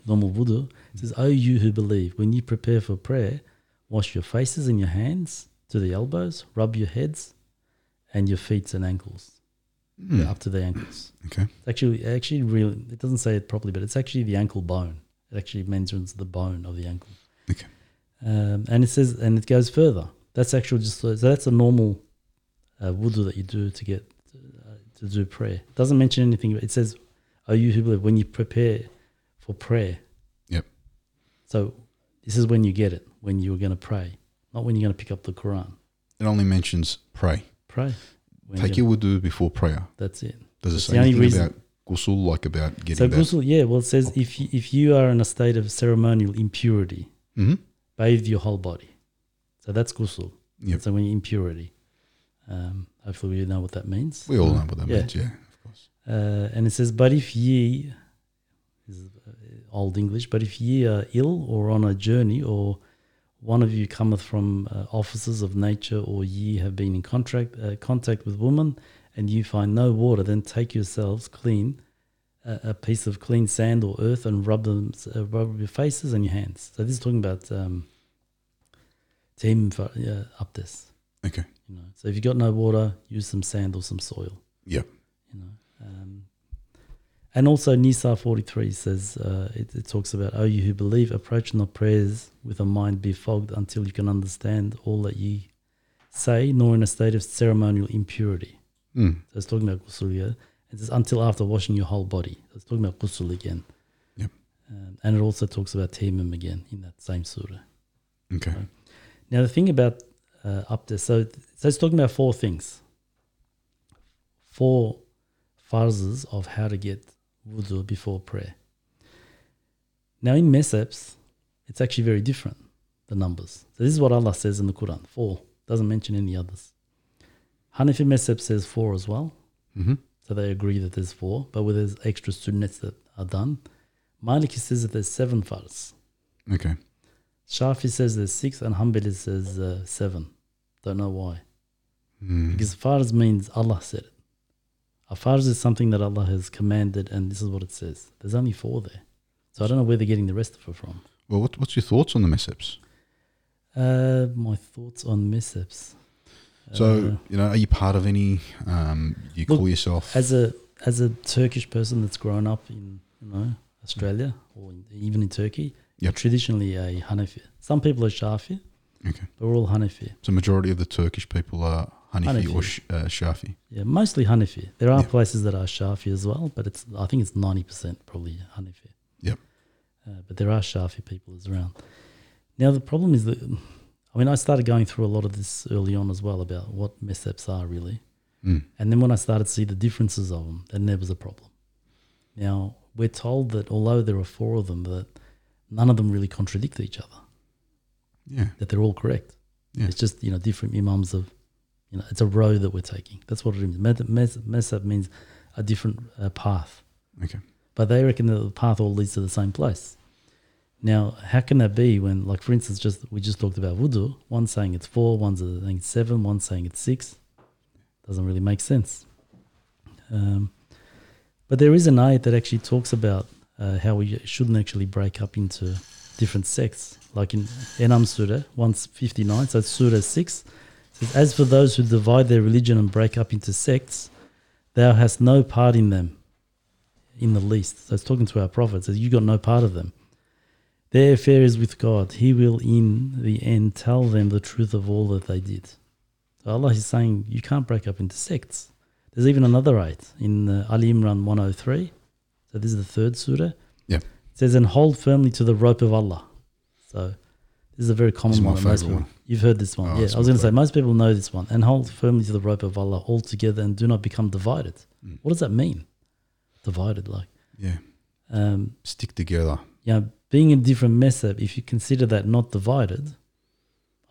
Speaker 2: normal wudu it says oh you who believe when you prepare for prayer wash your faces and your hands to the elbows rub your heads and your feet and ankles
Speaker 1: Hmm,
Speaker 2: up to the ankles
Speaker 1: Okay.
Speaker 2: it's actually actually really it doesn't say it properly but it's actually the ankle bone it actually mentions the bone of the ankle
Speaker 1: Okay.
Speaker 2: um, and it says, and it goes further. That's actual just so that's a normal uh, wudu that you do to get uh, to do prayer. It doesn't mention anything. It says, "Are you who believe?" When you prepare for prayer.
Speaker 1: Yep.
Speaker 2: So this is when you get it. When you're going to pray, not when you're going to pick up the Quran.
Speaker 1: It only mentions pray.
Speaker 2: Pray. When
Speaker 1: Take
Speaker 2: you're
Speaker 1: your wudu before prayer.
Speaker 2: gonna- That's it.
Speaker 1: Does it
Speaker 2: That's
Speaker 1: say
Speaker 2: the only
Speaker 1: anything
Speaker 2: reason-
Speaker 1: about ghusl, like about getting
Speaker 2: So
Speaker 1: that?
Speaker 2: ghusl, yeah. Well, it says if you, if you are in a state of ceremonial impurity,
Speaker 1: hmm
Speaker 2: bathe your whole body. So that's ghusl.
Speaker 1: Yep.
Speaker 2: So when you impurity, um, hopefully we know what that means.
Speaker 1: We all know what that
Speaker 2: Yeah.
Speaker 1: means. Yeah, of course.
Speaker 2: Uh, and it says, but if ye, this is uh, old English, but if ye are ill or on a journey, or one of you cometh from uh, offices of nature, or ye have been in contract uh, contact with woman, and you find no water, then take yourselves clean uh, a, a piece of clean sand or earth and rub them, uh, rub your faces and your hands. So this is talking about um, team for, yeah, up this.
Speaker 1: Okay.
Speaker 2: You know, so if you got no water, use some sand or some soil.
Speaker 1: Yeah.
Speaker 2: You know, um, and also Nisa forty three says uh, it, it talks about, "O you who believe, approach not prayers with a mind befogged until you can understand all that ye say, nor in a state of ceremonial impurity."
Speaker 1: Mm.
Speaker 2: So it's talking about ghusl here. It says until after washing your whole body. So it's talking about ghusl again.
Speaker 1: Yep.
Speaker 2: Um, and it also talks about taimim again in that same surah.
Speaker 1: Okay.
Speaker 2: Now the thing about uh, up there, so so it's talking about four things, four farzes of how to get wudu before prayer. Now in meseps, it's actually very different. The numbers. So this is what Allah says in the Quran. Four doesn't mention any others. Hanafi mesep says four as well.
Speaker 1: Mm-hmm.
Speaker 2: So they agree that there's four, but with there's extra sunnets that are done. Maliki says that there's seven farz.
Speaker 1: Okay.
Speaker 2: Shafi says there's six and Hanbali says uh, seven. Don't know why.
Speaker 1: Hmm.
Speaker 2: Because farz means Allah said it. A farz is something that Allah has commanded, and this is what it says. There's only four there. So I don't know where they're getting the rest of it from.
Speaker 1: Well, what, what's your thoughts on the mishaps?
Speaker 2: Uh, my thoughts on mishaps. Uh,
Speaker 1: So, you know, are you part of any? Um, do you
Speaker 2: Look,
Speaker 1: call yourself?
Speaker 2: as a as a Turkish person that's grown up in you know Australia or in, even in Turkey,
Speaker 1: Yep.
Speaker 2: traditionally a Hanafi. Some people are Shafi,
Speaker 1: okay.
Speaker 2: but we're all Hanafi.
Speaker 1: So, majority of the Turkish people are Hanifi,
Speaker 2: Hanifi.
Speaker 1: or Sh- uh, Shafi.
Speaker 2: Yeah, mostly Hanafi. There are
Speaker 1: Yeah.
Speaker 2: places that are Shafi as well, but it's I think it's ninety percent probably Hanafi.
Speaker 1: Yep.
Speaker 2: Uh, but there are Shafi people as around. Now the problem is that I mean I started going through a lot of this early on as well about what mishaps are really,
Speaker 1: Mm.
Speaker 2: and then when I started to see the differences of them, then there was a problem. Now we're told that although there are four of them, that none of them really contradict each other.
Speaker 1: Yeah.
Speaker 2: That they're all correct.
Speaker 1: Yeah.
Speaker 2: It's just you know different imams of, you know, it's a road that we're taking. That's what it means. Mes- mes- Mezhab means a different uh, path,
Speaker 1: Okay.
Speaker 2: but they reckon that the path all leads to the same place. Now, how can that be when, like, for instance, just we just talked about wudu. One saying it's four, one's uh, saying it's seven, one's saying it's six. Doesn't really make sense. Um, but there is an ayat that actually talks about uh, how we shouldn't actually break up into different sects. Like in Enam Surah 159, so it's Surah 6, it says, As for those who divide their religion and break up into sects, thou hast no part in them in the least. So it's talking to our prophet, it says, You got no part of them. Their affair is with God. He will in the end tell them the truth of all that they did. So Allah is saying you can't break up into sects. There's even another ayat in uh, Ali Imran 103. So this is the third surah.
Speaker 1: Yeah.
Speaker 2: It says, and hold firmly to the rope of Allah. So this is a very common
Speaker 1: This is my
Speaker 2: one. that most
Speaker 1: favourite
Speaker 2: people-
Speaker 1: one.
Speaker 2: You've heard this one.
Speaker 1: Oh,
Speaker 2: yeah.
Speaker 1: it's
Speaker 2: I was
Speaker 1: my
Speaker 2: going to say, most people know this one. And hold firmly to the rope of Allah altogether and do not become divided.
Speaker 1: Mm.
Speaker 2: What does that mean? Divided, like.
Speaker 1: Yeah.
Speaker 2: Um,
Speaker 1: Stick together.
Speaker 2: you know, being in different mezhab, if you consider that not divided,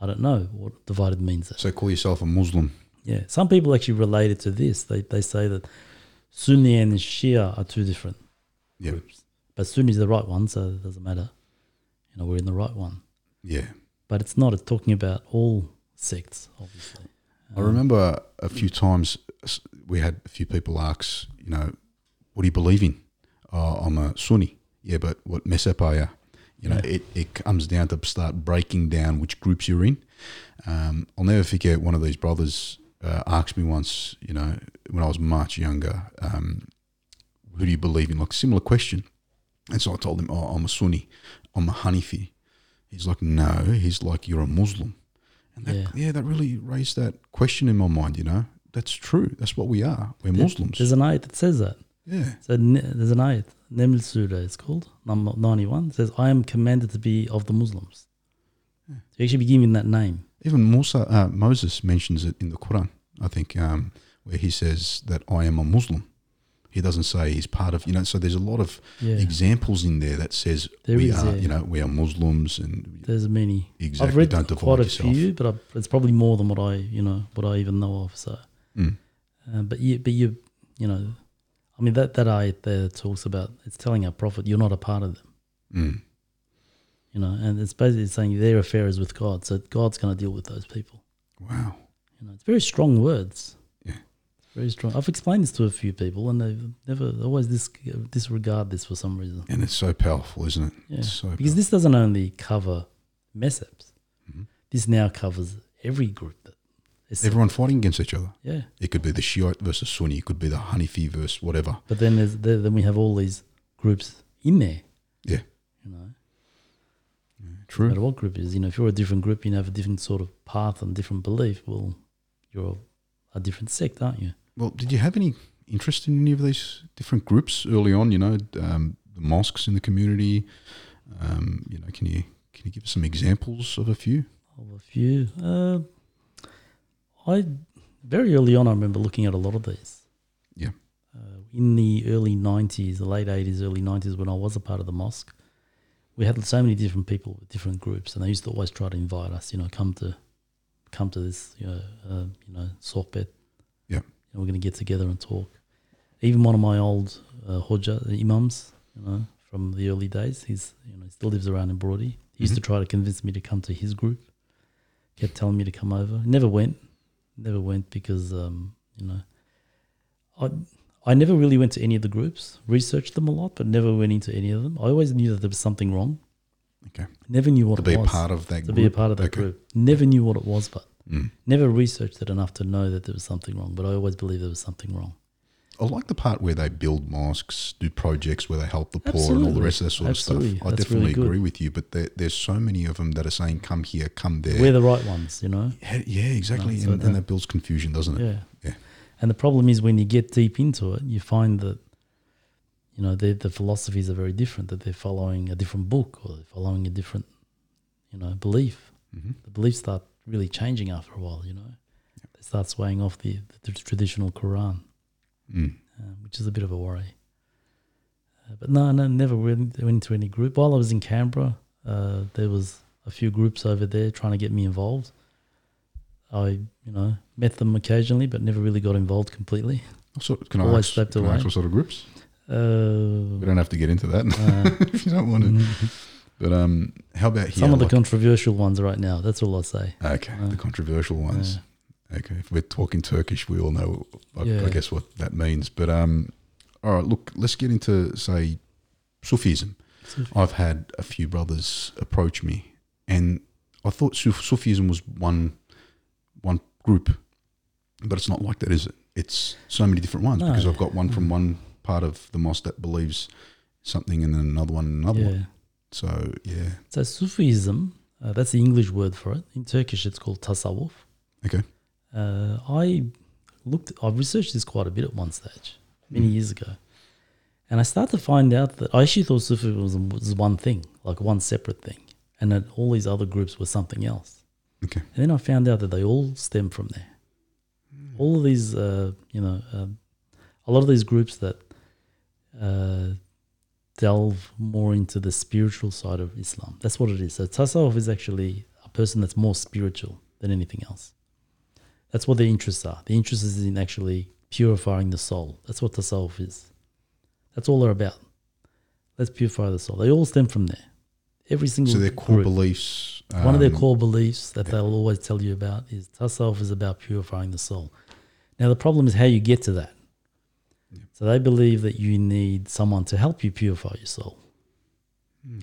Speaker 2: I don't know what divided means.
Speaker 1: So, call yourself a Muslim.
Speaker 2: Yeah, some people actually relate it to this. They, they say that Sunni and Shia are two different,
Speaker 1: Yeah.
Speaker 2: but Sunni is the right one, so it doesn't matter. You know, we're in the right one.
Speaker 1: Yeah.
Speaker 2: But it's not, it's talking about all sects, obviously.
Speaker 1: I remember a few times s- we had a few people ask, you know, what do you believe in? Oh, I'm a Sunni. Yeah, but what mezhab are you? You know, it, it comes down to start breaking down which groups you're in. Um, I'll never forget one of these brothers uh, asked me once, you know, when I was much younger, um, who do you believe in? Like, similar question. And so I told him, oh, I'm a Sunni. I'm a Hanifi. He's like, no. He's like, you're a Muslim. And that,
Speaker 2: Yeah.
Speaker 1: yeah. that really raised that question in my mind, you know. That's true. That's what we are. We're Muslims.
Speaker 2: There's an ayat that says that.
Speaker 1: yeah.
Speaker 2: So n- there's an ayat, Neml Surah, it's called, number 91, says, I am commanded to be of the Muslims.
Speaker 1: Hmm.
Speaker 2: So you actually be given that name.
Speaker 1: Even Musa, uh, Moses mentions it in the Quran, I think, um, where he says that I am a Muslim. He doesn't say he's part of, you know, so there's a lot of
Speaker 2: Yeah.
Speaker 1: examples in there that says
Speaker 2: There
Speaker 1: we
Speaker 2: is,
Speaker 1: are,
Speaker 2: yeah.
Speaker 1: you know, we are Muslims and
Speaker 2: There's many.
Speaker 1: Exactly,
Speaker 2: I've read
Speaker 1: don't divide
Speaker 2: quite a
Speaker 1: yourself.
Speaker 2: few, but I, it's probably more than what I, you know, what I even know of. So,
Speaker 1: Mm.
Speaker 2: uh, but you, but you, you know, I mean that that ayat there talks about it's telling our prophet you're not a part of them,
Speaker 1: Mm.
Speaker 2: you know, and it's basically saying their affair is with God, so God's going to deal with those people.
Speaker 1: wow.
Speaker 2: You know, it's very strong words.
Speaker 1: Yeah.
Speaker 2: It's very strong. I've explained this to a few people, and they've never always dis- disregard this for some reason.
Speaker 1: And it's so powerful, isn't it?
Speaker 2: Yeah.
Speaker 1: It's so
Speaker 2: Because
Speaker 1: powerful.
Speaker 2: this doesn't only cover mess ups.
Speaker 1: Mhm.
Speaker 2: This now covers every group that is
Speaker 1: Everyone fighting against each other.
Speaker 2: yeah.
Speaker 1: It could be the Shiite versus Sunni. It could be the Hanifi versus whatever.
Speaker 2: But then there's there, then we have all these groups in there.
Speaker 1: Yeah.
Speaker 2: You know, no
Speaker 1: True.
Speaker 2: matter what group it is, you know, if you're a different group, you have a different sort of path and different belief. Well, you're a different sect, aren't you?
Speaker 1: Well, did you have any interest in any of these different groups early on? You know, um, the mosques in the community. Um, you know, can you can you give us some examples of a few?
Speaker 2: Of a few. Uh, I very early on, I remember looking at a lot of these.
Speaker 1: Yeah.
Speaker 2: Uh, in the early '90s, the late '80s, early '90s, when I was a part of the mosque, we had so many different people with different groups, and they used to always try to invite us. You know, come to, come to this. You know, uh, you know, sohbet.
Speaker 1: Yeah.
Speaker 2: And we're going to get together and talk. Even one of my old uh, hodja imams, you know, from the early days. He's you know he still lives around in Brody. He used to
Speaker 1: Mm-hmm.
Speaker 2: try to convince me to come to his group. Kept telling me to come over. Never went. Never went because um, you know I I never really went to any of the groups. Researched them a lot, but never went into any of them. I always knew that there was something wrong.
Speaker 1: Okay.
Speaker 2: Never knew what
Speaker 1: To be
Speaker 2: it
Speaker 1: a
Speaker 2: was
Speaker 1: part of that
Speaker 2: to
Speaker 1: group.
Speaker 2: be a part of that
Speaker 1: Okay.
Speaker 2: group. Never knew what it was, but
Speaker 1: Mm.
Speaker 2: never researched it enough to know that there was something wrong. But I always believed there was something wrong.
Speaker 1: I like the part where they build mosques, do projects where they help the poor and all
Speaker 2: Absolutely.
Speaker 1: the rest of that sort of
Speaker 2: Absolutely.
Speaker 1: stuff. I
Speaker 2: That's
Speaker 1: definitely
Speaker 2: really good.
Speaker 1: agree with you, but there, there's so many of them that are saying, come here, come there.
Speaker 2: We're the right ones, you know.
Speaker 1: Yeah, yeah, exactly.
Speaker 2: That's
Speaker 1: and,
Speaker 2: what
Speaker 1: and
Speaker 2: that-
Speaker 1: that builds confusion, doesn't it?
Speaker 2: Yeah.
Speaker 1: Yeah.
Speaker 2: And the problem is when you get deep into it, you find that, you know, the the philosophies are very different. That they're following a different book or they're following a different, you know, belief.
Speaker 1: hmm
Speaker 2: The beliefs start really changing after a while. You know, they start swaying off the, the traditional Quran.
Speaker 1: Mm.
Speaker 2: uh, which is a bit of a worry. Uh, but no, no, never went, went into any group. While I was in Canberra, uh, there was a few groups over there trying to get me involved. I, you know, met them occasionally, but never really got involved completely.
Speaker 1: What sort- can I
Speaker 2: Always
Speaker 1: ask,
Speaker 2: slept
Speaker 1: can I
Speaker 2: away.
Speaker 1: ask what sort of groups? We
Speaker 2: Uh,
Speaker 1: don't have to get into that
Speaker 2: uh,
Speaker 1: if you don't want to. But um, how about here?
Speaker 2: Mm-hmm. some of the
Speaker 1: like-
Speaker 2: controversial ones right now. That's all I say.
Speaker 1: Okay,
Speaker 2: Uh,
Speaker 1: the controversial ones. Okay, if we're talking Turkish, we all know, I,
Speaker 2: Yeah.
Speaker 1: I guess, what that means. But um, all right, look, let's get into say Sufism.
Speaker 2: Sufi.
Speaker 1: I've had a few brothers approach me, and I thought Suf- Sufism was one one group, but it's not like that, is it? It's so many different ones
Speaker 2: No. Mm.
Speaker 1: because I've got one from one part of the mosque that believes something, and then another one, and another one.
Speaker 2: Yeah.
Speaker 1: So yeah,
Speaker 2: So Sufism, uh, that's the English word for it. In Turkish, it's called tasawwuf.
Speaker 1: okay,
Speaker 2: Uh, I looked, I researched this quite a bit at one stage, many
Speaker 1: Hmm.
Speaker 2: years ago. And I started to find out that I actually thought Sufi was, was one thing, like one separate thing, and that all these other groups were something else.
Speaker 1: okay,
Speaker 2: And then I found out that they all stem from there. All of these, uh, you know, um, a lot of these groups that uh, delve more into the spiritual side of Islam. That's what it is. So tasawwuf is actually a person that's more spiritual than anything else. That's what their interests are. The interest is in actually purifying the soul. That's what tasawwuf is. That's all they're about. Let's purify the soul. They all stem from there. Every single
Speaker 1: so their core
Speaker 2: group.
Speaker 1: beliefs.
Speaker 2: One of their
Speaker 1: um,
Speaker 2: core beliefs that they'll always tell you about is tasawwuf is about purifying the soul. Now the problem is how you get to that. So they believe that you need someone to help you purify your soul,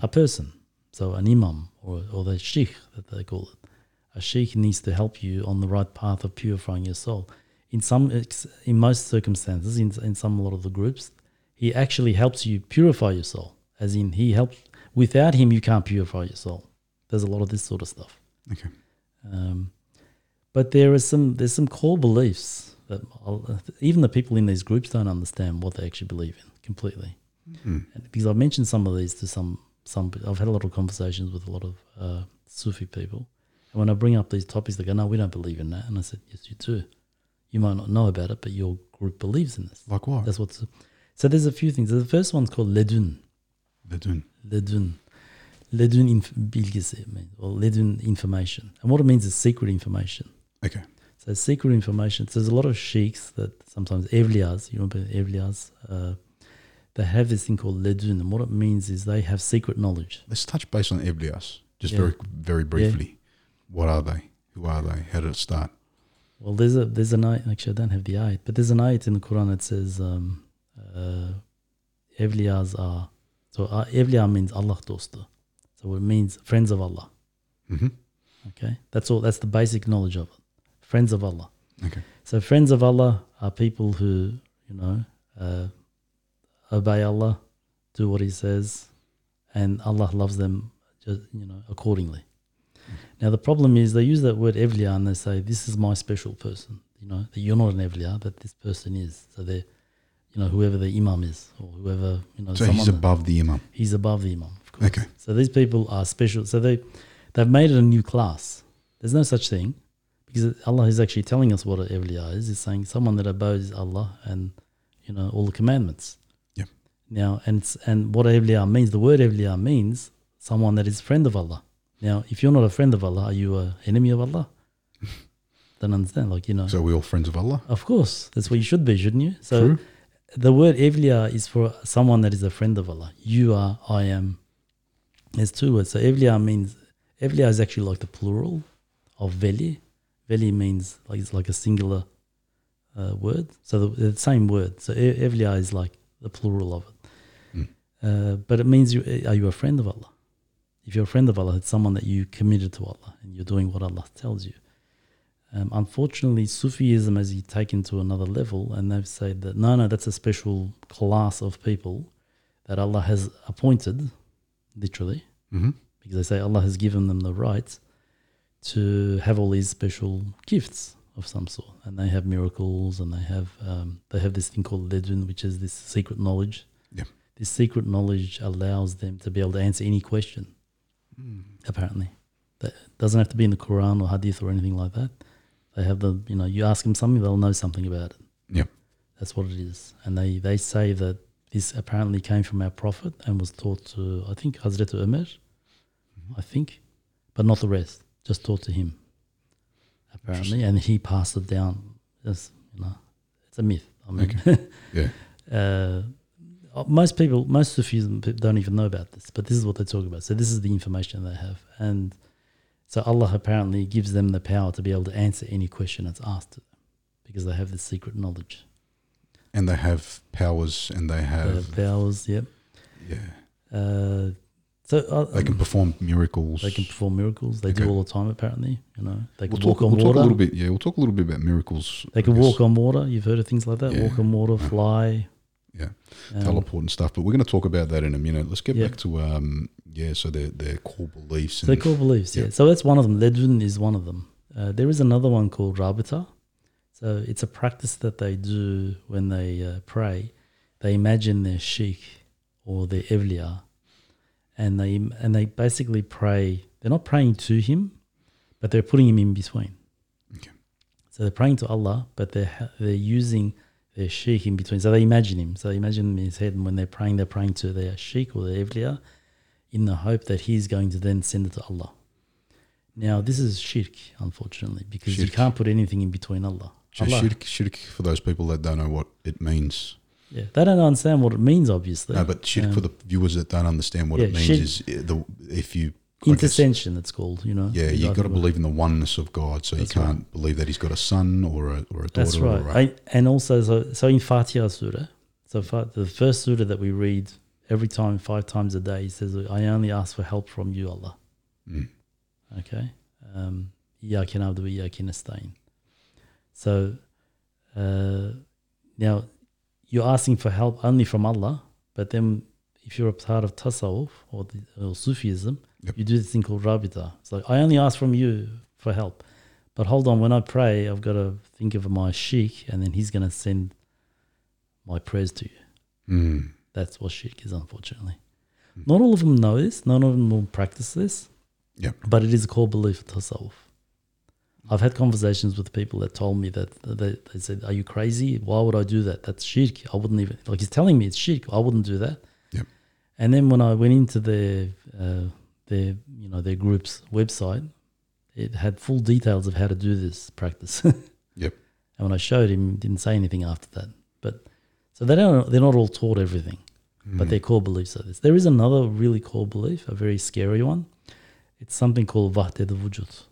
Speaker 2: a person, so an imam or or the sheikh that they call it. A sheikh needs to help you on the right path of purifying your soul. In some, ex- in most circumstances, in in some a lot of the groups, he actually helps you purify your soul. As in, he helps. Without him, you can't purify your soul. There's a lot of this sort of stuff.
Speaker 1: Okay.
Speaker 2: Um, but there are some there's some core beliefs that I'll, even the people in these groups don't understand what they actually believe in completely. And because I've mentioned some of these to some some I've had a lot of conversations with a lot of uh, Sufi people, and when I bring up these topics, they go, "No, we don't believe in that." And I said, "Yes, you do. You might not know about it, but your group believes in this."
Speaker 1: Like what?
Speaker 2: That's what's so. There's a few things. The first one's called ledun.
Speaker 1: They're doing.
Speaker 2: Ledun. Ledun inf- bilgisi means- or ledun information. And what it means is secret information.
Speaker 1: Okay.
Speaker 2: So secret information. So there's a lot of sheikhs that sometimes evliyas, you remember evliyas, uh, they have this thing called ledun, and what it means is they have secret knowledge.
Speaker 1: Let's touch base on Eblias, just
Speaker 2: Yeah.
Speaker 1: very, very briefly. What are they? Who are they? How did it start?
Speaker 2: Well, there's a there's an ayat. Actually, I don't have the ayat, but there's an ayat in the Quran that says, um, uh, "Evliyas are." So uh, evliya means Allah dostu. So it means friends of Allah.
Speaker 1: hmm
Speaker 2: Okay, that's all. That's the basic knowledge of it. Friends of Allah.
Speaker 1: Okay.
Speaker 2: So friends of Allah are people who you know uh, obey Allah, do what He says, and Allah loves them, just, you know, accordingly. Now the problem is they use that word evliya and they say this is my special person. You know that you're not an evliya, but this person is. So they're, you know, whoever the imam is or whoever you know.
Speaker 1: So he's
Speaker 2: Uh, someone-
Speaker 1: above the imam.
Speaker 2: He's above the imam, of course.
Speaker 1: Okay.
Speaker 2: So these people are special. So they, they've made it a new class. There's no such thing because Allah is actually telling us what an awliya is. He's saying someone that obeys Allah and, you know, all the commandments.
Speaker 1: Yep.
Speaker 2: Now, and, it's- and what awliya means, the word awliya means someone that is friend of Allah. Now, if you're not a friend of Allah, are you an enemy of Allah? Don't understand. Like, you know,
Speaker 1: So we're all friends of Allah.
Speaker 2: of course, that's what you should be, shouldn't you? So
Speaker 1: True.
Speaker 2: the word evliya is for someone that is a friend of Allah. You are, I am. There's two words. So evliya means evliya is actually like the plural of veli. Veli means like it's like a singular uh, word. So the, the same word. So e- evliya is like the plural of it.
Speaker 1: Mm.
Speaker 2: Uh, but it means you are you a friend of Allah. If you're a friend of Allah, it's someone that you committed to Allah and you're doing what Allah tells you. Um, unfortunately, Sufism has taken to another level, and they've said that no, no, that's a special class of people that Allah has appointed, literally,
Speaker 1: Mm-hmm.
Speaker 2: because they say Allah has given them the right to have all these special gifts of some sort, and they have miracles, and they have um, they have this thing called legend, which is this secret knowledge.
Speaker 1: Yeah.
Speaker 2: This secret knowledge allows them to be able to answer any question.
Speaker 1: Mm.
Speaker 2: Apparently, that doesn't have to be in the Quran or Hadith or anything like that. They have the you know you ask them something, they'll know something about it.
Speaker 1: Yep.
Speaker 2: That's what it is, and they they say that this apparently came from our Prophet and was taught to I think Hazrat Umar. I think, but not the rest. Just taught to him, apparently, and he passed it down. That's you know, it's a myth. I mean,
Speaker 1: Yeah.
Speaker 2: uh, most people, most Sufism people don't even know about this, but this is what they talk about. So this is the information they have, and so Allah apparently gives them the power to be able to answer any question that's asked to them, because they have this secret knowledge.
Speaker 1: And they have powers and they
Speaker 2: They
Speaker 1: have,
Speaker 2: have powers. Yep.
Speaker 1: yeah,
Speaker 2: Uh, so uh,
Speaker 1: they can perform miracles.
Speaker 2: they can perform miracles. They
Speaker 1: Okay.
Speaker 2: do all the time. Apparently, you know, they can
Speaker 1: we'll
Speaker 2: walk
Speaker 1: talk,
Speaker 2: on
Speaker 1: we'll talk
Speaker 2: water.
Speaker 1: a little bit. Yeah, we'll talk a little bit about miracles.
Speaker 2: They
Speaker 1: I
Speaker 2: can
Speaker 1: guess,
Speaker 2: walk on water. You've heard of things like that.
Speaker 1: Yeah.
Speaker 2: Walk on water, fly.
Speaker 1: Yeah.
Speaker 2: Um,
Speaker 1: teleport and stuff, but we're going to talk about that in a minute. Let's get
Speaker 2: Yeah.
Speaker 1: back to um, yeah, so their their core beliefs.
Speaker 2: so they're called beliefs. Yeah.
Speaker 1: Yeah.
Speaker 2: So that's one of them. Legend is one of them. Uh, there is another one called Rabita. So it's a practice that they do when they uh, pray. They imagine their sheikh or their evliya, and they and they basically pray. They're not praying to him, but they're putting him in between.
Speaker 1: Okay.
Speaker 2: So they're praying to Allah, but they're ha- they're using their sheikh in between. So they imagine him. So they imagine him in his head, and when they're praying, they're praying to their sheikh or their evliya, in the hope that he's going to then send it to Allah. Now this is shirk, unfortunately, because you
Speaker 1: Shirk.
Speaker 2: can't put anything in between Allah.
Speaker 1: So
Speaker 2: Allah
Speaker 1: shirk, shirk for those people that don't know what it means.
Speaker 2: yeah, they don't understand what it means, obviously.
Speaker 1: No, but shirk for the viewers that don't understand what
Speaker 2: yeah,
Speaker 1: it means
Speaker 2: shirk-
Speaker 1: is uh, the if you I guess-
Speaker 2: intercession, it's called. You know.
Speaker 1: Yeah,
Speaker 2: Is
Speaker 1: you
Speaker 2: I
Speaker 1: got to
Speaker 2: think what-
Speaker 1: believe in the oneness of God. So you
Speaker 2: That's
Speaker 1: can't believe that He's got a son or a or a daughter.
Speaker 2: That's right.
Speaker 1: Or a,
Speaker 2: I, and also, so, so in Fatiha Surah, so fa- the first surah that we read every time, five times a day, it says, I only ask for help from you, Allah.
Speaker 1: Mm.
Speaker 2: Okay. Um, Iyyakin abdu wa iyyakin nasta'in. So uh, now you're asking for help only from Allah, but then if you're a part of tasawwuf or, the, or Sufism,
Speaker 1: Yep.
Speaker 2: you do this thing called rabita. It's like, I only ask from you for help. But hold on, when I pray, I've got to think of my sheikh, and then he's going to send my prayers to you.
Speaker 1: Mm.
Speaker 2: That's what shirk is, unfortunately.
Speaker 1: Hmm.
Speaker 2: Not all of them know this. Not all of them will practice this.
Speaker 1: Yeah.
Speaker 2: But it is a core belief of tasawwuf. I've had conversations with people that told me that they, they said, Are you crazy? Why would I do that? That's shirk. I wouldn't even, like, he's telling me it's shirk. I wouldn't do that.
Speaker 1: Yep.
Speaker 2: And then when I went into their, uh, their, you know, their group's website, it had full details of how to do this practice.
Speaker 1: Yep.
Speaker 2: And when I showed him, he didn't say anything after that. But so they don't, they're not all taught everything
Speaker 1: Mm.
Speaker 2: but their core beliefs are this. There is another really core belief, a very scary one. It's something called Vahdet Vujud.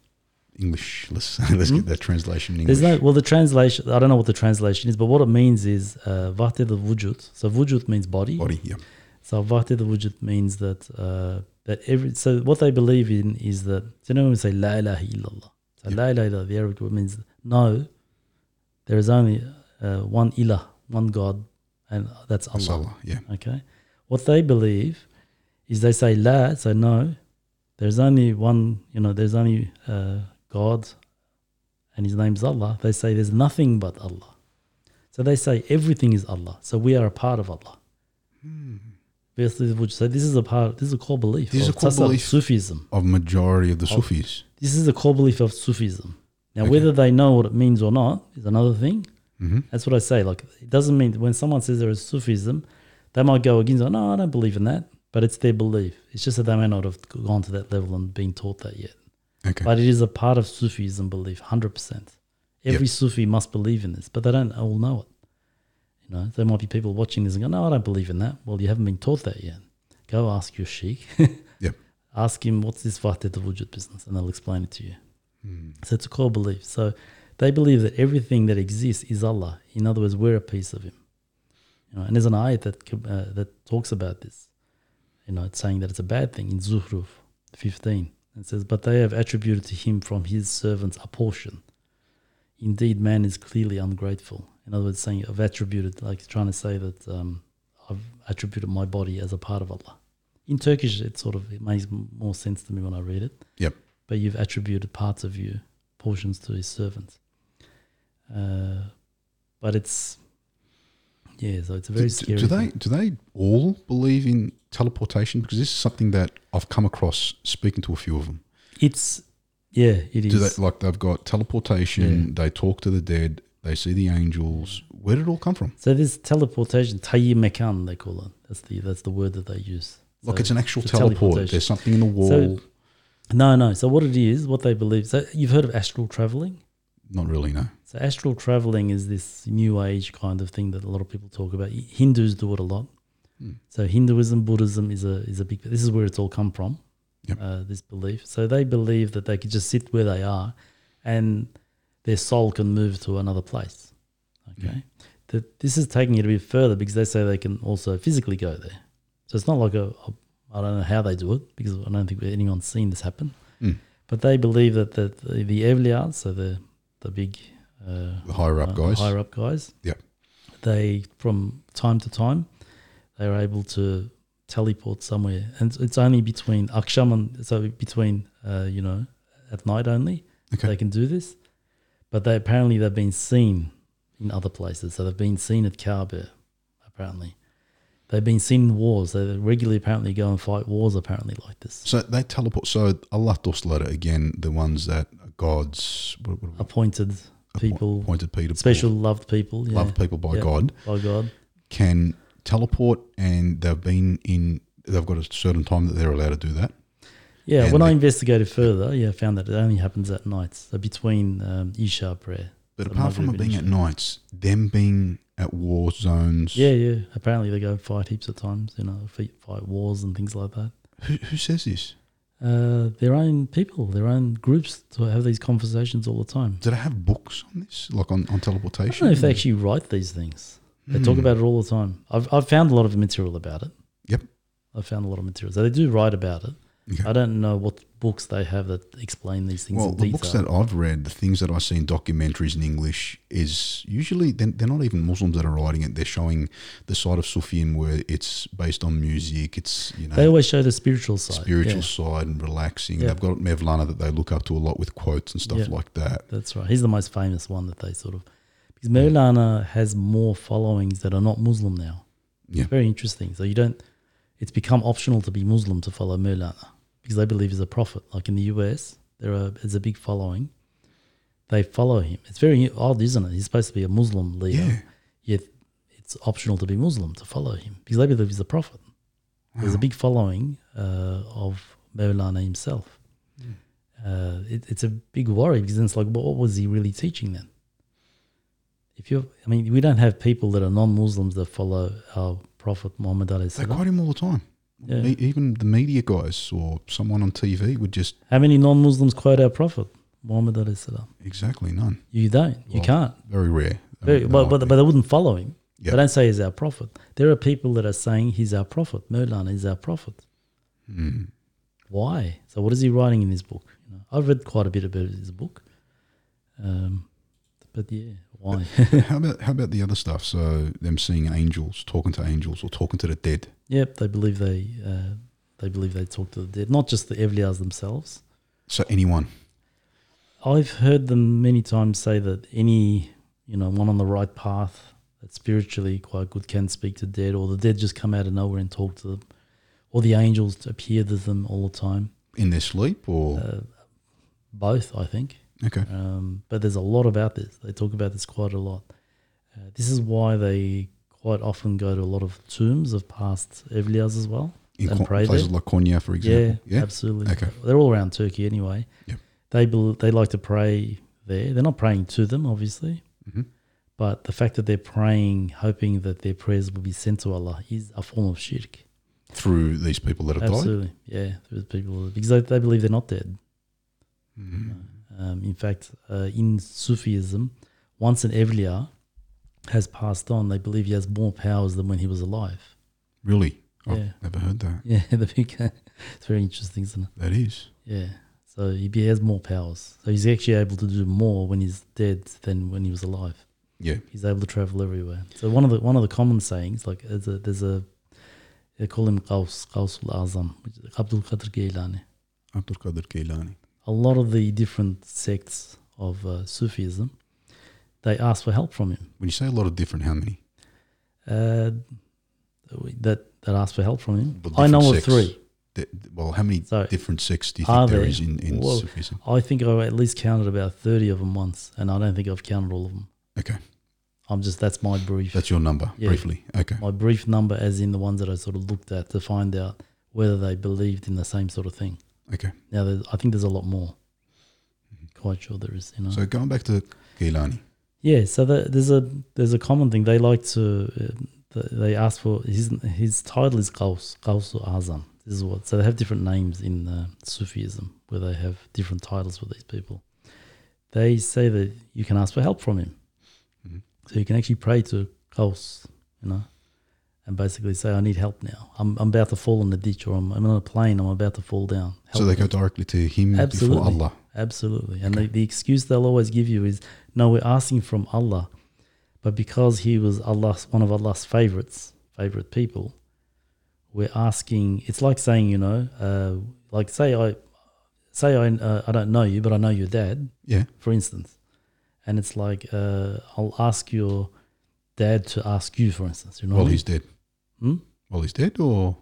Speaker 1: English. Let's let's get that translation in English.
Speaker 2: Hmm? There's no, well, the translation, I don't know what the translation is, but what it means is uh, Vahdet Vujud. So Vujud means body.
Speaker 1: body. Yeah.
Speaker 2: So Vahdet Vujud means that uh, that every, so what they believe in is that, so you know when we say La ilaha illallah. So
Speaker 1: Yeah.
Speaker 2: La ilaha illallah, the Arabic word means no, there is only uh, one ilah, one God, and that's
Speaker 1: That's
Speaker 2: Allah.
Speaker 1: Allah. Yeah.
Speaker 2: Okay. What they believe is they say la, so no, there's only one, you know, there's only uh, God and his name's Allah. They say there's nothing but Allah. So they say everything is Allah. So we are a part of Allah.
Speaker 1: Hmm.
Speaker 2: Basically, which so this is a part. This is a core belief.
Speaker 1: This is
Speaker 2: of
Speaker 1: a core
Speaker 2: tasawwuf,
Speaker 1: belief.
Speaker 2: Sufism.
Speaker 1: Of majority of the Sufis.
Speaker 2: This is a core belief of Sufism. Now,
Speaker 1: Okay.
Speaker 2: whether they know what it means or not is another thing.
Speaker 1: hmm
Speaker 2: That's what I say. Like, it doesn't mean when someone says there is Sufism, they might go against. it. No, I don't believe in that. But it's their belief. It's just that they may not have gone to that level and been taught that yet.
Speaker 1: Okay.
Speaker 2: But it is a part of Sufism belief, hundred percent. Every Sufi must believe in this, but they don't all know it. You You know, there might be people watching this and go, "No, I don't believe in that." Well, you haven't been taught that yet. Go ask your sheikh.
Speaker 1: Yep.
Speaker 2: Ask him what's this wahdat al wujud business, and they'll explain it to you.
Speaker 1: Hmm.
Speaker 2: So it's a core belief. So they believe that everything that exists is Allah. In other words, we're a piece of Him. You know, and there's an ayat that com- uh, that talks about this. You know, it's saying that it's a bad thing in Zuhruf 15. It says, "But they have attributed to Him from His servants a portion. Indeed, man is clearly ungrateful." In other words, saying I've attributed, like trying to say that um, I've attributed my body as a part of Allah. In Turkish, it sort of it makes m- more sense to me when I read it
Speaker 1: Yep.
Speaker 2: but you've attributed parts of you, portions to his servants. Uh, but it's, yeah, so it's a very
Speaker 1: Do,
Speaker 2: scary.
Speaker 1: do they
Speaker 2: thing.
Speaker 1: do they all believe in teleportation? Because this is something that I've come across speaking to a few of them.
Speaker 2: It's, yeah, it is.
Speaker 1: Do they like they've got teleportation? They talk to the dead. They see the angels. Where did it all come from?
Speaker 2: so this teleportation, tayyir mekan, they call it. That's the that's the word that they use.
Speaker 1: Like
Speaker 2: So-
Speaker 1: it's an actual
Speaker 2: it's a
Speaker 1: teleport.
Speaker 2: teleportation.
Speaker 1: There's something in the wall.
Speaker 2: no, no. So what it is, what they believe. So you've heard of astral traveling.
Speaker 1: Not really, no.
Speaker 2: So astral traveling is this new age kind of thing that a lot of people talk about. Hindus do it a lot.
Speaker 1: Hmm.
Speaker 2: So Hinduism, Buddhism is a is a big. This is where it's all come from.
Speaker 1: Yep.
Speaker 2: Uh, this belief. So they believe that they could just sit where they are, and their soul can move to another place. Okay. That this is taking it a bit further because they say they can also physically go there. So it's not like a, a I don't know how they do it because I don't think anyone's seen this happen.
Speaker 1: Mm.
Speaker 2: But they believe that the the, the evliyas, so the the big uh,
Speaker 1: The higher up
Speaker 2: uh,
Speaker 1: guys.
Speaker 2: higher up guys.
Speaker 1: Yep.
Speaker 2: They from time to time they are able to teleport somewhere, and it's only between aksham and so between uh, you know at night only
Speaker 1: Okay.
Speaker 2: they can do this. But they apparently they've been seen in other places. So they've been seen at Kaaba, apparently. They've been seen in wars. They regularly apparently go and fight wars apparently like this.
Speaker 1: So they teleport. So Allah Dostalada again, the ones that are gods, what, what, what-
Speaker 2: Appointed people,
Speaker 1: appointed Peter,
Speaker 2: special loved people, yeah,
Speaker 1: loved people by
Speaker 2: Yeah.
Speaker 1: God,
Speaker 2: by God.
Speaker 1: can teleport, and they've been in. They've got a certain time that they're allowed to do that.
Speaker 2: Yeah,
Speaker 1: And
Speaker 2: when I
Speaker 1: they-
Speaker 2: investigated further, yeah, I found that it only happens at nights, so between um, Isha prayer.
Speaker 1: But
Speaker 2: So
Speaker 1: apart from it
Speaker 2: Maghrib and
Speaker 1: being at
Speaker 2: Isha.
Speaker 1: nights, them being at war zones.
Speaker 2: Yeah, yeah. Apparently they go and fight heaps of times, you know, fight fight wars and things like that.
Speaker 1: Who, who says this?
Speaker 2: Uh, their own people, their own groups to have these conversations all the time.
Speaker 1: Do they have books on this, like on, on
Speaker 2: I don't
Speaker 1: teleportation?
Speaker 2: know if they actually write these things. They talk
Speaker 1: Hmm.
Speaker 2: about it all the time. I've, I've found a lot of material about it.
Speaker 1: Yep.
Speaker 2: I've found a lot of material. So they do write about it.
Speaker 1: Okay.
Speaker 2: I don't know what books they have that explain these things
Speaker 1: Well,
Speaker 2: in
Speaker 1: the
Speaker 2: detail.
Speaker 1: books that I've read, the things that I see in documentaries in English, is usually they're, they're not even Muslims that are writing it. They're showing the side of Sufism where it's based on music. It's you know
Speaker 2: they always show the spiritual side.
Speaker 1: spiritual
Speaker 2: Yeah,
Speaker 1: side and relaxing.
Speaker 2: Yeah.
Speaker 1: They've got Mevlana that they look up to a lot with quotes and stuff
Speaker 2: Yeah.
Speaker 1: like that.
Speaker 2: that's right. He's the most famous one that they sort of. Because Maulana has more followings that are not Muslim now.
Speaker 1: Yeah.
Speaker 2: It's very interesting. So you don't. It's become optional to be Muslim to follow Maulana because they believe he's a prophet. Like in the US, there are there's a big following. They follow him. It's very odd, isn't it? He's supposed to be a Muslim leader,
Speaker 1: Yeah.
Speaker 2: yet it's optional to be Muslim to follow him because they believe he's a prophet. There's a big following uh, of Maulana himself.
Speaker 1: Hmm.
Speaker 2: Uh, it, it's a big worry because it's like, what was he really teaching then? If you, I mean, we don't have people that are non-Muslims that follow our Prophet Muhammad alayhi
Speaker 1: They
Speaker 2: salam.
Speaker 1: quote him all the time.
Speaker 2: Yeah.
Speaker 1: Me- even the media guys or someone on TV would just
Speaker 2: How many non-Muslims quote our Prophet Muhammad alayhi salam?
Speaker 1: exactly none.
Speaker 2: You don't. You
Speaker 1: Well,
Speaker 2: can't.
Speaker 1: Very rare. I
Speaker 2: Very,
Speaker 1: mean,
Speaker 2: well,
Speaker 1: no,
Speaker 2: but, but they wouldn't follow him.
Speaker 1: Yeah.
Speaker 2: They don't say he's our prophet. There are people that are saying he's our prophet. Maulana is our prophet.
Speaker 1: Hmm.
Speaker 2: Why? So what is he writing in this book? You know, I've read quite a bit about his book, um, but yeah, why?
Speaker 1: how about how about the other stuff? So them seeing angels, talking to angels, or talking to the dead.
Speaker 2: yep, they believe they uh, they believe they talk to the dead, not just the evliyas themselves.
Speaker 1: So anyone.
Speaker 2: I've heard them many times say that any, you know, one on the right path that's spiritually quite good can speak to dead, or the dead just come out of nowhere and talk to them, or the angels appear to them all the time.
Speaker 1: in their sleep or
Speaker 2: Uh, both, I think.
Speaker 1: okay
Speaker 2: Um, but there's a lot about this. They talk about this quite a lot. Uh, this is why they quite often go to a lot of tombs of past evliyas as well.
Speaker 1: in
Speaker 2: and
Speaker 1: co-
Speaker 2: pray
Speaker 1: places
Speaker 2: there?
Speaker 1: like Konya, for example.
Speaker 2: Yeah, absolutely.
Speaker 1: Okay.
Speaker 2: They're all around Turkey anyway.
Speaker 1: Yep.
Speaker 2: They bel they like to pray there. They're not praying to them, obviously,
Speaker 1: Mhm.
Speaker 2: But the fact that they're praying, hoping that their prayers will be sent to Allah, is a form of shirk.
Speaker 1: through these people that have died.
Speaker 2: Absolutely, yeah. There's people because they, they believe they're not dead.
Speaker 1: Mm.
Speaker 2: Um, in fact, uh, in Sufism, once an evliya has passed on, they believe he has more powers than when he was alive.
Speaker 1: Really?
Speaker 2: Yeah.
Speaker 1: I've never heard that.
Speaker 2: Yeah, the big, it's very interesting, isn't it?
Speaker 1: That is.
Speaker 2: Yeah. So he be- has more powers. So he's actually able to do more when he's dead than when he was alive.
Speaker 1: Yeah.
Speaker 2: He's able to travel everywhere. So one of the one of the common sayings, like there's a, there's a they call him Qaus, Qausul Azam, which is Abdul Qadir Gailani.
Speaker 1: Abdul Qadir Keelani.
Speaker 2: A lot of the different sects of uh, Sufism, they ask for help from him.
Speaker 1: When you say a lot of different, how many?
Speaker 2: Uh, that that ask for help from him.
Speaker 1: Well,
Speaker 2: I know
Speaker 1: different
Speaker 2: of
Speaker 1: sects.
Speaker 2: three.
Speaker 1: Th- well, how many
Speaker 2: So,
Speaker 1: different sects do you
Speaker 2: are
Speaker 1: think there
Speaker 2: there?
Speaker 1: is in, in
Speaker 2: Well-
Speaker 1: Sufism?
Speaker 2: I think I at least counted about thirty of them once, and I don't think I've counted all of them.
Speaker 1: Okay.
Speaker 2: I'm just that's my brief.
Speaker 1: That's your number,
Speaker 2: Yeah.
Speaker 1: briefly. Okay.
Speaker 2: my brief number as in the ones that I sort of looked at to find out whether they believed in the same sort of thing.
Speaker 1: Okay.
Speaker 2: Now, there's- I think there's a lot more.
Speaker 1: Mm-hmm.
Speaker 2: Quite sure there is, you know.
Speaker 1: So going back to Keelani.
Speaker 2: yeah, so the, there's a there's a common thing they like to uh, th- they ask for his his title is Qaus Qaus Azam. This is what so they have different names in uh, Sufism where they have different titles for these people. They say that you can ask for help from him,
Speaker 1: Mhm.
Speaker 2: so you can actually pray to Qaus, you know, and basically say, "I need help now. I'm I'm about to fall in the ditch, or I'm I'm on a plane. I'm about to fall down."
Speaker 1: so
Speaker 2: Help
Speaker 1: they
Speaker 2: me."
Speaker 1: go directly to him before
Speaker 2: Absolutely.
Speaker 1: Allah.
Speaker 2: Absolutely. And the, the excuse they'll always give you is, no, we're asking from Allah. But because he was Allah's one of Allah's favorites, favorite people, we're asking. It's like saying, you know, uh, like say I, say I, uh, I don't know you, but I know your dad,
Speaker 1: Yeah.
Speaker 2: for instance. And it's like uh, I'll ask your dad to ask you, for instance. You know,
Speaker 1: While
Speaker 2: what I mean?
Speaker 1: he's dead.
Speaker 2: Hmm?
Speaker 1: While he's dead, or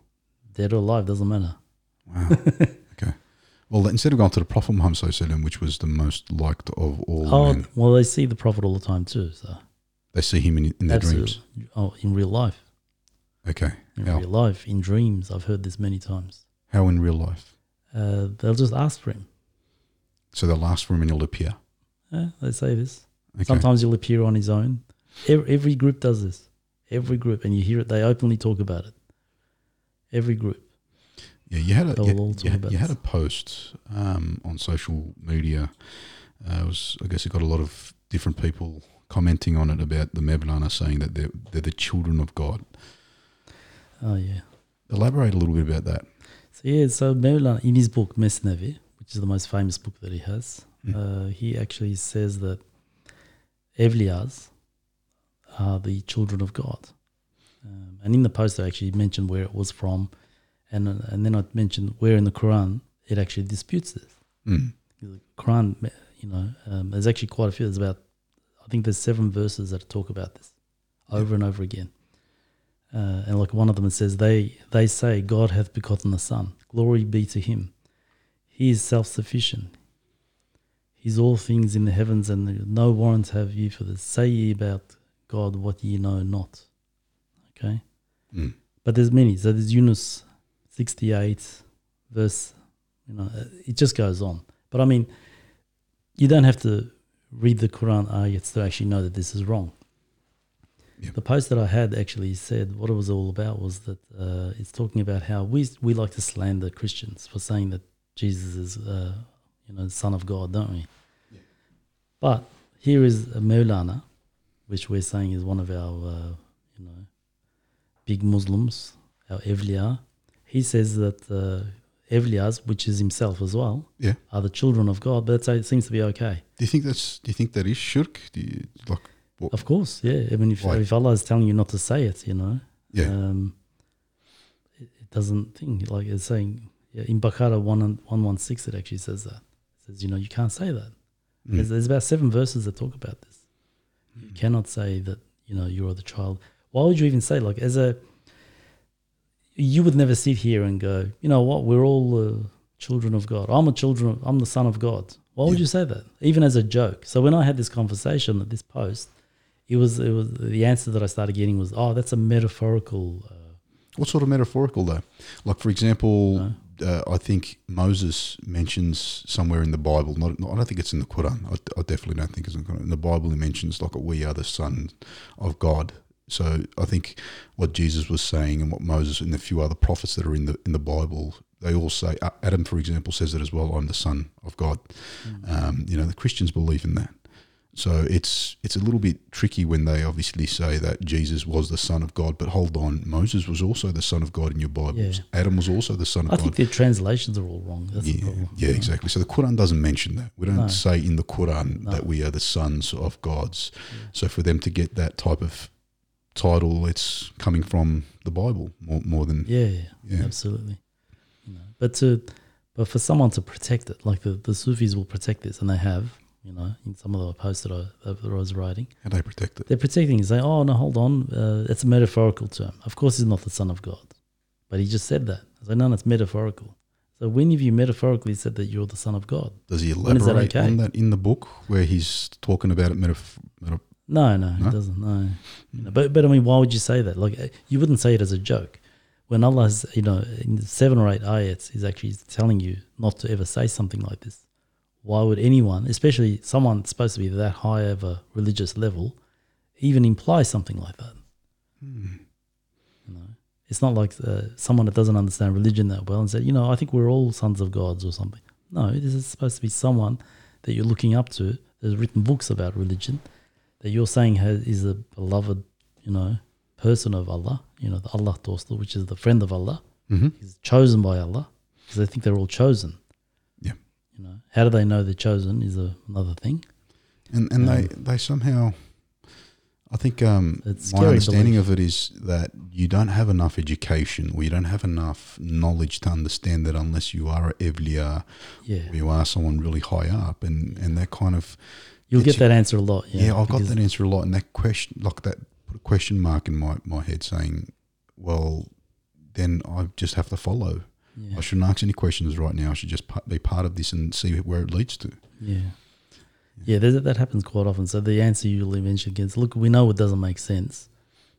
Speaker 2: dead or alive doesn't matter.
Speaker 1: wow. okay. Well, instead of going to the Prophet Muhammad Sallallahu Alaihi Wasallam, which was the most liked of all
Speaker 2: Oh,
Speaker 1: men,
Speaker 2: well, they see the Prophet all the time too. So
Speaker 1: they see him in, in their
Speaker 2: absolutely,
Speaker 1: dreams.
Speaker 2: oh, in real life.
Speaker 1: Okay.
Speaker 2: in
Speaker 1: How?
Speaker 2: real life, in dreams. I've heard this many times.
Speaker 1: How in real life?
Speaker 2: Uh, they'll just ask for him.
Speaker 1: So they'll ask for him and he'll appear.
Speaker 2: Yeah, they say this.
Speaker 1: Okay.
Speaker 2: Sometimes he'll appear on his own. Every, every group does this. Every group, and you hear it. They openly talk about it. Every group.
Speaker 1: Yeah, you had a
Speaker 2: They'll
Speaker 1: you,
Speaker 2: all
Speaker 1: you
Speaker 2: talk
Speaker 1: had-
Speaker 2: about
Speaker 1: you had a
Speaker 2: this.
Speaker 1: post um, on social media. Uh, it was I guess it got a lot of different people commenting on it about the Mevlana saying that they're they're the children of God.
Speaker 2: Oh yeah.
Speaker 1: Elaborate a little bit about that.
Speaker 2: So yeah. So Mevlana, in his book Mesnevi, which is the most famous book that he has,
Speaker 1: Mm.
Speaker 2: uh, he actually says that evliyas are the children of God. Um, and in the post, I actually mentioned where it was from, and and then I mentioned where in the Quran it actually disputes this.
Speaker 1: Mm.
Speaker 2: The Quran, you know, um, there's actually quite a few. There's about, I think there's seven verses that talk about this, over and over again. Uh, and like one of them, it says they they say God hath begotten the Son. Glory be to Him. He is self sufficient. He's all things in the heavens, and no warrant have ye for this. Say ye about God what ye know not. Okay.
Speaker 1: Mm.
Speaker 2: But there's many. So there's Yunus 68, verse, you know, uh, it just goes on. But I mean, you don't have to read the Quran ayats to actually know that this is wrong.
Speaker 1: Yeah.
Speaker 2: The post that I had actually said what it was all about was that uh, it's talking about how we we like to slander Christians for saying that Jesus is, uh, you know, the Son of God, don't we? But here is a Maulana, which we're saying is one of our, uh, you know, big Muslims, our Evliya. He says that uh, Evliyas, which is himself as well,
Speaker 1: Yeah.
Speaker 2: are the children of God, but it seems to be okay.
Speaker 1: Do you think that's do you think that is shirk? Do you, like what,
Speaker 2: Of course, yeah. I mean, if,
Speaker 1: Right.
Speaker 2: if Allah is telling you not to say it, you know,
Speaker 1: yeah,
Speaker 2: um, it, it doesn't think like it's saying yeah, in Baqarah 1 and 116, it actually says that. It says, you know, you can't say that.
Speaker 1: Mm.
Speaker 2: There's, there's about seven verses that talk about this. You cannot say that, you know, you're the child. Why would you even say, like, as a, you would never sit here and go, you know what, we're all uh, children of God. I'm a children of, I'm the son of God. Why would
Speaker 1: Yeah.
Speaker 2: you say that? Even as a joke. So when I had this conversation at this post, it was, it was the answer that I started getting was, oh, that's a metaphorical. Uh,
Speaker 1: what sort of metaphorical though? Like for example, uh, I think Moses mentions somewhere in the Bible. Not, not- I don't think it's in the Quran. I, I definitely don't think it's in the Quran. In the Bible, he mentions like we are the son of God. So I think what Jesus was saying and what Moses and the few other prophets that are in the in the Bible, they all say uh, Adam, for example, says it as well. I'm the son of God. Um, you know, the Christians believe in that. So it's it's a little bit tricky when they obviously say that Jesus was the Son of God, but hold on, Moses was also the Son of God in your Bibles.
Speaker 2: Yeah.
Speaker 1: Adam was also the Son of
Speaker 2: I
Speaker 1: God.
Speaker 2: think their translations are all wrong. That's the
Speaker 1: Yeah,
Speaker 2: problem.
Speaker 1: yeah, exactly. So the Quran doesn't mention that. We don't
Speaker 2: No.
Speaker 1: say in the Quran
Speaker 2: No.
Speaker 1: that we are the sons of gods. So for them to get that type of title, it's coming from the Bible more, more than
Speaker 2: Yeah, yeah,
Speaker 1: yeah.
Speaker 2: absolutely. You know, but to, but for someone to protect it, like the, the Sufis will protect this, and they have, you know, in some of the posts that I, that I was writing,
Speaker 1: How they protect it?
Speaker 2: they're protecting. it, saying, "Oh no, hold on, uh, it's a metaphorical term. Of course, he's not the son of God, but he just said that. I said, no, no, it's metaphorical. So when have you metaphorically said that you're the son of God?
Speaker 1: Does he
Speaker 2: When is that
Speaker 1: elaborate
Speaker 2: okay?
Speaker 1: on that in the book where he's talking about it? Metaf- metaf-
Speaker 2: No, no,
Speaker 1: No?
Speaker 2: it doesn't. No, You know, but but I mean, why would you say that? Like, uh, you wouldn't say it as a joke. When Allah's, you know, in seven or eight ayats, is actually telling you not to ever say something like this. Why would anyone, especially someone supposed to be that high of a religious level, even imply something like that?
Speaker 1: hmm,
Speaker 2: You know, it's not like uh, someone that doesn't understand religion that well and said, you know, I think we're all sons of gods or something. No, this is supposed to be someone that you're looking up to that's written books about religion that you're saying has, is a beloved, you know, person of Allah, you know, the Allah dostu, which is the friend of Allah,
Speaker 1: Mhm.
Speaker 2: is chosen by Allah because they think they're all chosen.
Speaker 1: Yeah.
Speaker 2: You know, how do they know they're chosen is a, another thing.
Speaker 1: and and they they somehow i think um
Speaker 2: Um, It's
Speaker 1: my
Speaker 2: scary
Speaker 1: understanding of it is that you don't have enough education or you don't have enough knowledge to understand that unless you are a evliya
Speaker 2: Yeah.
Speaker 1: or you are someone really high up and and that kind of
Speaker 2: You'll
Speaker 1: It's-
Speaker 2: get that answer a lot. Yeah.
Speaker 1: yeah, i've got
Speaker 2: because-
Speaker 1: that answer a lot and that question like that put a question mark in my my head saying well then i just have to follow
Speaker 2: Yeah.
Speaker 1: i shouldn't ask any questions right now i should just pa- be part of this and see where it leads to
Speaker 2: Yeah. Yeah, there's, that happens quite often. So the answer usually mentioned is, look, we know it doesn't make sense,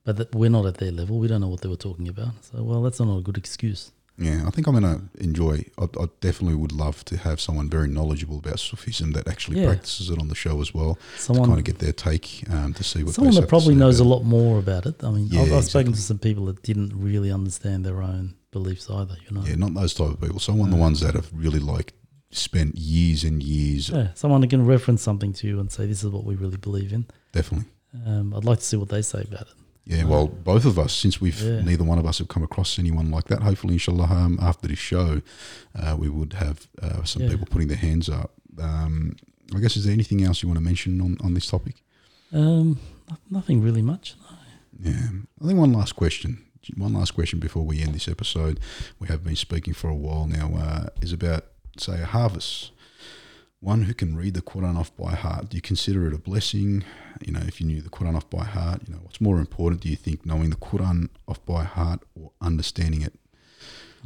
Speaker 2: but that we're not at their level. We don't know what they were talking about. So, well, that's not a good excuse.
Speaker 1: Yeah, I think I'm going to enjoy. I, I definitely would love to have someone very knowledgeable about Sufism that actually
Speaker 2: Yeah.
Speaker 1: practices it on the show as well to kind
Speaker 2: Someone,
Speaker 1: of get their take um, to see what
Speaker 2: someone
Speaker 1: they
Speaker 2: that probably knows a lot more about it. I mean, I've, I've
Speaker 1: Yeah,
Speaker 2: spoken
Speaker 1: exactly.
Speaker 2: to some people that didn't really understand their own beliefs either, you know.
Speaker 1: Yeah, not those type of people. Someone the ones that have really like spent years and years.
Speaker 2: Yeah, someone that can reference something to you and say, this is what we really believe in.
Speaker 1: Definitely.
Speaker 2: Um, I'd like to see what they say about it.
Speaker 1: Yeah, well, both of us, since we've
Speaker 2: Yeah.
Speaker 1: neither one of us have come across anyone like that. Hopefully, inshallah, um, after this show, uh, we would have uh, some
Speaker 2: Yeah.
Speaker 1: people putting their hands up. Um, I guess is there anything else you want to mention on, on this topic?
Speaker 2: Um, no- nothing really much. no.
Speaker 1: Yeah. I think one last question. One last question before we end this episode. We have been speaking for a while now. Uh, is about say a harvest. One who can read the Quran off by heart. Do you consider it a blessing? You know, if you knew the Quran off by heart, you know, what's more important? Do you think knowing the Quran off by heart or understanding it?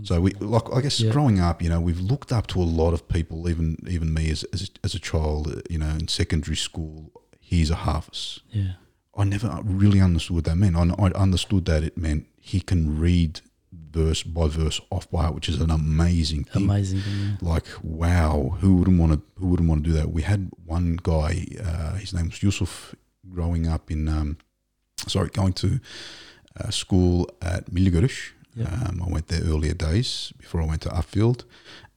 Speaker 1: So we like I guess
Speaker 2: Yeah.
Speaker 1: growing up, you know, we've looked up to a lot of people, even even me as as, as a child, you know, in secondary school. Here's a harvest.
Speaker 2: Yeah.
Speaker 1: I never really understood what that meant. I, I understood that it meant he can read verse by verse off by heart, which is an amazing thing.
Speaker 2: Amazing. Thing, yeah.
Speaker 1: Like wow, who wouldn't want to? Who wouldn't want to do that? We had one guy. Uh, his name was Yusuf. Growing up in, um, sorry, going to uh, school at Miligorish.
Speaker 2: Yeah.
Speaker 1: Um, I went there earlier days before I went to Upfield,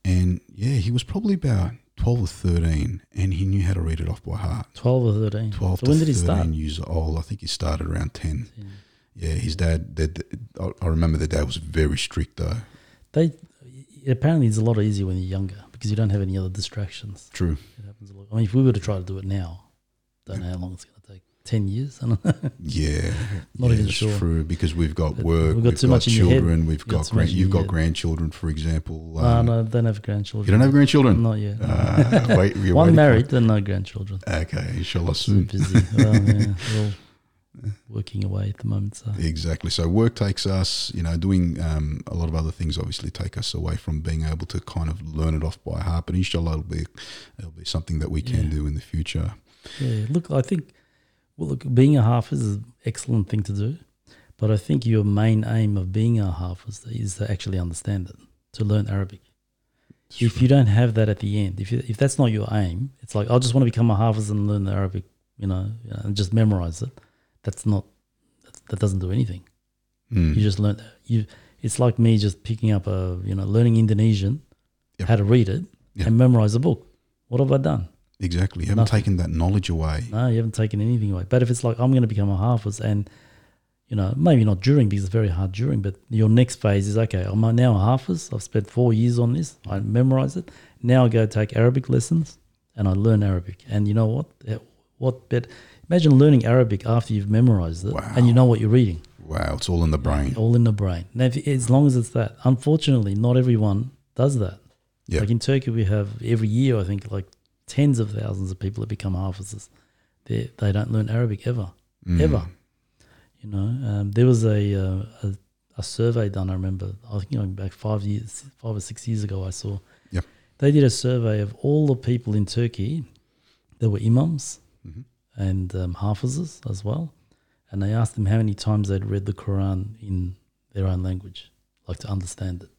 Speaker 1: and yeah, he was probably about twelve or thirteen, and he knew how to read it off by heart.
Speaker 2: 12 or 13.
Speaker 1: 12
Speaker 2: so
Speaker 1: to
Speaker 2: when did he
Speaker 1: 13
Speaker 2: start?
Speaker 1: years old. I think he started around 10.
Speaker 2: Yeah.
Speaker 1: Yeah, his dad, their, I I remember their dad was very strict though.
Speaker 2: They apparently it's a lot easier when you're younger because you don't have any other distractions.
Speaker 1: True.
Speaker 2: It happens a lot. I mean, if we were to try to do it now, don't know how long it's going to take. Ten years, I don't know.
Speaker 1: Yeah.
Speaker 2: Not
Speaker 1: yeah,
Speaker 2: even
Speaker 1: that's
Speaker 2: sure.
Speaker 1: true because we've got
Speaker 2: But
Speaker 1: work,
Speaker 2: we've got too much in your head.
Speaker 1: children, we've
Speaker 2: We've got
Speaker 1: got,
Speaker 2: too
Speaker 1: grand,
Speaker 2: much in
Speaker 1: you've
Speaker 2: your
Speaker 1: got
Speaker 2: head.
Speaker 1: grandchildren, for example.
Speaker 2: no,
Speaker 1: Um,
Speaker 2: no, don't have grandchildren.
Speaker 1: You don't have grandchildren?
Speaker 2: Not yet. no.
Speaker 1: Ah, wait, we're waiting
Speaker 2: One
Speaker 1: for
Speaker 2: married, then no grandchildren.
Speaker 1: it. Okay, inshallah
Speaker 2: So
Speaker 1: soon.
Speaker 2: busy. Well, yeah, we're all working away at the moment. So
Speaker 1: Exactly. So work takes us, you know, doing um, a lot of other things obviously take us away from being able to kind of learn it off by heart. But inshallah, it'll be it'll be something that we can
Speaker 2: Yeah.
Speaker 1: do in the future.
Speaker 2: yeah, look, I think well, look, being a halfers is an excellent thing to do, but I think your main aim of being a halfers is to actually understand it, to learn Arabic.
Speaker 1: It's
Speaker 2: if you don't have that at the end, if you, if that's not your aim, it's like I just want to become a Hafiz and learn the Arabic, you know, you know, and just memorize it. That's not that's, that doesn't do anything.
Speaker 1: Mm.
Speaker 2: You just learn that. You it's like me just picking up a you know learning Indonesian,
Speaker 1: Yep.
Speaker 2: how to read it
Speaker 1: Yep.
Speaker 2: and memorize a book. What have I done?
Speaker 1: exactly. You haven't
Speaker 2: Nothing.
Speaker 1: taken that knowledge away.
Speaker 2: No, you haven't taken anything away. But if it's like I'm going to become a Hafiz and you know maybe not during because it's very hard during, but your next phase is okay. I'm now a Hafiz. I've spent four years on this. I memorize it. Now I go take Arabic lessons and I learn Arabic. And you know what? Eh, What bet? Imagine learning Arabic after you've memorized it and you know what you're reading.
Speaker 1: Wow, it's all in the brain.
Speaker 2: All in the brain. Now, if, as long as it's that. Unfortunately, not everyone does that.
Speaker 1: Yeah.
Speaker 2: Like in Turkey, we have every year, I think, like tens of thousands of people that become Hafizzes. They, they don't learn Arabic ever,
Speaker 1: Mm.
Speaker 2: ever. You know, um, there was a, uh, a a survey done. I remember, I think like back five years, five or six years ago, I saw.
Speaker 1: Yep.
Speaker 2: They did a survey of all the people in Turkey that were imams
Speaker 1: Mhm.
Speaker 2: and um, Hafizzes as well, and they asked them how many times they'd read the Quran in their own language, like to understand it.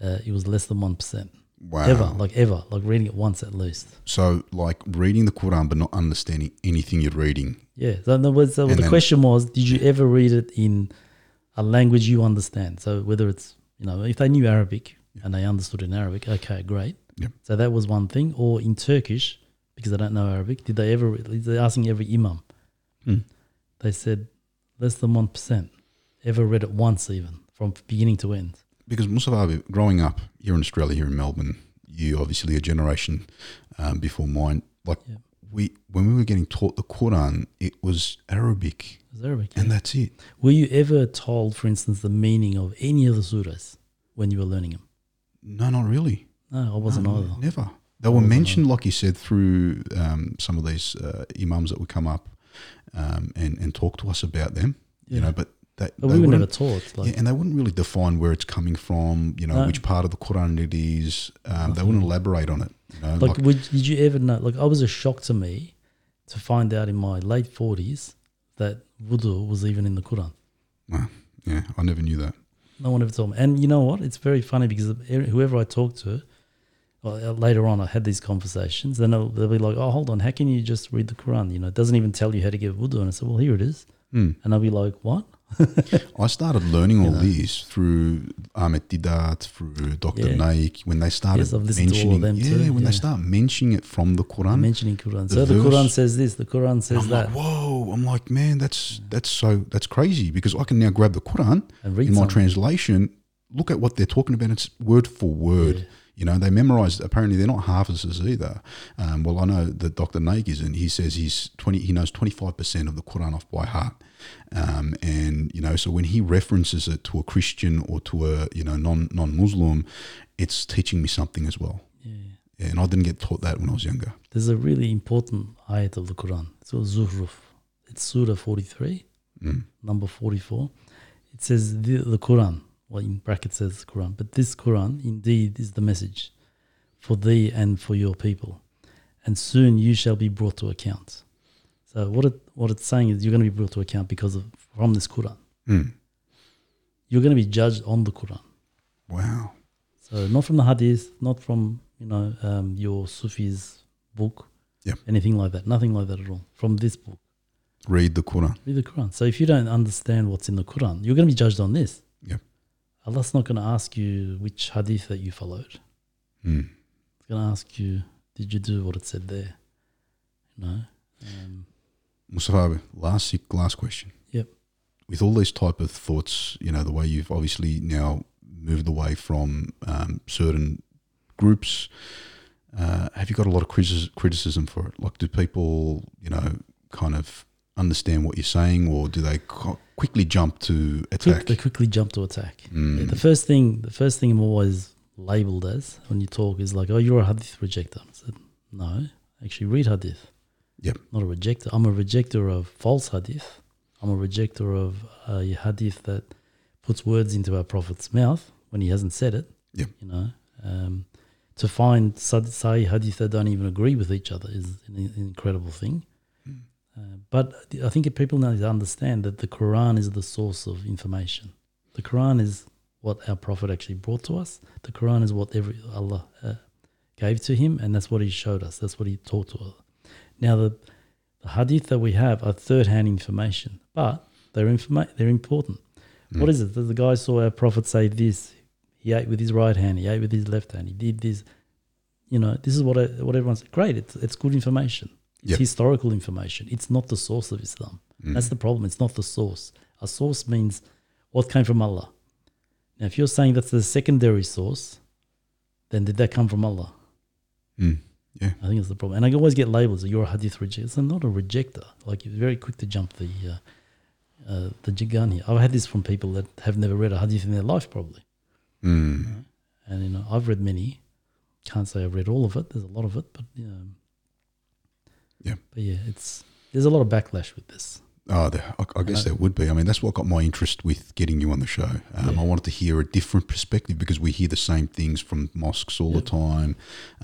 Speaker 2: Uh, it was less than one percent
Speaker 1: Wow.
Speaker 2: ever, like ever, like reading it once at least.
Speaker 1: So, like reading the Quran but not understanding anything you're reading.
Speaker 2: Yeah. So in other words, so
Speaker 1: And
Speaker 2: the
Speaker 1: then-
Speaker 2: question was, did you ever read it in a language you understand? So whether it's you know, if they knew Arabic and they understood in Arabic, okay, great.
Speaker 1: Yep.
Speaker 2: So that was one thing. Or in Turkish, because I don't know Arabic, did they ever? They're asking every imam. Mm.
Speaker 1: Hmm.
Speaker 2: They said less than one percent ever read it once, even from beginning to end.
Speaker 1: Because Musafabi, growing up here in Australia, here in Melbourne, you obviously a generation um, before mine. Like
Speaker 2: Yeah.
Speaker 1: we, when we were getting taught the Quran, it was Arabic,
Speaker 2: It was Arabic.
Speaker 1: and that's it.
Speaker 2: Were you ever told, for instance, the meaning of any of the surahs when you were learning them?
Speaker 1: No, not really.
Speaker 2: No, I wasn't
Speaker 1: No,
Speaker 2: either.
Speaker 1: Never. They were
Speaker 2: wasn't
Speaker 1: mentioned, like you said, through um, some of these uh, imams that would come up um, and and talk to us about them. You
Speaker 2: Yeah.
Speaker 1: know, but that
Speaker 2: But
Speaker 1: they
Speaker 2: we were
Speaker 1: wouldn't-
Speaker 2: never taught. Like,
Speaker 1: yeah, and they wouldn't really define where it's coming from, you know,
Speaker 2: No. Mm-hmm.
Speaker 1: which part of the Quran it is. Um, they wouldn't elaborate on it. You know,
Speaker 2: Like,
Speaker 1: like,
Speaker 2: would, did you ever know? Like, I was a shock to me to find out in my late forties that wudu was even in the Quran.
Speaker 1: wow, yeah, I never knew that.
Speaker 2: No one ever told me. And you know what? It's very funny because whoever I talk to, well, uh, later on, I had these conversations. Then they'll, they'll be like, "Oh, hold on, how can you just read the Quran? You know, it doesn't even tell you how to get wudu." And I said, "Well, here it is."
Speaker 1: Hmm.
Speaker 2: And I'll be like, "What?"
Speaker 1: I started learning all
Speaker 2: know.
Speaker 1: these through Ahmed Didat, through Dr.
Speaker 2: Yeah.
Speaker 1: Naik, when they started
Speaker 2: Yes, I've listened to all
Speaker 1: mentioning,
Speaker 2: of them
Speaker 1: yeah,
Speaker 2: too,
Speaker 1: when they
Speaker 2: yeah.
Speaker 1: start mentioning it from the Quran.
Speaker 2: Mentioning Quran.
Speaker 1: The
Speaker 2: so the
Speaker 1: verse-
Speaker 2: Quran says this. The Quran says
Speaker 1: I'm
Speaker 2: that.
Speaker 1: like, whoa! I'm like, man, that's that's so that's crazy because I can now grab the Quran
Speaker 2: And read
Speaker 1: in my
Speaker 2: something.
Speaker 1: translation, look at what they're talking about. It's word for word.
Speaker 2: Yeah.
Speaker 1: You know, they memorize. Apparently, they're not halfers either. Um, well, I know that Dr. Naik is, and he says he's twenty. He knows twenty five percent of the Quran off by heart. Um, and you know, so when he references it to a Christian or to a you know non non Muslim, it's teaching me something as well.
Speaker 2: yeah.
Speaker 1: And I didn't get taught that when I was younger.
Speaker 2: There's a really important ayat of the Quran. It's called Zuhruf. It's Surah 43,
Speaker 1: Mm.
Speaker 2: number 44. It says the, the Quran. Well, in brackets says the Quran. But this Quran indeed is the message for thee and for your people. And soon you shall be brought to account. So what it, what it's saying is you're going to be brought to account because of from this Quran.
Speaker 1: Mm.
Speaker 2: You're going to be judged on the Quran.
Speaker 1: Wow.
Speaker 2: So not from the Hadith, not from you know um, your Sufi's book,
Speaker 1: Yep.
Speaker 2: anything like that. Nothing like that at all. From this book,
Speaker 1: Read the Quran.
Speaker 2: read the Quran. So if you don't understand what's in the Quran, you're going to be judged on this.
Speaker 1: Yep.
Speaker 2: Allah's not going to ask you which Hadith that you followed.
Speaker 1: Mm.
Speaker 2: It's going to ask you, did you do what it said there? You know. Um,
Speaker 1: Mustafa, last last question.
Speaker 2: Yep.
Speaker 1: With all these type of thoughts, you know, the way you've obviously now moved away from um, certain groups, uh, have you got a lot of criticis- criticism for it? Like, do people, you know, kind of understand what you're saying, or do they co- quickly jump to
Speaker 2: quick,
Speaker 1: attack?
Speaker 2: they quickly jump to attack.
Speaker 1: Mm.
Speaker 2: Yeah, the first thing, the first thing I'm always labelled as when you talk is like, "Oh, you're a hadith rejector." I said, "No, actually, read hadith."
Speaker 1: Yep.
Speaker 2: Not a rejector. I'm a rejector of false hadith. I'm a rejector of uh, a hadith that puts words into our prophet's mouth when he hasn't said it.
Speaker 1: Yep.
Speaker 2: You know, um, to find sad- say hadith that don't even agree with each other is an in- incredible thing.
Speaker 1: Mm.
Speaker 2: Uh, but the- I think if people now understand that the Quran is the source of information. The Quran is what our Prophet actually brought to us. The Quran is what every Allah uh, gave to him, and that's what he showed us. That's what he taught to us. Now, the, the hadith that we have are third hand information, but they're, informa- they're important. What is it? that The guy saw our Prophet say this. He ate with his right hand, he ate with his left hand, he did this. You know, this is what, I, what everyone's great. It's, it's good information. It's
Speaker 1: Yep.
Speaker 2: historical information. It's not the source of Islam.
Speaker 1: Mm.
Speaker 2: That's the problem. It's not the source. A source means what came from Allah. Now, if you're saying that's the secondary source, then did that come from Allah?
Speaker 1: Mm. Yeah.
Speaker 2: I think that's the problem. And I always get labels. You're a hadith rejector. I'm not a rejecter. Like you're very quick to jump the uh, uh, the jigan here. I've had this from people that have never read a hadith in their life, probably.
Speaker 1: Mm.
Speaker 2: And you know, I've read many. Can't say I've read all of it. There's a lot of it, but you know,
Speaker 1: Yeah.
Speaker 2: But yeah, it's there's a lot of backlash with this.
Speaker 1: Oh, the, I, I guess
Speaker 2: And I-
Speaker 1: there would be. I mean, that's what got my interest with getting you on the show. Um,
Speaker 2: Yeah.
Speaker 1: I wanted to hear a different perspective because we hear the same things from mosques all the time,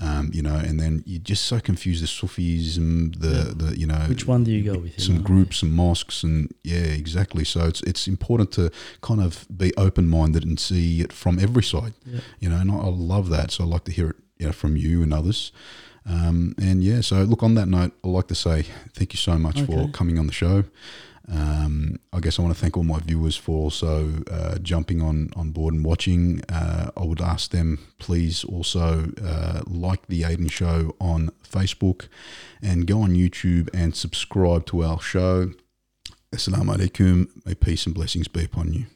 Speaker 1: um, you know. And then you're just so confused: the Sufism, the, the you know,
Speaker 2: Which one do you go with? you
Speaker 1: some
Speaker 2: know?
Speaker 1: groups and mosques and yeah exactly so it's it's important to kind of be open-minded and see it from every side
Speaker 2: Yeah.
Speaker 1: you know and I, I love that so i like to hear it you know, from you and others um, and yeah so look on that note i'd like to say thank you so much for
Speaker 2: Okay.
Speaker 1: coming on the show um, I guess I want to thank all my viewers for also uh, jumping on, on board and watching. Uh, I would ask them please also uh, like the Aiden Show on Facebook and go on YouTube and subscribe to our show. Assalamu alaikum. May peace and blessings be upon you.